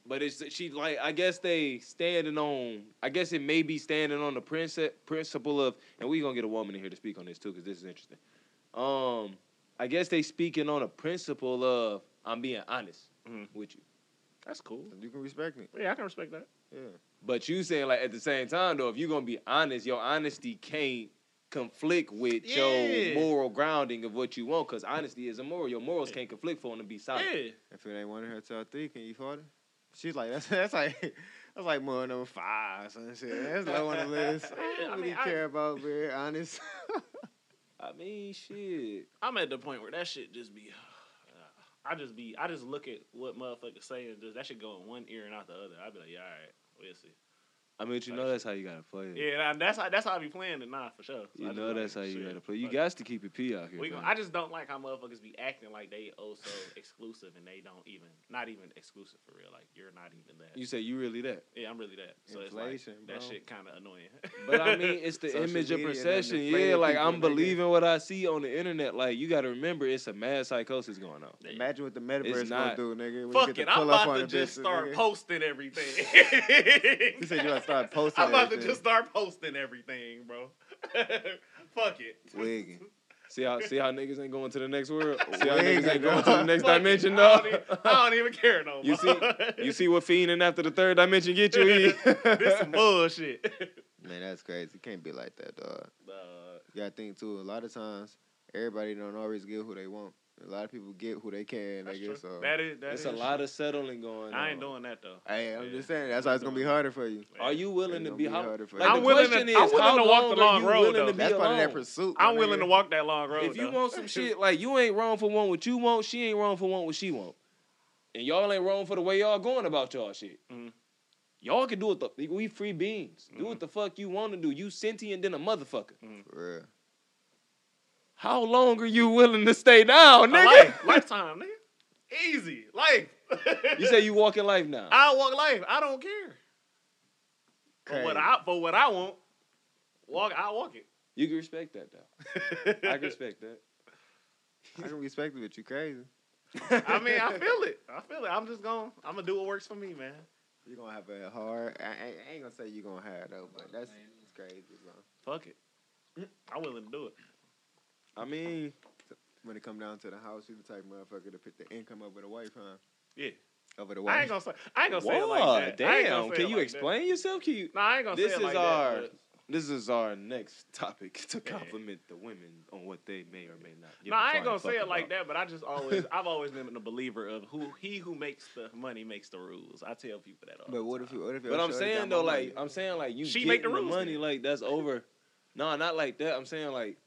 S1: But it's she like I guess they standing on I guess it may be standing on the princi- principle of and we gonna get a woman in here to speak on this too because this is interesting. Um, I guess they speaking on a principle of I'm being honest
S2: Mhm.
S1: with you.
S2: That's cool.
S3: You can respect me.
S2: Yeah, I can respect that.
S3: Yeah.
S1: But you saying like at the same time though, if you gonna be honest, your honesty can't conflict with
S2: Yeah.
S1: your moral grounding of what you want because honesty is immoral. Your morals can't conflict for them to be solid.
S2: Yeah.
S3: If it ain't one of her till three, can you afford it? She's like, that's [laughs] that's like that's like more number five or some shit. That's low on the list. I
S2: Yeah, [laughs]
S3: don't
S2: I
S3: really
S2: mean, I-
S3: care about being honest.
S1: I mean, shit.
S2: I'm at the point where that shit just be. I just be. I just look at what motherfuckers say and just that should go in one ear and out the other. I'd be like, yeah, all right, we'll see.
S1: I mean, you know that's how you gotta play it.
S2: Yeah, and I, that's how that's how I be playing it now for sure. So I
S1: You
S2: just
S1: know
S2: like,
S1: that's how you
S2: shit,
S1: gotta play. You
S2: fuck it.
S1: got to keep your pee out here.
S2: We
S1: man.
S2: gon- I just don't like how motherfuckers be acting like they oh so exclusive and they don't even not even exclusive for real. Like you're not even that.
S1: you say you really
S2: [laughs]
S1: that,
S2: yeah, I'm really that. So it's
S3: Inflation,
S2: like
S3: bro.
S2: that shit kind of annoying. [laughs]
S1: but I mean, it's the
S3: Social
S1: image of
S3: media done
S1: perception.
S3: inflated
S1: Yeah, like I'm
S3: people, nigga.
S1: believing what I see on the internet. Like you got to remember, it's a mad psychosis going on.
S2: Yeah.
S3: Imagine what the metaverse
S1: not-
S3: gonna do, nigga. When you
S2: Fuck
S3: get
S2: it,
S3: to
S2: I'm
S3: pull up
S2: about
S3: on
S2: to
S3: a
S2: just
S3: bitch,
S2: start
S3: nigga.
S2: posting everything.
S3: [laughs]
S2: [laughs]
S3: You said you gonna start posting.
S2: I'm about to
S3: everything.
S2: just start posting everything, bro. [laughs] Fuck it.
S3: wigging.
S1: See how see how niggas ain't going to the next world.
S2: [laughs]
S1: See how
S3: Wait,
S1: niggas ain't going to
S3: dog.
S1: the next
S2: Fuck it.
S1: dimension
S2: I
S1: though.
S2: don't, even, I don't even care no more.
S1: You see, [laughs]
S2: [laughs]
S1: you see what fiending after the third dimension get you. E?
S2: this some bullshit.
S3: Man, that's crazy. Can't be like that, dog.
S2: Uh,
S3: You gotta think too. A lot of times, everybody don't always get who they want. A lot of people get who they can,
S2: that's
S3: nigga.
S2: true.
S3: So,
S2: that is.
S1: [laughs]
S2: That
S1: It's
S2: is
S1: a lot of settling going. on.
S2: I ain't doing that though.
S3: hey, I'm
S2: Yeah.
S3: just saying. That's why it's gonna be harder for you.
S1: Are you willing
S3: It's
S1: to
S3: gonna
S1: be?
S3: be
S1: How,
S3: harder for
S1: like,
S3: you.
S1: the
S3: I'm willing to-
S1: question is,
S2: I'm willing
S1: how
S2: to walk the
S1: long are
S2: long
S1: you
S2: road,
S1: willing to
S2: though.
S1: be
S3: That's part of that
S1: alone?
S3: pursuit.
S2: I'm
S3: my
S2: willing
S3: nigga.
S2: to walk that long road.
S1: if you
S2: though.
S1: want some shit, like you ain't wrong for one what you want, she ain't wrong for one what she want, and y'all ain't wrong for the way y'all going about y'all shit.
S2: Mhm.
S1: Y'all can do it. The, we free beings. Do
S2: Mm-hmm.
S1: what the fuck you want to do. You sentient than a motherfucker.
S3: For real.
S1: How long are you willing to stay down,
S2: A
S1: nigga?
S2: life, [laughs] lifetime, nigga. Easy life. [laughs]
S1: you say you walking life now.
S2: I walk life. I don't care. For what
S3: Crazy.
S2: I for what I want, walk. I walk it.
S1: you can respect that though. I
S2: [laughs]
S1: can respect that.
S3: I can respect it, but you crazy.
S2: I mean, I feel it. I feel it. I'm just going. to I'm gonna do what works for me, man.
S3: You're gonna have a hard. I, I I ain't gonna say you're gonna have though, but that's it's crazy, bro.
S1: Fuck it.
S2: I'm willing to do it.
S3: I mean, when it come down to the house, you the type of motherfucker to pick the income over the wife, huh?
S2: Yeah.
S3: Over the
S2: I
S3: wife.
S2: ain't gonna say. I ain't gonna say it
S1: Whoa,
S2: like that. I ain't gonna
S1: damn.
S2: say
S1: Can
S2: it
S1: you
S2: like that.
S1: explain yourself? Can you?
S2: No, I ain't gonna
S1: This
S2: say it
S1: is
S2: like
S1: our.
S2: that.
S1: This is our next
S2: [laughs]
S1: topic to
S2: Yeah.
S1: compliment the women on what they may or may not.
S2: But, no, I ain't gonna say it like that. But I
S1: [laughs]
S2: just always, I've always been a believer of who he who makes the money makes the rules. I tell people that all.
S3: But
S2: the
S3: what
S2: time.
S3: if you? What if your
S1: But I'm
S3: shorty got
S1: saying
S3: my
S1: though,
S3: money?
S1: like uh, I'm saying, like you
S2: She
S1: getting
S2: make the
S1: the,
S2: rules
S1: money,
S2: then.
S1: like that's over. no, not like that. I'm saying like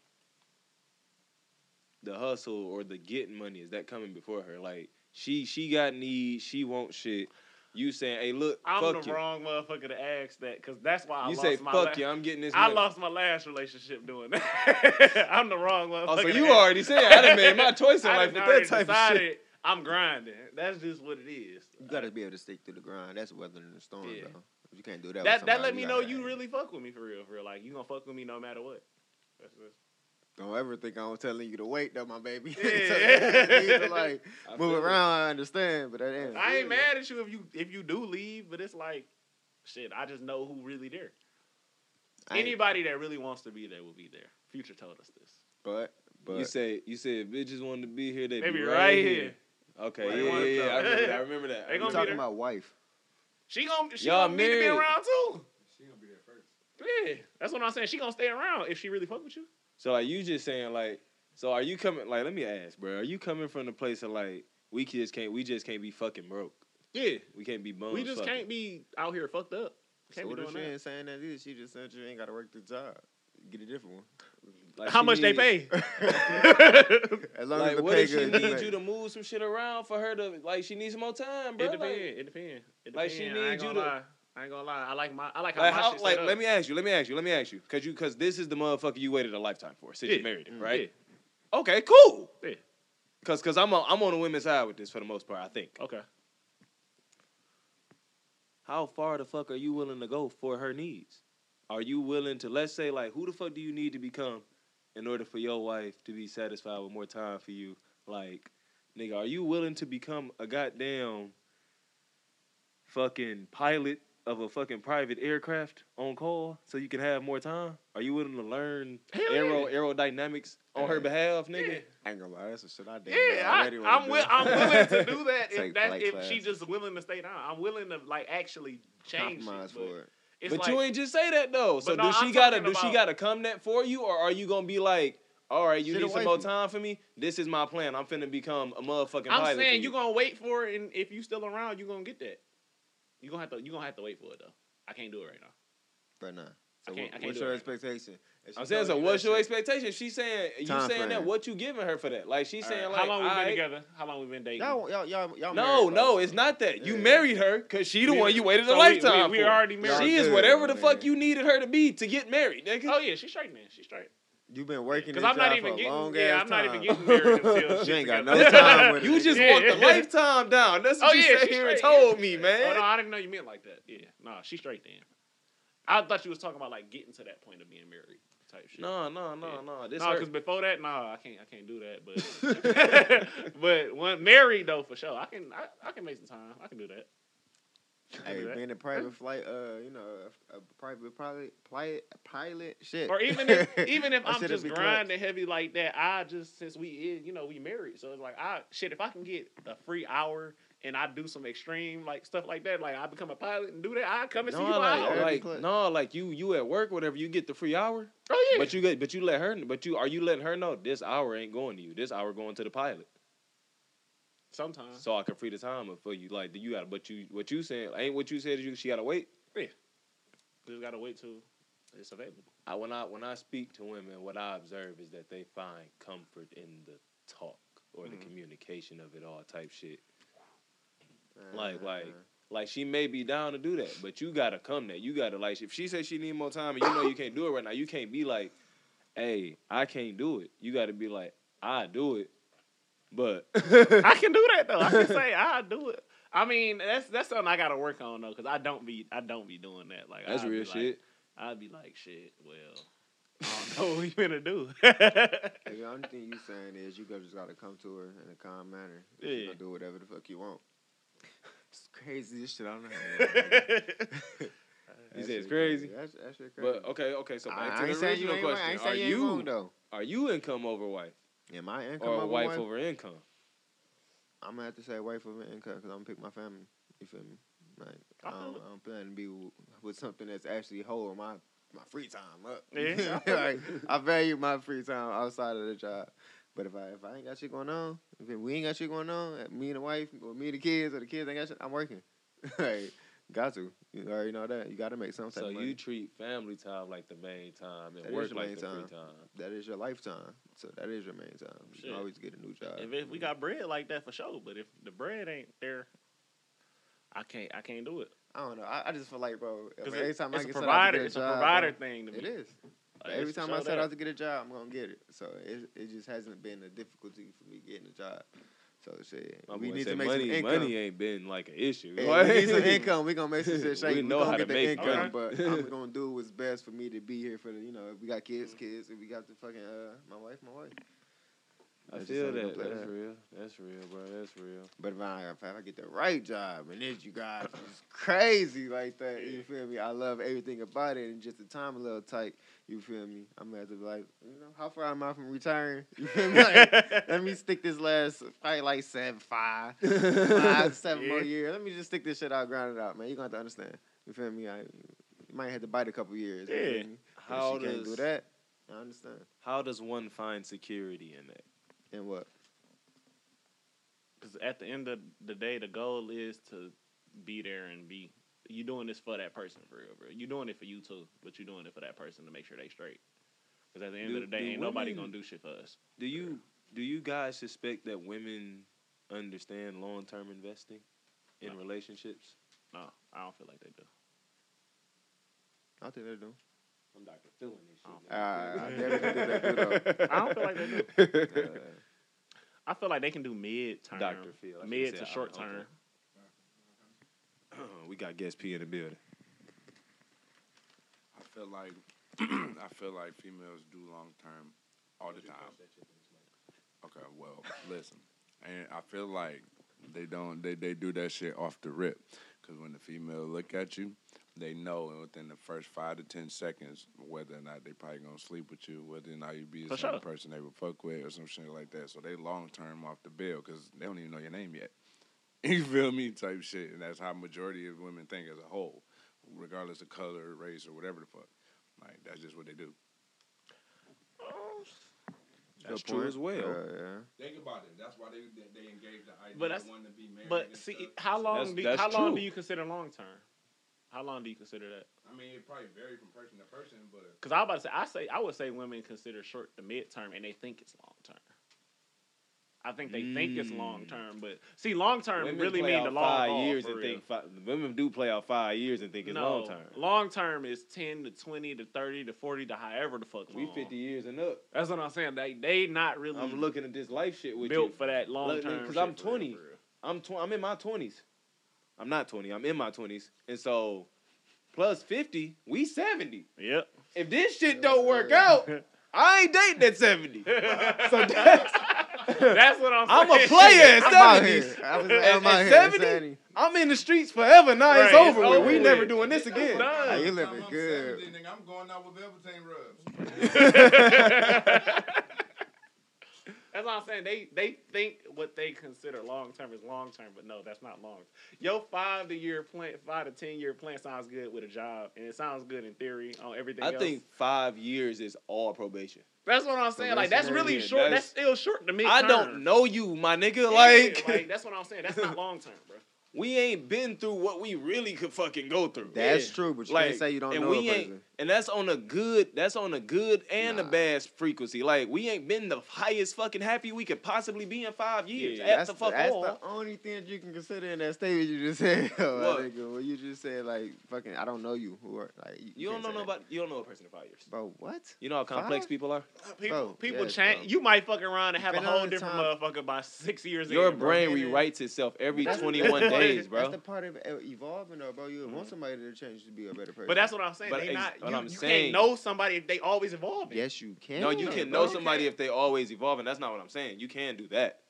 S1: the hustle or the getting money is that coming before her? Like she she got needs, she wants shit. You saying, hey, look,
S2: I'm
S1: fuck
S2: the
S1: you.
S2: wrong motherfucker to ask that because that's why I
S1: you
S2: lost
S1: say,
S2: my.
S1: fuck
S2: la-
S1: you, I'm getting this.
S2: I
S1: Money.
S2: lost my last relationship doing that. [laughs] I'm the wrong motherfucker.
S1: Oh, so
S2: to
S1: you
S2: ask.
S1: already said I done
S2: [laughs]
S1: made my choice in
S2: I
S1: life
S2: done
S1: with
S2: already
S1: that type of shit.
S2: decided I'm grinding. That's just what it is.
S3: You gotta be able to stick to the grind. That's weathering the storm,
S2: Yeah.
S3: though. If you can't do that, with
S2: That that
S3: somebody,
S2: let me know
S3: gotta-
S2: you really fuck with me for real, for real. Like you gonna fuck with me no matter what. That's just-
S3: don't ever think I'm telling you to wait, though, my baby. [laughs]
S2: Yeah.
S3: You need to, like
S1: I
S3: move
S1: feel it.
S3: around. I understand, but that ain't.
S2: I ain't
S4: Yeah.
S2: mad at you if you if you do leave, but it's like, shit. I just know who really there.
S3: I ain't-
S2: Anybody that really wants to be there will be there. Future told us this.
S3: But but
S1: You say you said bitches wanted to be here, they,
S2: They
S1: be right, here. Okay,
S2: They
S1: yeah,
S2: wanted
S1: yeah,
S2: to.
S1: yeah. I remember that. I remember that. I
S2: [laughs] They
S3: you
S1: remember
S2: gonna be
S3: talking
S2: there.
S3: about wife.
S2: She gonna she
S1: Y'all
S2: gonna need to be
S1: married.
S2: around too.
S4: She gonna be there first.
S2: Yeah, that's what I'm saying. She gonna stay around if she really fuck with you.
S1: So like you just saying like, so are you coming? Like, let me ask, bro. Are you coming from the place of like we kids can't we just can't be fucking broke?
S2: Yeah,
S1: We can't be bums.
S2: we just
S1: fucking.
S2: can't be out here fucked up. Can't be
S3: so what if
S2: doing
S3: she
S2: that.
S3: ain't saying that either? She just said you ain't gotta work the job. Get a different one.
S1: Like,
S2: How
S1: she
S2: much
S1: need-
S2: they
S1: [laughs]
S2: pay? [laughs]
S3: As long as
S1: Like,
S3: the
S1: what
S3: pay
S1: if she
S3: good,
S1: needs
S3: like-
S1: you to move some shit around for her to like? She needs some more time, bro.
S2: It
S1: Like,
S2: depends. It depends. It depends.
S1: Like, she
S2: I ain't
S1: need you
S2: gonna
S1: to-
S2: lie. I ain't gonna lie. I like my. I like how
S1: like,
S2: my
S1: how,
S2: shit
S1: like
S2: set up.
S1: let me ask you, let me ask you, let me ask you, cause you, cause this is the motherfucker you waited a lifetime for since
S2: Yeah.
S1: you married him,
S3: Mm.
S1: right? Okay, cool.
S2: Yeah.
S1: Cause, cause I'm, on, I'm on the women's side with this for the most part, I think.
S2: Okay.
S1: how far the fuck are you willing to go for her needs? Are you willing to let's say like who the fuck do you need to become in order for your wife to be satisfied with more time for you? Like, nigga, are you willing to become a goddamn fucking pilot of a fucking private aircraft on call so you can have more time? Are you willing to learn
S2: Hell
S1: aero aerodynamics on her
S3: Yeah.
S1: behalf, nigga?
S3: I ain't gonna lie, that's a shit I did.
S2: Yeah, I, I'm, wi- I'm willing [laughs] to do that if,
S3: Take
S2: that's
S3: flight
S2: if
S3: class.
S2: she just willing to stay down. I'm willing to like actually change. shit,
S3: Compromise
S2: but
S3: for it.
S2: It's
S1: but
S2: like,
S1: you ain't just say that though. So
S2: But
S1: do
S2: no,
S1: she
S2: I'm
S1: gotta do
S2: talking
S1: she
S2: about-
S1: gotta come that for you, or are you gonna be like, all right, you
S3: Shit
S1: need some
S3: away
S1: more
S3: from
S1: time for me. This is my plan. I'm finna become a motherfucking
S2: I'm
S1: pilot.
S2: saying
S1: for
S2: you gonna wait for it, and if you still around, you gonna get that. You gonna have to. You gonna have to wait for it though. I can't do it right now.
S3: But nah. So
S2: I can't-
S3: what-
S2: I can't
S3: what's
S2: do
S3: your
S2: it.
S3: expectation? If she
S1: I'm saying
S3: told
S1: so.
S3: you
S1: What's
S3: that
S1: your
S3: shit-
S1: expectation? She's saying you
S3: Time
S1: saying that
S3: frame.
S1: what you giving her for that? Like she's saying like
S2: how long we been
S1: "Alright."
S2: together? How long we been dating?
S3: Y'all, y'all, y'all, y'all
S1: No,
S3: married,
S1: no,
S3: folks.
S1: it's not that. You
S3: Yeah.
S1: married her because she the
S2: We-
S1: one you waited
S2: so
S1: a
S2: we-
S1: lifetime
S2: we- we
S1: for.
S2: already married.
S1: She is
S3: Y'all
S1: whatever the
S3: good,
S1: fuck
S3: man.
S1: you needed her to be to get married, nigga.
S2: Oh yeah, she's straight man. She's straight.
S3: You've been working this
S2: Because I'm not
S3: job
S2: even
S3: for a
S2: getting.
S3: long
S2: Yeah,
S3: ass
S2: I'm not even
S3: time.
S2: getting married until [laughs]
S3: You ain't got
S2: together.
S3: no
S1: [laughs]
S2: [laughs]
S3: time with it.
S1: You just
S2: Yeah.
S1: want the lifetime down. That's
S2: Oh
S1: what you
S2: yeah,
S1: sat
S2: she
S1: here and
S2: straight, yeah,
S1: told
S2: she
S1: me,
S2: straight.
S1: man.
S2: Oh no, I didn't know you meant like that. Yeah, nah, she's straight then. I thought you was talking about like getting to that point of being married type shit.
S1: No, no, no,
S2: Yeah.
S1: no. This
S2: no,
S1: her-
S2: because before that, nah, I can't, I can't do that. But, [laughs] but when married though, for sure, I can, I, I can make some time. I can do that.
S3: Hey,
S2: do that.
S3: being a private flight, uh, you know, a, a private pilot, pilot, pilot, shit.
S2: Or even
S3: [laughs]
S2: if, even if
S3: That
S2: I'm
S3: shit'd
S2: just
S3: be clutch.
S2: grinding heavy like that, I just since we, is, you know, we married, so it's like I shit. If I can get a free hour and I do some extreme like stuff like that, like I become a pilot and do that, I come and
S1: No,
S2: see you for an hour.
S3: That'd be
S1: like, like
S3: clutch.
S1: no, like you you at work, whatever. You get the free hour,
S2: oh yeah,
S1: but you get but you let her, but you are you letting her know this hour ain't going to you. This hour going to the pilot,
S2: sometimes.
S1: so I can free the time up for you. Like you got, but you what you saying ain't what you said. You she got to wait.
S2: Just gotta wait till it's available.
S1: I when I when I speak to women, what I observe is that they find comfort in the talk or the
S3: Mhm.
S1: communication of it all type shit. Like, like, Like she may be down to do that, but you gotta come there. You gotta like if she says she need more time and you know you can't do it right now, you can't be like, "Hey, I can't do it." You gotta be like, "I do it," but
S2: [laughs] I can do that though. I can say I do it. I mean, that's that's something I gotta work on though, because I don't be I don't be doing that. Like
S1: that's
S2: I'd be
S1: real
S2: like-
S1: shit.
S2: I'd be like, shit. Well, I don't know what you gonna do. [laughs] yeah,
S3: Hey, the only thing you saying is you gotta- just gotta come to her in a calm manner.
S2: Yeah.
S3: You gonna do whatever the fuck you want. It's crazy this shit. I don't [laughs] know. How that
S1: He
S3: shit
S1: said it's crazy.
S3: That's, that shit crazy.
S1: But okay, okay. So
S3: I,
S1: back
S3: I
S1: to
S3: ain't
S1: the
S3: saying you
S1: original
S3: ain't wrong.
S1: question:
S3: I ain't
S1: Are
S3: saying you, ain't wrong
S1: you
S3: though.
S1: are you income over wife
S3: In my income,
S1: or
S3: over
S1: wife
S3: one,
S1: over income?
S3: I'm gonna have to say wife over income because I'm gonna pick my family. You feel me? Like
S2: I
S3: I
S2: feel
S3: don't,
S2: it.
S3: I don't plan to be w- with something that's actually holding my my free time up. [laughs]
S2: Yeah, I feel
S3: like I value my free time outside of the job. But if I if I ain't got shit going on, if we ain't got shit going on, eh, me and the wife or me and the kids or the kids ain't got shit, I'm working. [laughs] like got to. You already know that. You got to make some type
S1: So
S3: of
S1: you
S3: money.
S1: treat family time like the main time and
S3: That is
S1: work
S3: the
S1: like
S3: main
S1: the
S3: time.
S1: free time.
S3: that is your lifetime. So that is your main time. You
S2: Shit.
S3: can always get a new job.
S2: If, if we got bread like that for sure, but if the bread ain't there, I can't I can't do it.
S3: I don't know. I, I just feel like, bro.
S2: 'Cause
S3: Every
S2: it-
S3: time I
S2: it's
S3: get
S2: a
S3: set out to
S2: provider,
S3: get a
S2: it's a
S3: job, bro,
S2: provider thing to me.
S3: It is.
S2: Like,
S3: Every
S2: it's for
S3: time I
S2: sure
S3: set
S2: that.
S3: out to get a job, I'm gonna get it. So it it just hasn't been a difficulty for me getting a job. So shit,
S1: My
S3: we
S1: boy
S3: need to
S1: said
S3: make
S1: money,
S3: some income.
S1: money ain't been like an issue. [laughs]
S3: Hey, we need some income. We gonna make some shit shake.
S1: We
S3: We,
S1: know
S3: gonna
S1: how
S3: get
S1: to
S3: the
S1: make money.
S3: income,
S1: [laughs]
S3: but I'm gonna do what's best for me to be here for the. You know, if we got kids, kids. If we got the fucking uh, my wife, my wife.
S1: I
S3: That's just
S1: feel
S3: how we gonna
S1: that.
S3: play
S1: That's
S3: that.
S1: real. That's real, bro. That's real.
S3: But if I, if I get the right job and it's you guys is crazy like that, you feel me? I love everything about it and just the time a little tight, you feel me? I'm gonna have to be like, you know, how far am I from retiring? [laughs] You feel me? Like, let me stick this last probably like seven, five,
S2: [laughs]
S3: five, seven more
S2: Yeah.
S3: years. Let me just stick this shit out, grind it out, man. You're gonna have to understand. You feel me? I you might have to bite a couple years. you feel
S2: Yeah.
S3: me? But if
S1: How
S3: she can't do
S1: does
S3: that? I understand.
S1: how does one find security in that?
S3: And what?
S2: Because at the end of the day, the goal is to be there and be. You doing this for that person for real, bro. You doing it for you too, but you doing it for that person to make sure they straight. Because at the end
S1: Do-
S2: of the day,
S1: do
S2: ain't nobody
S1: women-
S2: gonna do shit for us.
S1: Do you do you guys suspect that women understand long term investing in
S2: No.
S1: relationships?
S2: No, I don't feel like they
S1: [laughs]
S2: do.
S3: I
S2: [laughs]
S3: think they're doing.
S1: I'm Dr. Feeling this
S2: shit,
S3: Uh, I definitely think they do
S1: [laughs]
S3: though.
S2: I don't feel like they do.
S3: Uh,
S2: [laughs] I feel like they can do mid term,
S1: Dr. Phil. I should've
S2: mid
S1: said
S2: to
S1: I-
S2: short
S1: okay.
S2: term.
S1: Uh-uh, we got guest P in the building.
S4: I feel like [clears throat] I feel like females do long term all the time. Okay, well, listen, and I feel like they don't they, they do that shit off the rip because when the female look at you, they know within the first five to ten seconds whether or not they probably gonna sleep with you, whether or not you be
S2: For
S4: the same
S2: sure.
S4: person they would fuck with or some shit like that. So they long term off the bill because they don't even know your name yet. [laughs] You feel me? Type shit, and that's how majority of women think as a whole, regardless of color, race, or whatever the fuck. Like that's just what they do.
S1: Oh, That's
S3: good
S1: true
S3: point.
S1: as well.
S3: Uh, yeah.
S4: Think about it. That's why they they engage the idea
S2: But that's- of
S4: wanting to be married.
S2: But see, how long?
S1: That's-
S2: do,
S1: that's
S2: how long
S1: true.
S2: do you consider long term? How long do you consider that?
S4: I mean, it probably varies from person to person, but
S2: Because I was about to say, I say, I would say women consider short to mid term, and they think it's long term. I think they think it's
S1: Mm.
S2: long term, but see, long term
S1: Women
S2: really
S1: play
S2: mean
S1: out
S2: the long
S1: five
S2: haul,
S1: years
S2: for
S1: and
S2: real.
S1: think five, women do play out five years and think it's
S2: No,
S1: long term.
S2: Long term is ten to twenty to thirty to forty to however the fuck.
S1: We
S2: long.
S1: fifty years and up.
S2: That's what I'm saying. They they not really
S1: I'm looking at this life shit with
S2: Mm. built
S1: you.
S2: for that long
S1: Look,
S2: term.
S1: nigga, 'cause I'm
S2: shit for real,
S1: 20.
S2: for real.
S1: I'm tw- I'm in my twenties. I'm not twenty. I'm in my twenties, and so plus fifty, we seventy.
S2: Yep.
S1: If this shit don't work out, I ain't dating at seventy. [laughs] So that's,
S2: [laughs] That's what I'm.
S1: I'm a
S2: saying. [laughs]
S1: player at
S3: I'm out
S1: seventy.
S3: here. I was
S2: At-
S3: like, I'm out
S1: at
S3: here.
S1: 70?
S3: 70?
S1: I'm in the streets forever. Now it's
S2: Right,
S1: over.
S2: it's
S1: with.
S2: over
S1: we
S2: with.
S1: never doing this again.
S2: Done.
S3: Hey, you living good.
S4: nigga, I'm going out with Velveteen rubs. [laughs]
S2: That's what I'm saying. They they think what they consider long term is long term, but no, that's not long. Your five to year plan, five to ten year plan sounds good with a job, and it sounds good in theory on everything.
S1: I
S2: else.
S1: think five years is all probation.
S2: that's what I'm saying. Like
S3: that's
S2: that's really
S1: it.
S2: short.
S1: That's-
S2: That's, still short to me.
S1: I don't know you, my nigga. Like,
S2: like that's what I'm saying. That's not long term, bro.
S1: [laughs] we ain't been through what we really could fucking go through.
S3: That's
S2: Yeah.
S3: true, but you
S1: Like,
S3: can't say you don't
S1: and
S3: know
S1: we
S3: a
S1: ain't,
S3: person.
S1: and that's on a good, that's on a good and a
S3: Nah.
S1: bad frequency. Like, we ain't been the highest fucking happy we could possibly be in five years.
S2: Yeah,
S1: at
S3: That's,
S1: the fuck
S3: that's
S1: all.
S3: the only thing you can consider in that statement you just [laughs] said.
S1: What?
S3: What? Nigga, when you just said like fucking, I don't know you. Who are like you?
S1: you don't know
S3: can't say that.
S1: nobody. You don't know a person in five years.
S3: Bro, what?
S1: You know how complex
S3: Five?
S1: people are.
S2: People
S3: Bro,
S2: people
S3: yes,
S2: change.
S3: bro.
S2: You might fuck around and have
S3: Depending
S2: a whole
S3: on the
S2: different
S3: time-
S2: motherfucker by six years.
S1: Your
S2: in, bro.
S1: brain
S3: Bro, man,
S1: rewrites itself every
S3: That's-
S1: 21
S2: that's-
S1: days, bro. Mm-hmm.
S3: That's the part of e- evolving, though, bro. You would want somebody to change to be a better person.
S2: But that's what I'm saying.
S1: But
S2: they
S1: ex-
S2: not.
S1: what
S2: you
S1: I'm
S2: you
S1: saying-
S2: can't know somebody if they always evolving.
S3: Yes, you can.
S1: No, you can
S3: bro.
S1: know somebody if they always evolving. That's not what I'm saying. You can do that.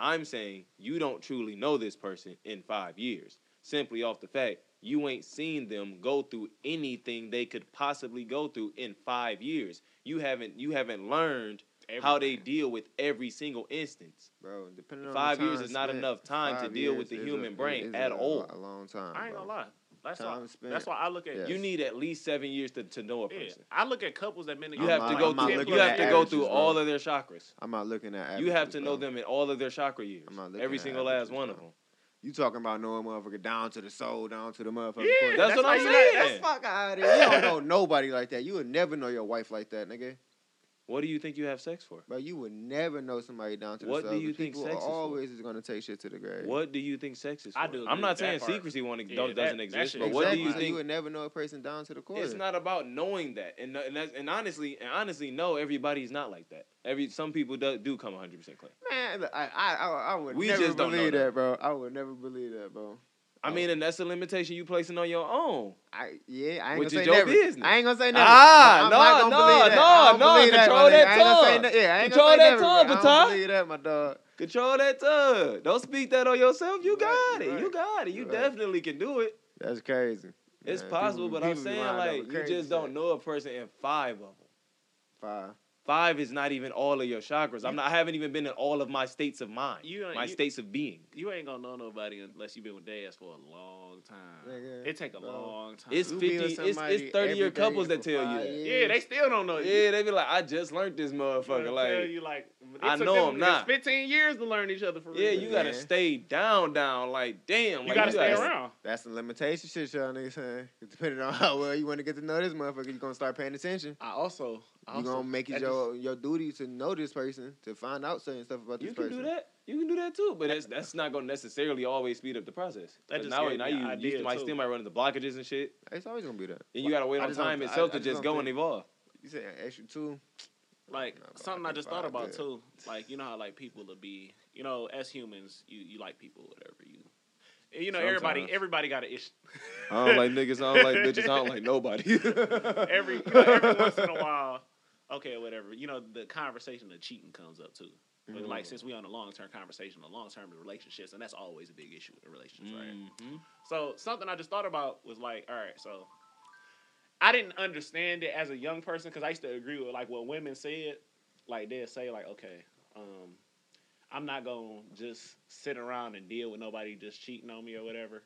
S1: I'm saying you don't truly know this person in five years. simply off the fact you ain't seen them go through anything they could possibly go through in five years. You haven't you haven't learned how they
S2: Everything.
S1: deal with every single instance.
S3: bro. Depending on
S1: Five
S3: the
S1: years
S3: time
S1: is not
S3: spent,
S1: enough time to
S3: five
S1: deal with
S3: years
S1: the
S3: is
S1: human
S3: a-
S1: brain
S3: is
S1: at
S3: a-
S1: all.
S3: A long time.
S2: I ain't gonna
S3: bro.
S2: lie. That's why.
S3: Time spent.
S2: That's why I look at
S3: Yes.
S1: You need at least seven years to, to know a
S2: Yeah,
S1: person.
S2: I look at couples that been
S1: You
S3: I'm
S1: have
S2: together
S3: not-
S1: to
S2: like
S1: go
S3: I'm not
S1: through.
S2: ten
S3: looking
S1: You
S2: plus
S1: have
S3: at
S1: to
S2: years.
S1: go
S3: averages,
S1: through
S3: bro.
S1: all of their chakras.
S3: I'm not looking at.
S1: You have
S3: averages,
S1: to know
S3: bro.
S1: them in all of their chakra years.
S3: I'm not looking
S1: Every
S3: at
S1: single last
S3: averages,
S1: one
S3: bro.
S1: of them.
S3: You talking about knowing motherfucker down to the soul, down to the motherfucker.
S2: Yeah,
S1: That's what
S2: how
S1: I'm
S2: you-
S1: saying.
S3: That's fuck out of here. You don't know nobody like that. You would never know your wife like that, nigga.
S1: What do you think you have sex for?
S3: But you would never know somebody down to the
S1: What do
S3: soul. 'cause
S1: you think
S3: people
S1: sex
S3: are
S1: is for?
S3: always is gonna take shit to the grave.
S1: What do you think sex is? For?
S2: I do
S1: I'm
S2: agree
S1: not
S2: with that
S1: saying
S2: part.
S1: secrecy one
S2: Yeah,
S1: don't,
S2: that-
S1: doesn't
S2: that
S1: exist,
S2: shit
S1: but
S3: Exactly.
S1: what do you
S3: So You
S1: think?
S3: would never know a person down to the core.
S1: It's not about knowing that, and and, that's, and honestly, and honestly, no, everybody's not like that. Every some people do, do come 100 percent clean.
S3: man. look, I I I, I would
S1: We
S3: never
S1: just don't know
S3: believe
S1: that.
S3: that, bro. I would never believe that, bro.
S1: I mean, and that's a limitation you placing on your own.
S3: I yeah, I ain't
S1: Which
S3: gonna
S1: is
S3: say
S1: your
S3: never.
S1: business.
S3: I ain't gonna say never.
S1: Ah,
S3: I'm not
S1: no,
S3: gonna
S1: no,
S3: believe that. I don't
S1: no, no,
S3: believe that,
S1: control
S3: my nigga.
S1: that
S3: I ain't gonna say
S1: tongue.
S3: ne- yeah, I ain't
S1: Control
S3: gonna say
S1: that
S3: never,
S1: tongue,
S3: bro. I
S1: Patai.
S3: don't believe that, my dog.
S1: Control that tongue. Don't speak that on yourself. You
S3: You're
S1: got
S3: right,
S1: it.
S3: you're
S1: You
S3: right,
S1: got it. You
S3: you're right.
S1: definitely can do it.
S3: That's crazy.
S1: It's
S3: Man, people
S1: possible,
S3: be-
S1: but I'm
S3: people be
S1: saying
S3: lined up
S1: like
S3: with
S1: you
S3: crazy
S1: just don't
S3: shit.
S1: know a person in five of them.
S3: Five.
S1: Five is not even all of your chakras. I'm not. I haven't even been in all of my states of mind.
S2: You ain't-
S1: my
S2: you-
S1: states of being.
S2: You ain't gonna know nobody unless you've been with their ass for a long time.
S3: Nigga,
S2: it take a
S3: bro.
S2: long time.
S1: It's
S3: You
S1: fifty.
S3: be with
S1: It's
S3: somebody
S1: it's thirty year
S3: every day
S1: couples that
S3: for
S1: tell you
S3: five
S1: that.
S3: years.
S2: yeah, they still don't know. you.
S1: Yeah, they be like, I just learned this motherfucker.
S2: Tryna tell
S1: Like,
S2: you like
S1: I
S2: it took
S1: know
S2: them
S1: I'm not.
S2: Fifteen years to learn each other for real.
S1: yeah, you gotta
S3: Yeah.
S1: stay down, down. Like, damn,
S2: You
S1: like,
S2: gotta stay
S3: gotta-
S2: around.
S3: That's the limitation shit, y'all niggas saying. Depending on [laughs] how well you want to get to know this motherfucker, you gonna start paying attention.
S2: I also, I
S3: you
S2: also
S3: gonna make
S2: that
S3: it your, your duty to know this person, to find out certain stuff about this
S1: You can
S3: person.
S1: do that. You can do that too, but that's that's not gonna necessarily always speed up the process.
S2: That
S1: 'Cause
S2: just
S1: now,
S2: gave
S1: now
S2: me an
S1: you, you
S2: idea,
S1: might
S2: too.
S1: still might run into blockages and shit,
S3: It's always gonna be that.
S1: and you gotta wait
S3: I
S1: on
S3: just don't-
S1: time
S3: I-
S1: itself
S3: I
S1: to
S3: just
S1: just
S3: don't
S1: go
S3: think-
S1: and evolve.
S3: You said an extra two.
S2: like
S3: Nah, bro,
S2: something
S3: I
S2: I
S3: can
S2: just thought
S3: vibe
S2: about
S3: that.
S2: too. Like you know how like people will be, you know, as humans, you you like people, whatever you. You know, everybody
S1: Sometimes.
S2: everybody got an issue.
S1: I don't like niggas. I don't like bitches. I don't [laughs] like nobody.
S2: [laughs] every you know, every once in a while, okay, whatever. You know, the conversation of cheating comes up too. But like since we on a long term conversation, a long term relationships, and that's always a big issue in relationships, right?
S1: Mhm.
S2: So something I just thought about was like, all right, so I didn't understand it as a young person because I used to agree with like what women said. Like they'd say like, okay, um, I'm not gonna just sit around and deal with nobody just cheating on me or whatever.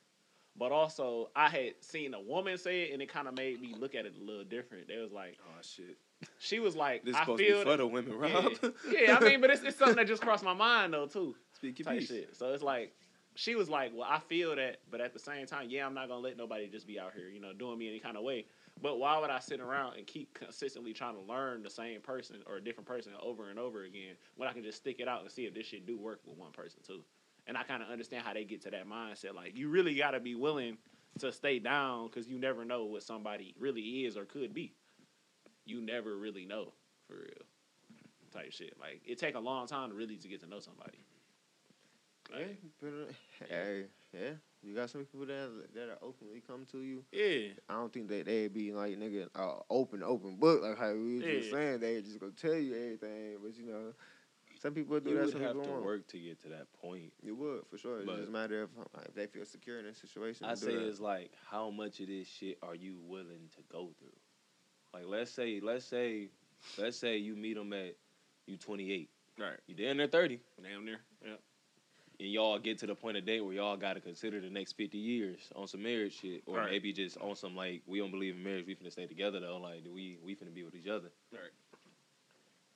S2: But also, I had seen a woman say it, and it kind of made me look at it a little different. They was like,
S1: Oh shit!
S2: she was like,
S1: This is
S2: I
S1: supposed to
S2: feel
S1: be for the women, Rob. [laughs]
S2: that- yeah. yeah, I mean, but it's, it's something that just crossed my mind though too
S1: Speak your
S2: type
S1: piece.
S2: shit. So it's like she was like, "Well, I feel that, but at the same time, yeah, I'm not gonna let nobody just be out here, you know, doing me any kind of way. But why would I sit around and keep consistently trying to learn the same person or a different person over and over again when I can just stick it out and see if this shit do work with one person too? And I kind of understand how they get to that mindset. Like you really got to be willing to stay down because you never know what somebody really is or could be. You never really know for real. Type shit. Like it take a long time to really to get to know somebody. Like,
S3: Hey, yeah. You got some people that that are openly come to you.
S2: Yeah,
S3: I don't think that they'd be like nigga uh, open open book like how we was just
S2: Yeah.
S3: saying. They just gonna tell you everything, but you know, some people do
S1: You
S3: that.
S1: would
S3: some
S1: have
S3: people
S1: to
S3: won't.
S1: work to get to that point.
S3: You would for sure.
S1: But-
S3: it's just a matter of uh, if they feel secure in a situation.
S1: I
S3: to do
S1: say
S3: that.
S1: it's like how much of this shit are you willing to go through? Like let's say let's say let's say you meet them at you 28.
S2: Right.
S1: You damn near 30
S2: damn near. Yeah,
S1: and y'all get to the point of date where y'all got to consider the next 50 years on some marriage shit or
S2: Right.
S1: maybe just on some like we don't believe in marriage, we finna stay together though, like we we finna be with each other.
S2: Right.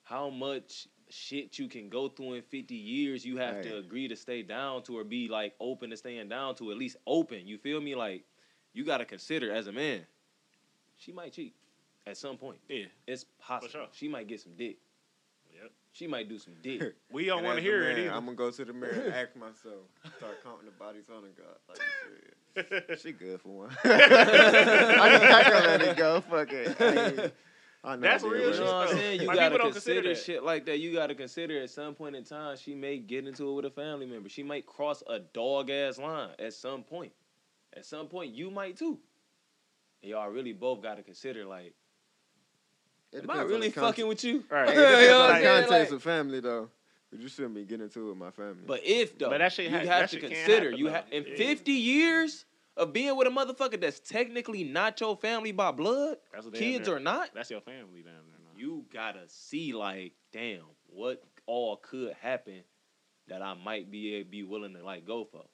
S1: How much shit you can go through in 50 years you have
S3: Right.
S1: to agree to stay down to or be like open to staying down to at least open. You feel me like you got to consider as a man, she might cheat at some point.
S2: yeah.
S1: It's possible.
S2: sure.
S1: She might get some dick.
S2: Yep.
S1: She might do some dick.
S2: We don't
S3: And
S2: want to
S3: as a
S2: hear it
S3: man,
S2: either.
S3: I'm gonna go to the mirror and ask myself. Start counting the bodies on the god. Like, shit. she good for one. [laughs] [laughs] I can, I can let it go. Fuck it. I, ain't- I know
S2: That's
S3: I did
S2: real
S3: what
S1: You
S3: I-
S1: know what I'm
S2: though.
S1: saying? You
S2: Like,
S1: gotta
S2: people don't
S1: consider,
S2: consider that.
S1: shit like that. You gotta consider at some point in time she may get into it with a family member. She might cross a dog ass line at some point. At some point, you might too. And y'all really both gotta consider like,
S3: It
S1: am
S3: depends
S1: I
S3: on
S1: really
S3: the context.
S1: fucking with [laughs] you?
S2: Right.
S3: Hey, it
S1: You know what
S3: depends on
S1: I'm
S3: the
S1: saying?
S3: context
S1: Like-
S3: of family though. But you shouldn't be getting into it with my family.
S1: But if though,
S2: But that shit
S1: you
S2: ha-
S1: have
S2: that
S1: to
S2: shit can't
S1: consider
S2: happen,
S1: you
S2: though.
S1: have in
S2: Yeah.
S1: fifty years, of being with a motherfucker that's technically not your family by blood,
S2: [laughs] That's what they
S1: kids
S2: have
S1: or
S2: there.
S1: not.
S2: That's your family down there. Now.
S1: You gotta see like, damn, what all could happen that I might be eh, be willing to like go for.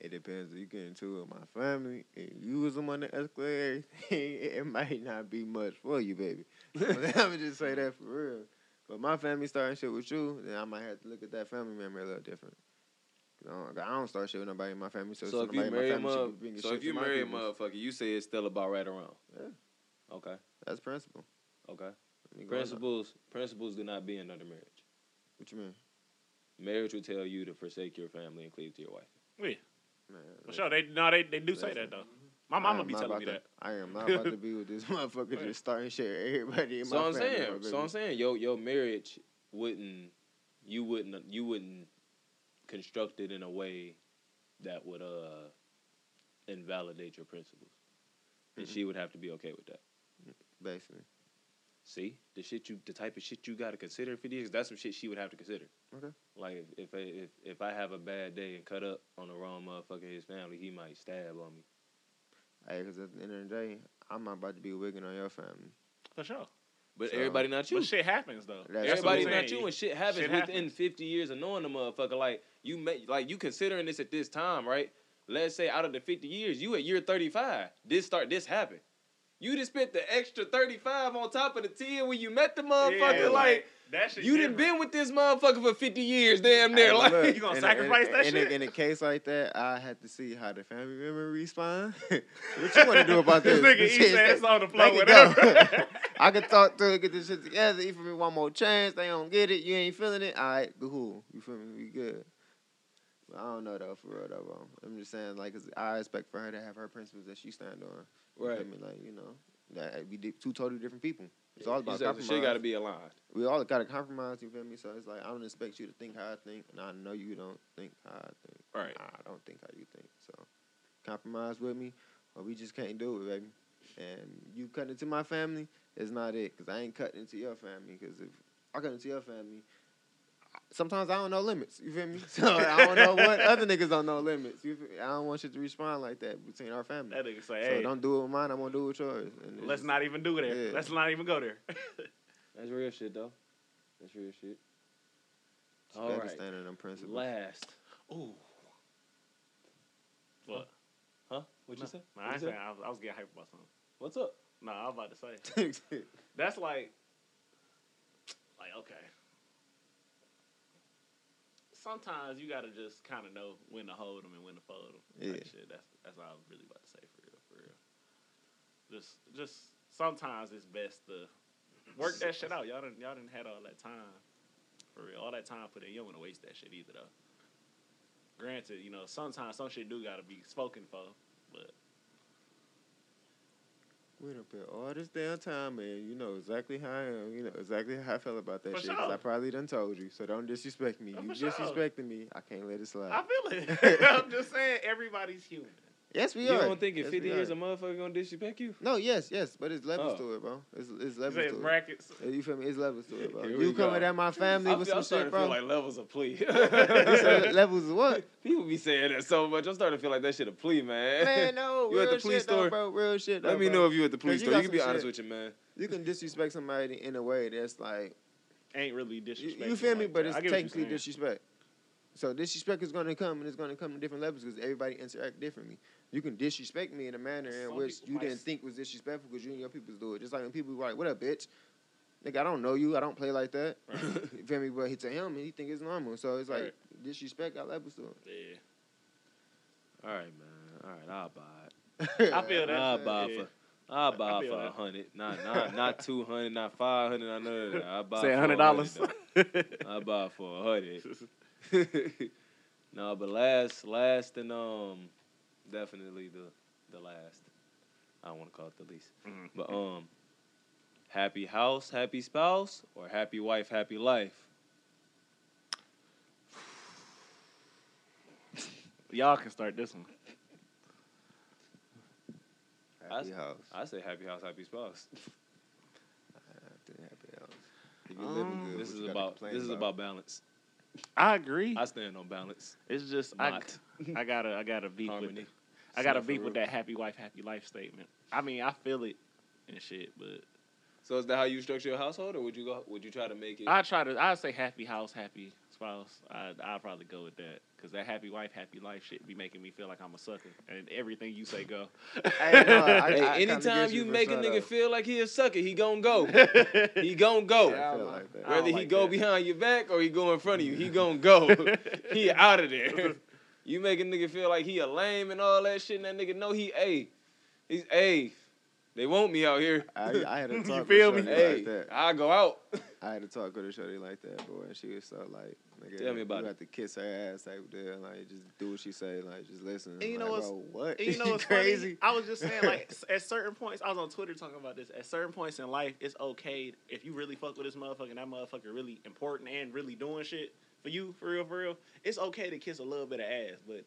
S3: It depends. You get into it with my family, and you was them on the escalator. [laughs] it might not be much for you, baby. [laughs] I'm just say that for real. But my family starting shit with you, then I might have to look at that family member a little different. 'Cause I don't, I don't start shit with nobody in my family,
S1: So,
S3: so,
S1: if
S3: somebody
S1: you
S3: in
S1: marry
S3: my
S1: a
S3: family
S1: mother,
S3: should be bringing
S1: so
S3: shit
S1: if
S3: to
S1: you
S3: my
S1: marry a
S3: peoples.
S1: motherfucker, you say it's still about right around.
S3: Yeah.
S1: Okay.
S3: that's principle.
S1: Okay.
S3: I mean, growing up-
S1: Principles principles do not be in under marriage.
S3: What you mean?
S1: Marriage will tell you to forsake your family and cleave to your wife.
S3: Man,
S2: For sure, they no, they they do say
S3: Listen.
S2: that though. My
S3: I
S2: mama
S3: am
S2: be
S3: not
S2: telling
S3: about
S2: me
S3: to-
S2: that. [laughs]
S3: I am not about to be with this motherfucker just starting shit with everybody in
S1: So
S3: my
S1: I'm
S3: family.
S1: saying,
S3: bro,
S1: so
S3: baby.
S1: I'm saying, your your marriage wouldn't, you wouldn't, you wouldn't construct it in a way that would uh invalidate your principles, and she would have to be okay with that.
S3: Basically.
S1: See the shit you, the type of shit you gotta consider for these. That's some shit she would have to consider.
S3: Okay.
S1: Like if if I, if, if I have a bad day and cut up on the wrong motherfucker, in his family, he might stab on me.
S3: Hey, because at the end of the day, I'm not about to be wigging on your family.
S2: For sure.
S1: But
S3: So-
S1: everybody not you.
S2: But shit happens though.
S3: That's-
S2: That's what I'm
S1: Everybody's not
S2: saying.
S1: you, and shit happens
S2: Shit
S1: within
S2: happens.
S1: fifty years of knowing the motherfucker. Like you, may, like you considering this at this time, right? Let's say out of the fifty years, you at year thirty five. This start, this happened. You just spent the extra thirty five on top of the ten when you met the motherfucker.
S2: Yeah,
S1: like
S2: that shit
S1: you done
S2: different.
S1: been with this motherfucker for fifty years, damn near.
S3: Hey,
S1: Like
S2: [laughs]
S3: look,
S2: you gonna
S3: in a- in a-
S2: sacrifice that
S3: in a-
S2: shit?
S3: in a case like that, I had to see how the family member respond. [laughs] what
S2: [laughs]
S3: you want to do about this?
S2: This nigga eat his ass on the floor.
S3: Let it
S2: whatever.
S3: I could talk to it, get this shit together. If me one more chance, they don't get it. You ain't feeling it. All right, cool. You feel me? We good. But I don't know though, for real though. Bro. I'm just saying, like, 'cause I expect for her to have her principles that she stand on. You feel
S1: Right.
S3: me? like, you know, that we di- two totally different people. It's all
S1: You
S3: about
S1: said the
S3: compromise.
S1: shit got to be aligned.
S3: we all got to compromise. You feel me? So it's like I don't expect you to think how I think, and I know you don't think how I think.
S1: Right.
S3: I don't think how you think. So compromise with me, or we just can't do it, baby. And you cutting into my family is not it, because I ain't cutting into your family. Because if I cut into your family, sometimes I don't know limits. You feel me? [laughs] So I don't know
S1: [laughs]
S3: what other niggas don't know limits. You feel I don't want you to respond like that between our family.
S2: [laughs] that nigga say,
S3: so
S2: hey,
S3: don't do it with mine. I'm gonna do it with yours. And it's
S2: let's
S3: just-
S2: not even do there.
S3: Yeah.
S2: Let's not even go there.
S1: That's real shit though. That's real shit.
S3: it's
S1: All right.
S3: Pakistan and them principles.
S1: Last.
S2: Ooh. What?
S1: Huh? What'd you say?
S2: Nah,
S1: What'd
S2: I, ain't
S1: you say?
S2: saying, I, was, I was getting hyped about something.
S1: What's up?
S2: No, I was about to say.
S3: [laughs] That's
S2: That's like, like okay. Sometimes you gotta just kind of know when to hold them and when to fold them.
S3: Yeah.
S2: Like shit, that's that's all I was really about to say for real, for real. Just just sometimes it's best to work that shit out. Y'all didn't y'all didn't had all that time for real. All that time put in. You don't want to waste that shit either though. Granted, you know sometimes some shit do gotta be spoken for, but
S3: We done put all this damn time in. You know exactly how I am. You know exactly how I feel about that
S2: For
S3: shit. 'cause I
S2: sure.
S3: probably done told you. So don't disrespect me.
S2: Oh,
S3: you
S2: for sure.
S3: disrespecting me. I can't let it
S2: I
S3: slide.
S2: feel it. [laughs] I'm just saying everybody's human.
S3: yes, we
S1: You
S3: are.
S1: don't think in
S3: Yes,
S1: fifty
S3: we
S1: years
S3: are.
S1: a motherfucker gonna disrespect you?
S3: No, yes, yes. But it's levels
S1: Oh.
S3: to it, bro. It's, it's
S2: Is
S3: levels
S2: it
S3: to it.
S2: brackets?
S3: You feel me? It's levels to it, bro.
S1: Here
S3: You
S1: we go.
S3: coming at my family
S1: I
S3: with
S1: feel, I'm
S3: some
S1: starting
S3: shit,
S1: to feel
S3: bro.
S1: like levels a plea.
S3: [laughs]
S1: [laughs]
S3: You said levels of what?
S1: People be saying that so much. I'm starting to feel like that shit a plea, man. [laughs]
S3: Man, no.
S1: You
S3: real
S1: at the police
S3: shit, though,
S1: store?
S3: bro. Real shit.
S1: Let
S3: though,
S1: me
S3: bro.
S1: know if you at the police
S3: Cause you
S1: store. You
S3: got
S1: can be
S3: some
S1: honest
S3: shit.
S1: with you, man.
S3: You can disrespect somebody in a way that's like
S2: ain't really
S3: You,
S2: disrespectful.
S3: you feel me?
S2: like
S3: But
S2: that.
S3: it's
S2: I get what you're
S3: technically
S2: saying.
S3: disrespect. So disrespect is gonna come, and it's gonna come in different levels because everybody interact differently. You can disrespect me in a manner in
S2: Some
S3: which
S2: people
S3: you
S2: might
S3: didn't
S2: s-
S3: think was disrespectful because you and your people do it. Just like when people be like, "What up, bitch?" Nigga, I don't know you. I don't play like that. [laughs] you feel me? But he to him, he think it's normal. So it's like
S2: Right.
S3: disrespect got levels to
S2: Yeah.
S1: All right, man. All right, I'll buy it.
S3: [laughs] it.
S2: I feel that.
S1: I'll
S3: Yeah.
S1: buy it for. I'll buy
S2: I
S1: it
S2: feel
S1: for a
S2: that.
S1: hundred, not not not two hundred, not five hundred, not none of that.
S3: [laughs]
S1: I buy it
S2: Say
S1: for a
S2: $100.
S1: [laughs]
S2: [laughs]
S1: though. I buy it for a
S3: [laughs]
S1: hundred. no, but last, last, and um, definitely the the last. I don't want to call it the least,
S3: Mm-hmm.
S2: Mhm.
S1: but um, happy house, happy spouse, or happy wife, happy life.
S2: Y'all can start this one.
S3: Happy house.
S1: I say happy house, happy spouse.
S3: Happy house. If you living
S2: Um,
S3: good,
S1: This
S3: [laughs] what
S1: is
S3: you gotta
S1: about
S3: complain
S1: this is about balance.
S2: I agree.
S1: I stand on balance.
S2: it's just I,
S1: Not
S2: I gotta I gotta beef with
S1: harmony.
S2: it. I got
S1: Yeah,
S2: a
S1: for
S2: beef with
S1: real.
S2: that happy wife, happy life statement. I mean, I feel it and shit, but
S1: So is that how you structure your household, or would you go? Would you try to make it?
S2: I try to. I say happy house, happy spouse. I I probably go with that because that happy wife, happy life shit be making me feel like I'm a sucker, and everything you say
S3: [laughs]
S2: go. [laughs]
S3: Hey, no,
S1: [laughs]
S3: I-
S1: Hey,
S3: kinda
S1: anytime
S3: get
S1: you
S3: for
S1: make a
S3: sure,
S1: nigga
S3: though.
S1: feel like he a sucker, he gon'
S2: [laughs]
S1: go. he gon'
S3: I
S1: go.
S3: feel
S5: I-
S3: like that.
S2: I-
S1: Whether he
S2: like
S1: go
S2: that.
S1: behind your back or he go in front of you, he gon' go. [laughs] he out of there. You make a nigga feel like he a lame and all that shit, and that nigga know he a. He's a. They want me out [laughs] here.
S3: I, I had
S2: [laughs]
S3: a
S2: You
S3: talk
S2: feel
S3: with
S2: me?
S3: Shorty
S1: hey,
S3: like that.
S1: I go out.
S3: I had to talk with a shorty like that, boy, and she was so like, nigga,
S1: Tell me about
S3: you
S1: it.
S3: have to kiss her ass type deal, like just do what she say, like just listen.
S2: you
S3: I'm
S2: know
S3: like,
S2: what's-
S3: bro, what? [laughs]
S2: And you know what's
S3: crazy?
S2: crazy? I was just saying, like, s- at certain points, I was on Twitter talking about this. At certain points in life, it's okay if you really fuck with this motherfucker and that motherfucker really important and really doing shit for you, for real, for real. It's okay to kiss a little bit of ass, but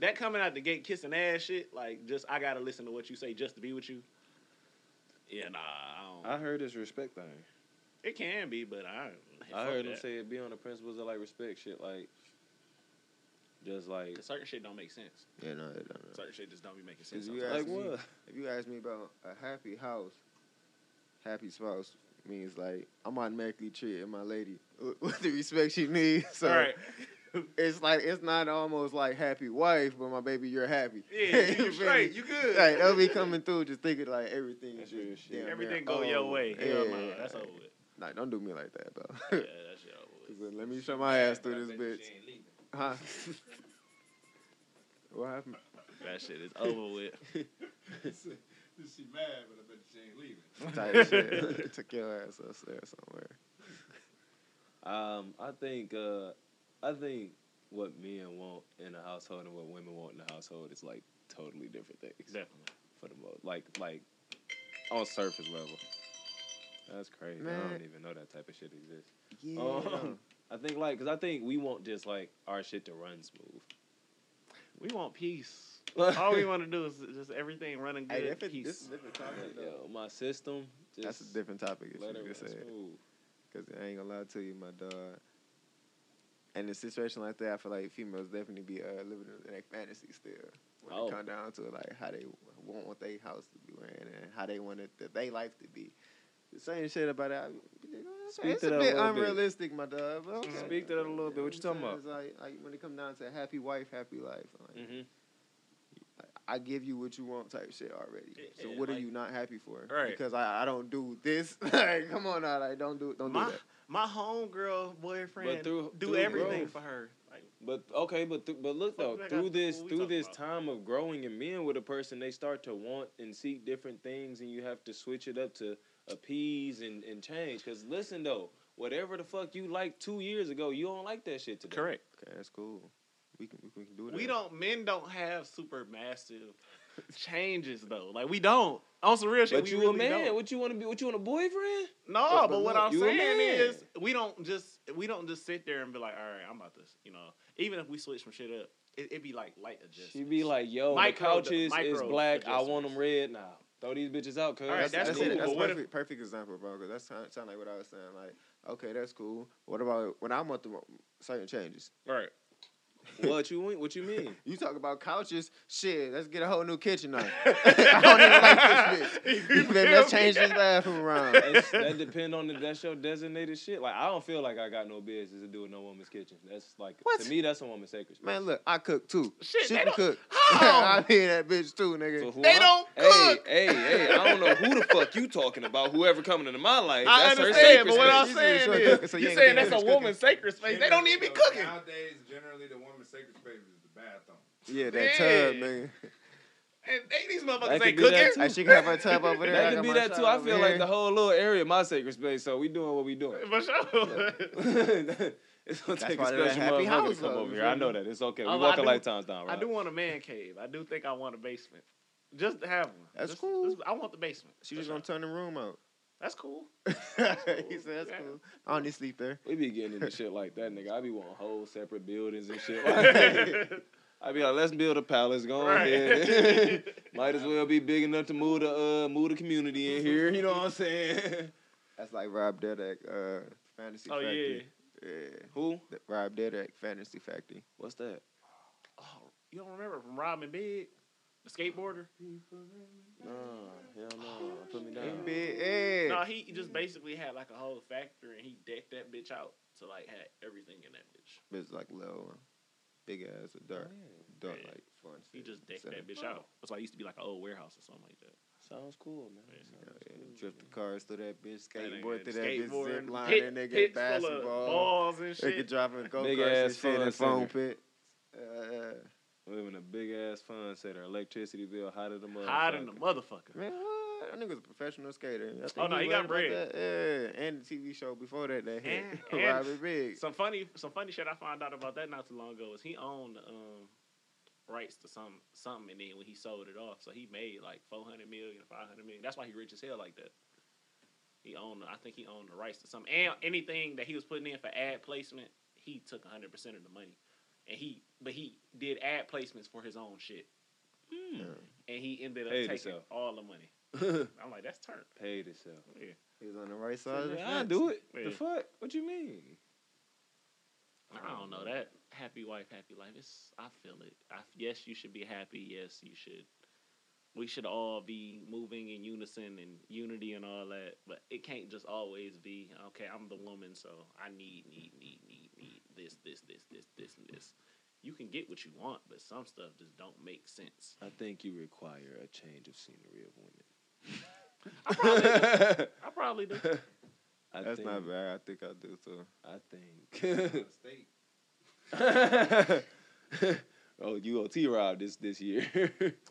S2: that coming out the gate kissing ass shit, like, just I gotta listen to what you say just to be with you. Yeah, nah, I don't.
S1: heard this respect thing.
S2: it can be, but I.
S1: I
S2: fuck
S1: heard him
S2: that.
S1: say it be on the principles of like respect shit, like just like
S2: 'Cause certain shit don't make sense.
S3: yeah, no, it don't.
S2: Certain shit just don't be making sense.
S3: Cause you
S2: sometimes.
S3: ask
S1: like
S3: me,
S1: what?
S3: if you ask me about a happy house, happy spouse means like I'm automatically treating my lady [laughs] with- with the respect she needs. So
S2: All right.
S3: it's like it's not almost like happy wife, but my baby, you're happy. [laughs]
S2: Yeah,
S3: You
S2: you,
S3: feel
S2: you
S3: me?
S2: straight. You good.
S3: Like they'll be coming through just thinking like everything
S1: That's
S3: is
S1: real
S3: just
S1: shit.
S3: damn near
S2: Everything go your
S3: over.
S2: way.
S3: Oh, Yeah,
S2: Hell no, that's over
S3: like,
S2: with.
S3: [laughs] Like, don't do me like that, bro. [laughs]
S2: Yeah, that shit over
S3: 'Cause
S2: with.
S3: then let me show my ass through this bitch.
S1: [laughs]
S3: Huh? what happened?
S2: That shit is over with.
S4: she mad, but I bet she ain't leaving.
S3: Type shit. [laughs] Took your ass upstairs somewhere.
S1: Um, I think uh, I think what men want in a household and what women want in a household is like totally different things
S2: Definitely.
S1: for the most, like like on surface level. That's crazy. I
S3: Man.
S1: don't even know that type of shit exists.
S3: Yeah.
S1: Um, I think like because I think we want just like our shit to run smooth.
S2: We want peace. [laughs] All we want to do is just everything running good.
S3: Hey, if it,
S2: peace.
S3: this is a different topic,
S1: Like,
S3: though.
S1: yo, my system. Just
S3: That's a different topic. If
S1: Let
S3: you
S1: it
S3: could say
S1: run
S3: it.
S1: smooth.
S3: Cause I ain't gonna lie to you, my dog. In a situation like that, I feel like females definitely be uh, living in their fantasy still. When
S1: Oh.
S3: it come down to like how they want what their house to be wearing and how they want it that they life to be. The same shit about that.
S1: Speak
S3: it's
S1: to
S3: a
S1: that a
S3: bit
S1: little bit.
S3: unrealistic, my dog. But okay.
S1: Speak to that a little bit. What you talking
S3: It's like, like when it come down to happy wife, happy life. Like,
S1: Mhm.
S3: I give you what you want type shit already.
S2: Yeah,
S3: So
S2: yeah,
S3: what are
S2: like-
S3: you not happy for?
S2: Right.
S3: Because I, I don't do this. [laughs] like come on now, like don't do don't
S2: my
S3: do that.
S2: my homegirl boyfriend
S1: But through-
S2: do
S1: through
S2: everything
S1: growth.
S2: for her. Like
S1: But okay, but th- but look
S2: Fuck
S1: though,
S2: that got
S1: through
S2: to do
S1: this
S2: what we
S1: through
S2: talking
S1: this
S2: about.
S1: time of growing and being with a person, they start to want and seek different things, and you have to switch it up to appease and and change. Cause listen though, whatever the fuck you liked two years ago, you don't like that shit today.
S2: correct.
S3: Okay, that's cool. We can we can, we can do that.
S2: We don't. Men don't have super massive changes though. Like we don't. On some real shit,
S1: But
S2: we
S1: you
S2: really
S1: a man?
S2: don't.
S1: What you want to be? What you want a boyfriend?
S2: No,
S1: But-
S2: but,
S1: but
S2: what
S1: look,
S2: I'm
S1: you a
S2: saying
S1: man.
S2: is we don't just we don't just sit there and be like, all right, I'm about to, you know. Even if we switch some shit up, it'd be like light adjustments.
S1: She be like, yo,
S2: Micro-
S1: the couches is
S2: micro
S1: black. I want them
S2: adjustments.
S1: red now. Throw these bitches out, cause
S2: All right, that's
S3: that's
S2: cool,
S3: it. That's
S2: but what if-
S3: perfect, perfect example, bro. Cause that's sound, sound like what I was saying. Like, okay, that's cool. What about when I want the certain changes? [laughs]
S2: right.
S1: what you mean? What you
S2: [laughs]
S1: mean?
S3: You talk about couches, shit. Let's get a whole new kitchen on. [laughs] I
S2: [laughs]
S3: don't even like this bitch. You feel me? Let's change this bathroom around.
S1: [laughs] It's- that depend on the, that's your designated shit. Like I don't feel like I got no business to do in no woman's kitchen. That's like
S3: What?
S1: to me, that's a woman's sacred space.
S3: Man, look, I cook too.
S2: Shit,
S3: she
S2: they
S3: can
S2: don't-
S3: cook.
S2: How?
S3: [laughs] I hear that bitch too, nigga.
S1: So who
S2: They
S1: I-
S2: don't cook.
S1: Hey, hey, hey! I don't know who the fuck you talking about. Whoever coming into my life,
S3: [laughs]
S2: I
S1: that's her
S2: understand,
S1: sacred
S2: but what I'm
S1: space.
S3: She's
S2: saying
S3: really short cooking,
S2: is,
S3: so you
S2: you're
S3: ain't
S2: saying
S3: getting
S2: that's a
S3: much cooking.
S2: woman's sacred space. They don't even be
S4: Generally,
S2: cooking.
S4: Nowadays, generally, the woman's sacred space is the bathroom.
S3: [laughs] yeah, that
S2: Yeah.
S3: tub, nigga.
S2: And they, these
S1: That
S2: motherfuckers
S1: could
S2: ain't
S1: be that
S2: cooking.
S3: Hey, she can have her tub over there. I
S1: That
S3: got
S1: could be
S3: my
S1: that
S3: tub
S1: too. I
S3: over
S1: feel
S3: here.
S1: like the whole little area my sacred space. So we doing what we doing.
S2: [laughs] For sure.
S1: it's gonna
S3: That's
S1: take a
S3: why they're
S1: special
S3: happy
S1: motherfucker to
S3: house,
S1: come
S3: though,
S1: over
S3: you
S1: here. I
S3: feel
S1: know
S3: me?
S1: that. It's okay. We
S2: Although I
S1: walking
S2: do-
S1: lifetimes down,
S2: I
S1: right?
S2: do want a man cave. I do think I want a basement. Just to have one.
S3: That's
S2: Just-
S3: cool.
S2: just- I want the basement.
S3: She
S2: For
S3: just
S2: sure.
S3: gonna turn the room out.
S2: That's
S3: [laughs]
S2: cool.
S3: he said that's
S2: Yeah.
S3: cool. I don't need to sleep there.
S1: We be getting into shit like that, nigga. I be wanting whole separate buildings and shit. [laughs]
S2: right.
S1: I be like, let's build a palace. Go on
S2: [laughs]
S1: [laughs] ahead. Might as well be big enough to move the uh, move the community in here. You know what I'm saying? [laughs]
S3: That's like Rob Dedeck, uh, Fantasy
S2: oh yeah.
S3: Factory. Yeah.
S1: Who?
S3: That Rob Dedeck, Fantasy Factory.
S1: What's that?
S2: Oh, you don't remember from Robin Big? The skateboarder?
S1: Nah, hell no. Put me down.
S3: NBA.
S2: No, he just basically had like a whole factory and he decked that bitch out to like had everything in that bitch.
S3: It's like little, big ass, dark, dark
S2: Oh, Yeah.
S3: like fun.
S2: He
S3: shit.
S2: just decked
S3: So,
S2: that bitch out. That's why it used to be like an old warehouse or something like that.
S1: Sounds cool, man.
S2: Yeah,
S3: yeah,
S1: Sounds
S3: yeah.
S1: cool,
S3: Drift the
S1: man.
S3: cars through that bitch,
S2: nigga
S3: skateboard through that bitch,
S2: skateboard,
S3: zip line,
S2: pit-
S3: and they get
S2: pits full of
S3: basketball.
S2: balls and
S3: They could
S2: shit.
S3: drive in go
S1: Big
S3: karts and
S1: ass
S3: shit
S1: fun
S3: in foam
S1: center.
S3: pit. Uh,
S1: We live in a big ass fun center. Electricity bill hotter than motherfucker.
S2: Hide in the motherfucker.
S3: Man, what? That nigga's a professional skater. I think
S2: Oh, no, he got
S3: rapped
S2: bread.
S3: about that. Yeah, and the TV show before that that hit
S2: And- and-
S3: [laughs] Robbie Big.
S2: Some funny, some funny shit I found out about that not too long ago is he owned um, rights to some something, and then when he sold it off, so he made like 400 million, 500 million. That's why he rich as hell like that. He owned, I think he owned the rights to some and anything that he was putting in for ad placement, he took 100 percent of the money, and he but he did ad placements for his own shit, and he ended up
S1: Paid
S2: taking
S1: himself.
S2: all the money.
S1: Mm.
S2: I'm like, that's turnt.
S1: Paid itself.
S2: Yeah.
S3: He was on the right side. of the
S1: I
S3: fence.
S1: do it.
S2: Yeah.
S1: The fuck? What you mean?
S2: I don't know that happy wife, happy life. It's I feel it. I, yes, you should be happy. Yes, you should. We should all be moving in unison and unity and all that. But it can't just always be okay. I'm the woman, so I need, need, need, need, need this, this, this, this, this, and this. You can get what you want, but some stuff just don't make sense.
S1: I think you require a change of scenery of women.
S2: I probably, do. I probably do.
S1: [laughs] I
S3: That's
S1: think,
S3: not bad. I think I do too.
S1: I think.
S4: State.
S3: [laughs]
S1: oh, you OT robbed this this year.
S2: I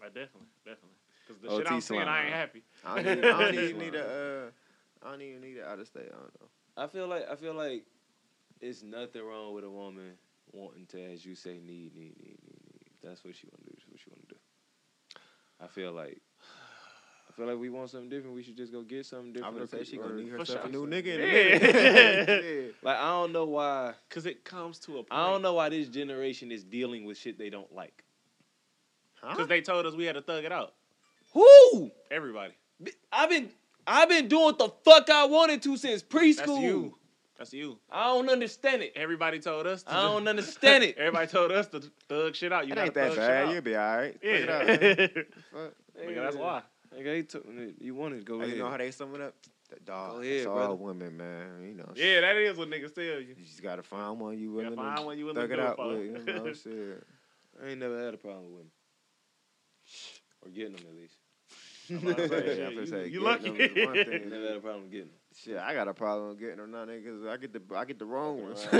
S2: definitely, definitely. Because the
S1: OT
S2: shit I'm seeing, I
S1: slime.
S2: ain't happy.
S3: I don't even, I
S2: [laughs]
S3: don't
S2: This
S3: even need
S1: one.
S3: a. Uh, I don't even need a out of state. I don't know.
S1: I feel like I feel like it's nothing wrong with a woman wanting to, as you say, need, need, need, need, need. If That's what she want to do. That's what she want to do. I feel like I feel like we want something different. We should just go get something
S3: I'm
S1: different.
S3: gonna
S1: or
S3: say
S1: cook-
S3: she gonna
S1: or-
S3: need
S2: for
S3: herself a
S2: sure.
S3: new nigga. In
S2: Yeah. [laughs]
S3: a minute. [laughs] yeah.
S1: Like I don't know why.
S2: Because it comes to a point.
S1: I don't know why this generation is dealing with shit they don't like.
S2: Because they told us we had to thug it out.
S1: Who?
S2: Everybody.
S1: B- I've been I've been doing what the fuck I wanted to since preschool.
S2: That's you. That's you.
S1: I don't understand it.
S2: Everybody told us. [laughs] To
S1: I don't understand it.
S2: Everybody told us to thug shit out. You
S3: It
S2: gotta
S3: ain't that
S2: thug
S3: bad. You'll
S2: shit
S3: be all right. Fuck it
S2: out. [laughs]
S3: up, man.
S2: Yeah.
S3: Fuck.
S2: Nigga, that's why.
S1: Like, they took- you wanted to go
S3: Hey,
S1: ahead.
S3: you know how they sum it up? The dog.
S1: Go
S3: Go
S1: ahead,
S3: it's
S1: brother.
S3: all women, man. You know.
S2: Yeah, that is what niggas tell you.
S3: [laughs] You just gotta find one you
S2: gotta
S3: willing
S2: find
S3: to
S2: one you willing
S3: thug
S2: to
S3: it
S2: do it
S3: out
S2: for.
S3: with. You
S2: [laughs]
S3: know, shit.
S1: I ain't never had a problem with women. Or getting them at least.
S2: I'm about to say,
S3: Yeah, I'm
S2: shit,
S3: finna say,
S2: you, you
S3: getting
S2: lucky.
S3: them is one
S1: I
S3: thing.
S1: never had a problem getting
S3: [laughs]
S1: them.
S3: Shit, I got a problem getting them now, nigga. 'cause I get the I get the wrong ones.
S2: [laughs]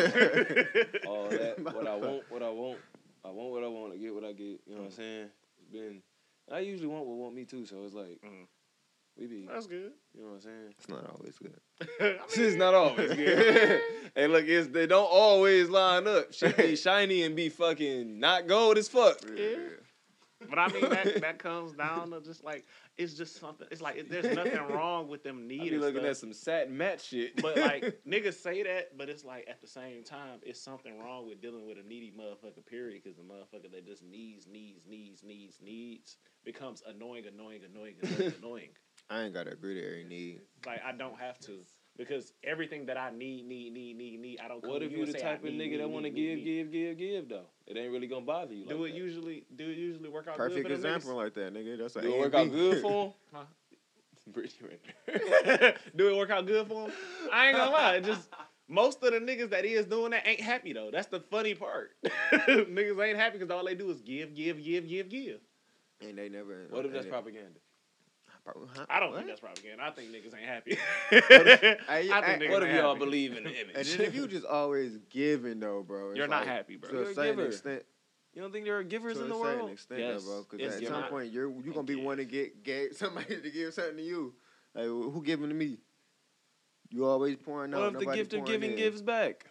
S1: All that, what I want, what I want. I want what I want. I get what I get. You know what I'm saying? It's been. I usually want what want me too. So it's like
S3: Mm.
S2: Mhm.
S1: we be.
S2: [laughs] That's good. [laughs]
S1: You know what I'm saying?
S3: [laughs] it's not always good.
S2: I mean,
S1: It's not always good. [laughs] hey, look, it's they don't always line up. Shit be shiny and be fucking not gold as fuck.
S2: [laughs] but I mean, that, that comes down to just like, it's just something. It's like, there's nothing
S3: [laughs]
S2: wrong with them
S1: I
S2: needing
S1: be looking
S2: stuff.
S1: at some satin matte shit. [laughs]
S2: But [laughs] like niggas say that, but it's like at the same time, it's something wrong with dealing with a needy motherfucker. Period, because the motherfucker that just needs, needs, needs, needs, needs becomes annoying, annoying, annoying, [laughs] annoying, annoying.
S3: I ain't gotta agree to every need.
S2: Like I don't have to because everything that I need, need, need, need, need, I don't. come
S1: what
S2: to
S1: if
S2: you
S1: you
S2: and
S1: the
S2: say I
S1: type of
S2: need,
S1: nigga
S2: need,
S1: that
S2: need,
S1: want to give,
S2: need,
S1: give,
S2: need.
S1: give, give though? It ain't really gonna bother you.
S2: Do
S1: like
S2: it
S1: that.
S2: usually? Do it usually work out?
S3: Perfect
S2: good for them niggas?
S3: example like that, nigga. That's like
S1: Do it work out good for him? [laughs]
S2: Huh?
S1: Brittany Renner.
S2: do it work out good for them? I ain't gonna lie. It just most of the niggas that is doing that ain't happy though. That's the funny part. [laughs] niggas ain't happy because all they do is give, give, give, give, give.
S3: and they never.
S1: What if
S3: and
S1: that's [laughs]
S3: they-
S1: propaganda?
S3: pro- huh?
S2: I don't
S3: What?
S2: think that's propaganda. I think niggas ain't happy. [laughs]
S3: Hey,
S2: I think
S3: hey,
S2: niggas
S1: What
S2: ain't
S1: if y'all
S2: happy.
S1: believe
S2: [laughs]
S1: in the image? [laughs]
S3: And then if you just always giving though, bro, it's
S2: You're not
S3: like,
S2: happy, bro.
S3: To
S1: You're
S3: a
S1: a
S3: certain
S1: giver.
S3: extent,
S1: You don't think there are givers
S3: to
S1: in
S3: a
S1: the
S3: certain
S1: world?
S3: extent,
S2: Yes,
S3: though, bro. Because
S2: it's
S3: at
S2: giver.
S3: some point you're you gonna be
S2: Thank you.
S3: wanting to get get [laughs] somebody to give something to you. Like wh- who giving to me? You always pouring out.
S1: what if the
S3: nobody
S1: gift of
S3: pouring
S1: giving
S3: in.
S1: gives back?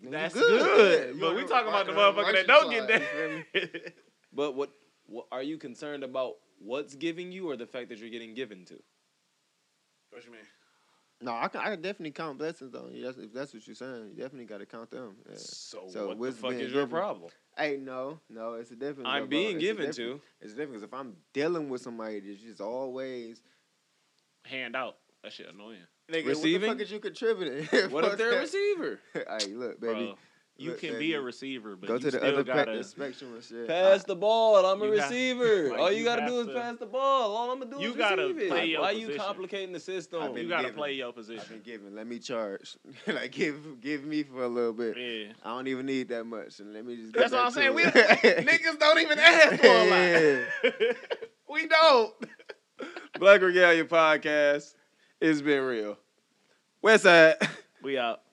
S3: You
S2: That's
S3: good.
S2: good. [laughs]
S3: [laughs] Yeah, you
S2: But
S3: on
S2: we
S3: the
S2: talking about
S3: right-
S2: the
S3: on
S2: motherfucker that
S3: righteous
S2: don't get
S3: side, uh, you feel me?
S2: [laughs] that.
S1: But what, what are you concerned about? What's giving you, or the fact that you're getting given to?
S2: what you mean?
S3: No, I can, I can definitely count blessings though. Yes, if that's what you're saying, you definitely got to count them. Yeah.
S1: So,
S3: So
S1: what the
S3: what's
S1: fuck
S3: being
S1: is your
S3: given?
S1: problem?
S3: Hey, no, no, it's a difference.
S1: I'm
S3: though, bro.
S1: being
S3: It's a
S1: given
S3: difference.
S1: to.
S3: It's different because if I'm dealing with somebody that's just always
S2: Hand out. That shit annoying.
S3: nigga,
S1: Receiving? [laughs]
S3: what the fuck is you contributing? [laughs]
S1: What if
S3: Fuck
S1: they're a
S3: that.
S1: receiver?
S3: hey, look, baby,
S2: Bro. You
S5: Let
S2: can
S5: that
S2: be a
S5: be-
S2: receiver, but
S3: Go
S2: you
S3: to the
S2: still
S3: other
S2: gotta.
S3: pe- spectrum and shit.
S1: Pass the ball. I'm a
S2: You got-
S1: receiver.
S2: like,
S1: All you,
S2: you
S1: gotta
S2: have
S1: do is
S2: to-
S1: pass the ball. All I'm gonna do
S2: You
S1: is
S2: gotta
S1: receive it.
S2: play your
S1: Why you
S2: position.
S1: complicating the system?
S3: I mean,
S2: you gotta
S3: given.
S2: play your
S3: I've been
S2: position.
S3: giving. Let me charge. [laughs] like give give me for a little bit.
S2: Yeah.
S3: I don't even need that much, and let me just.
S2: That's
S3: get
S2: what I'm saying.
S3: back
S2: We
S3: to [laughs] it.
S2: niggas don't even ask for a [laughs] lot. we don't.
S3: Black Regalia podcast. It's been real. West side.
S2: We uh, out.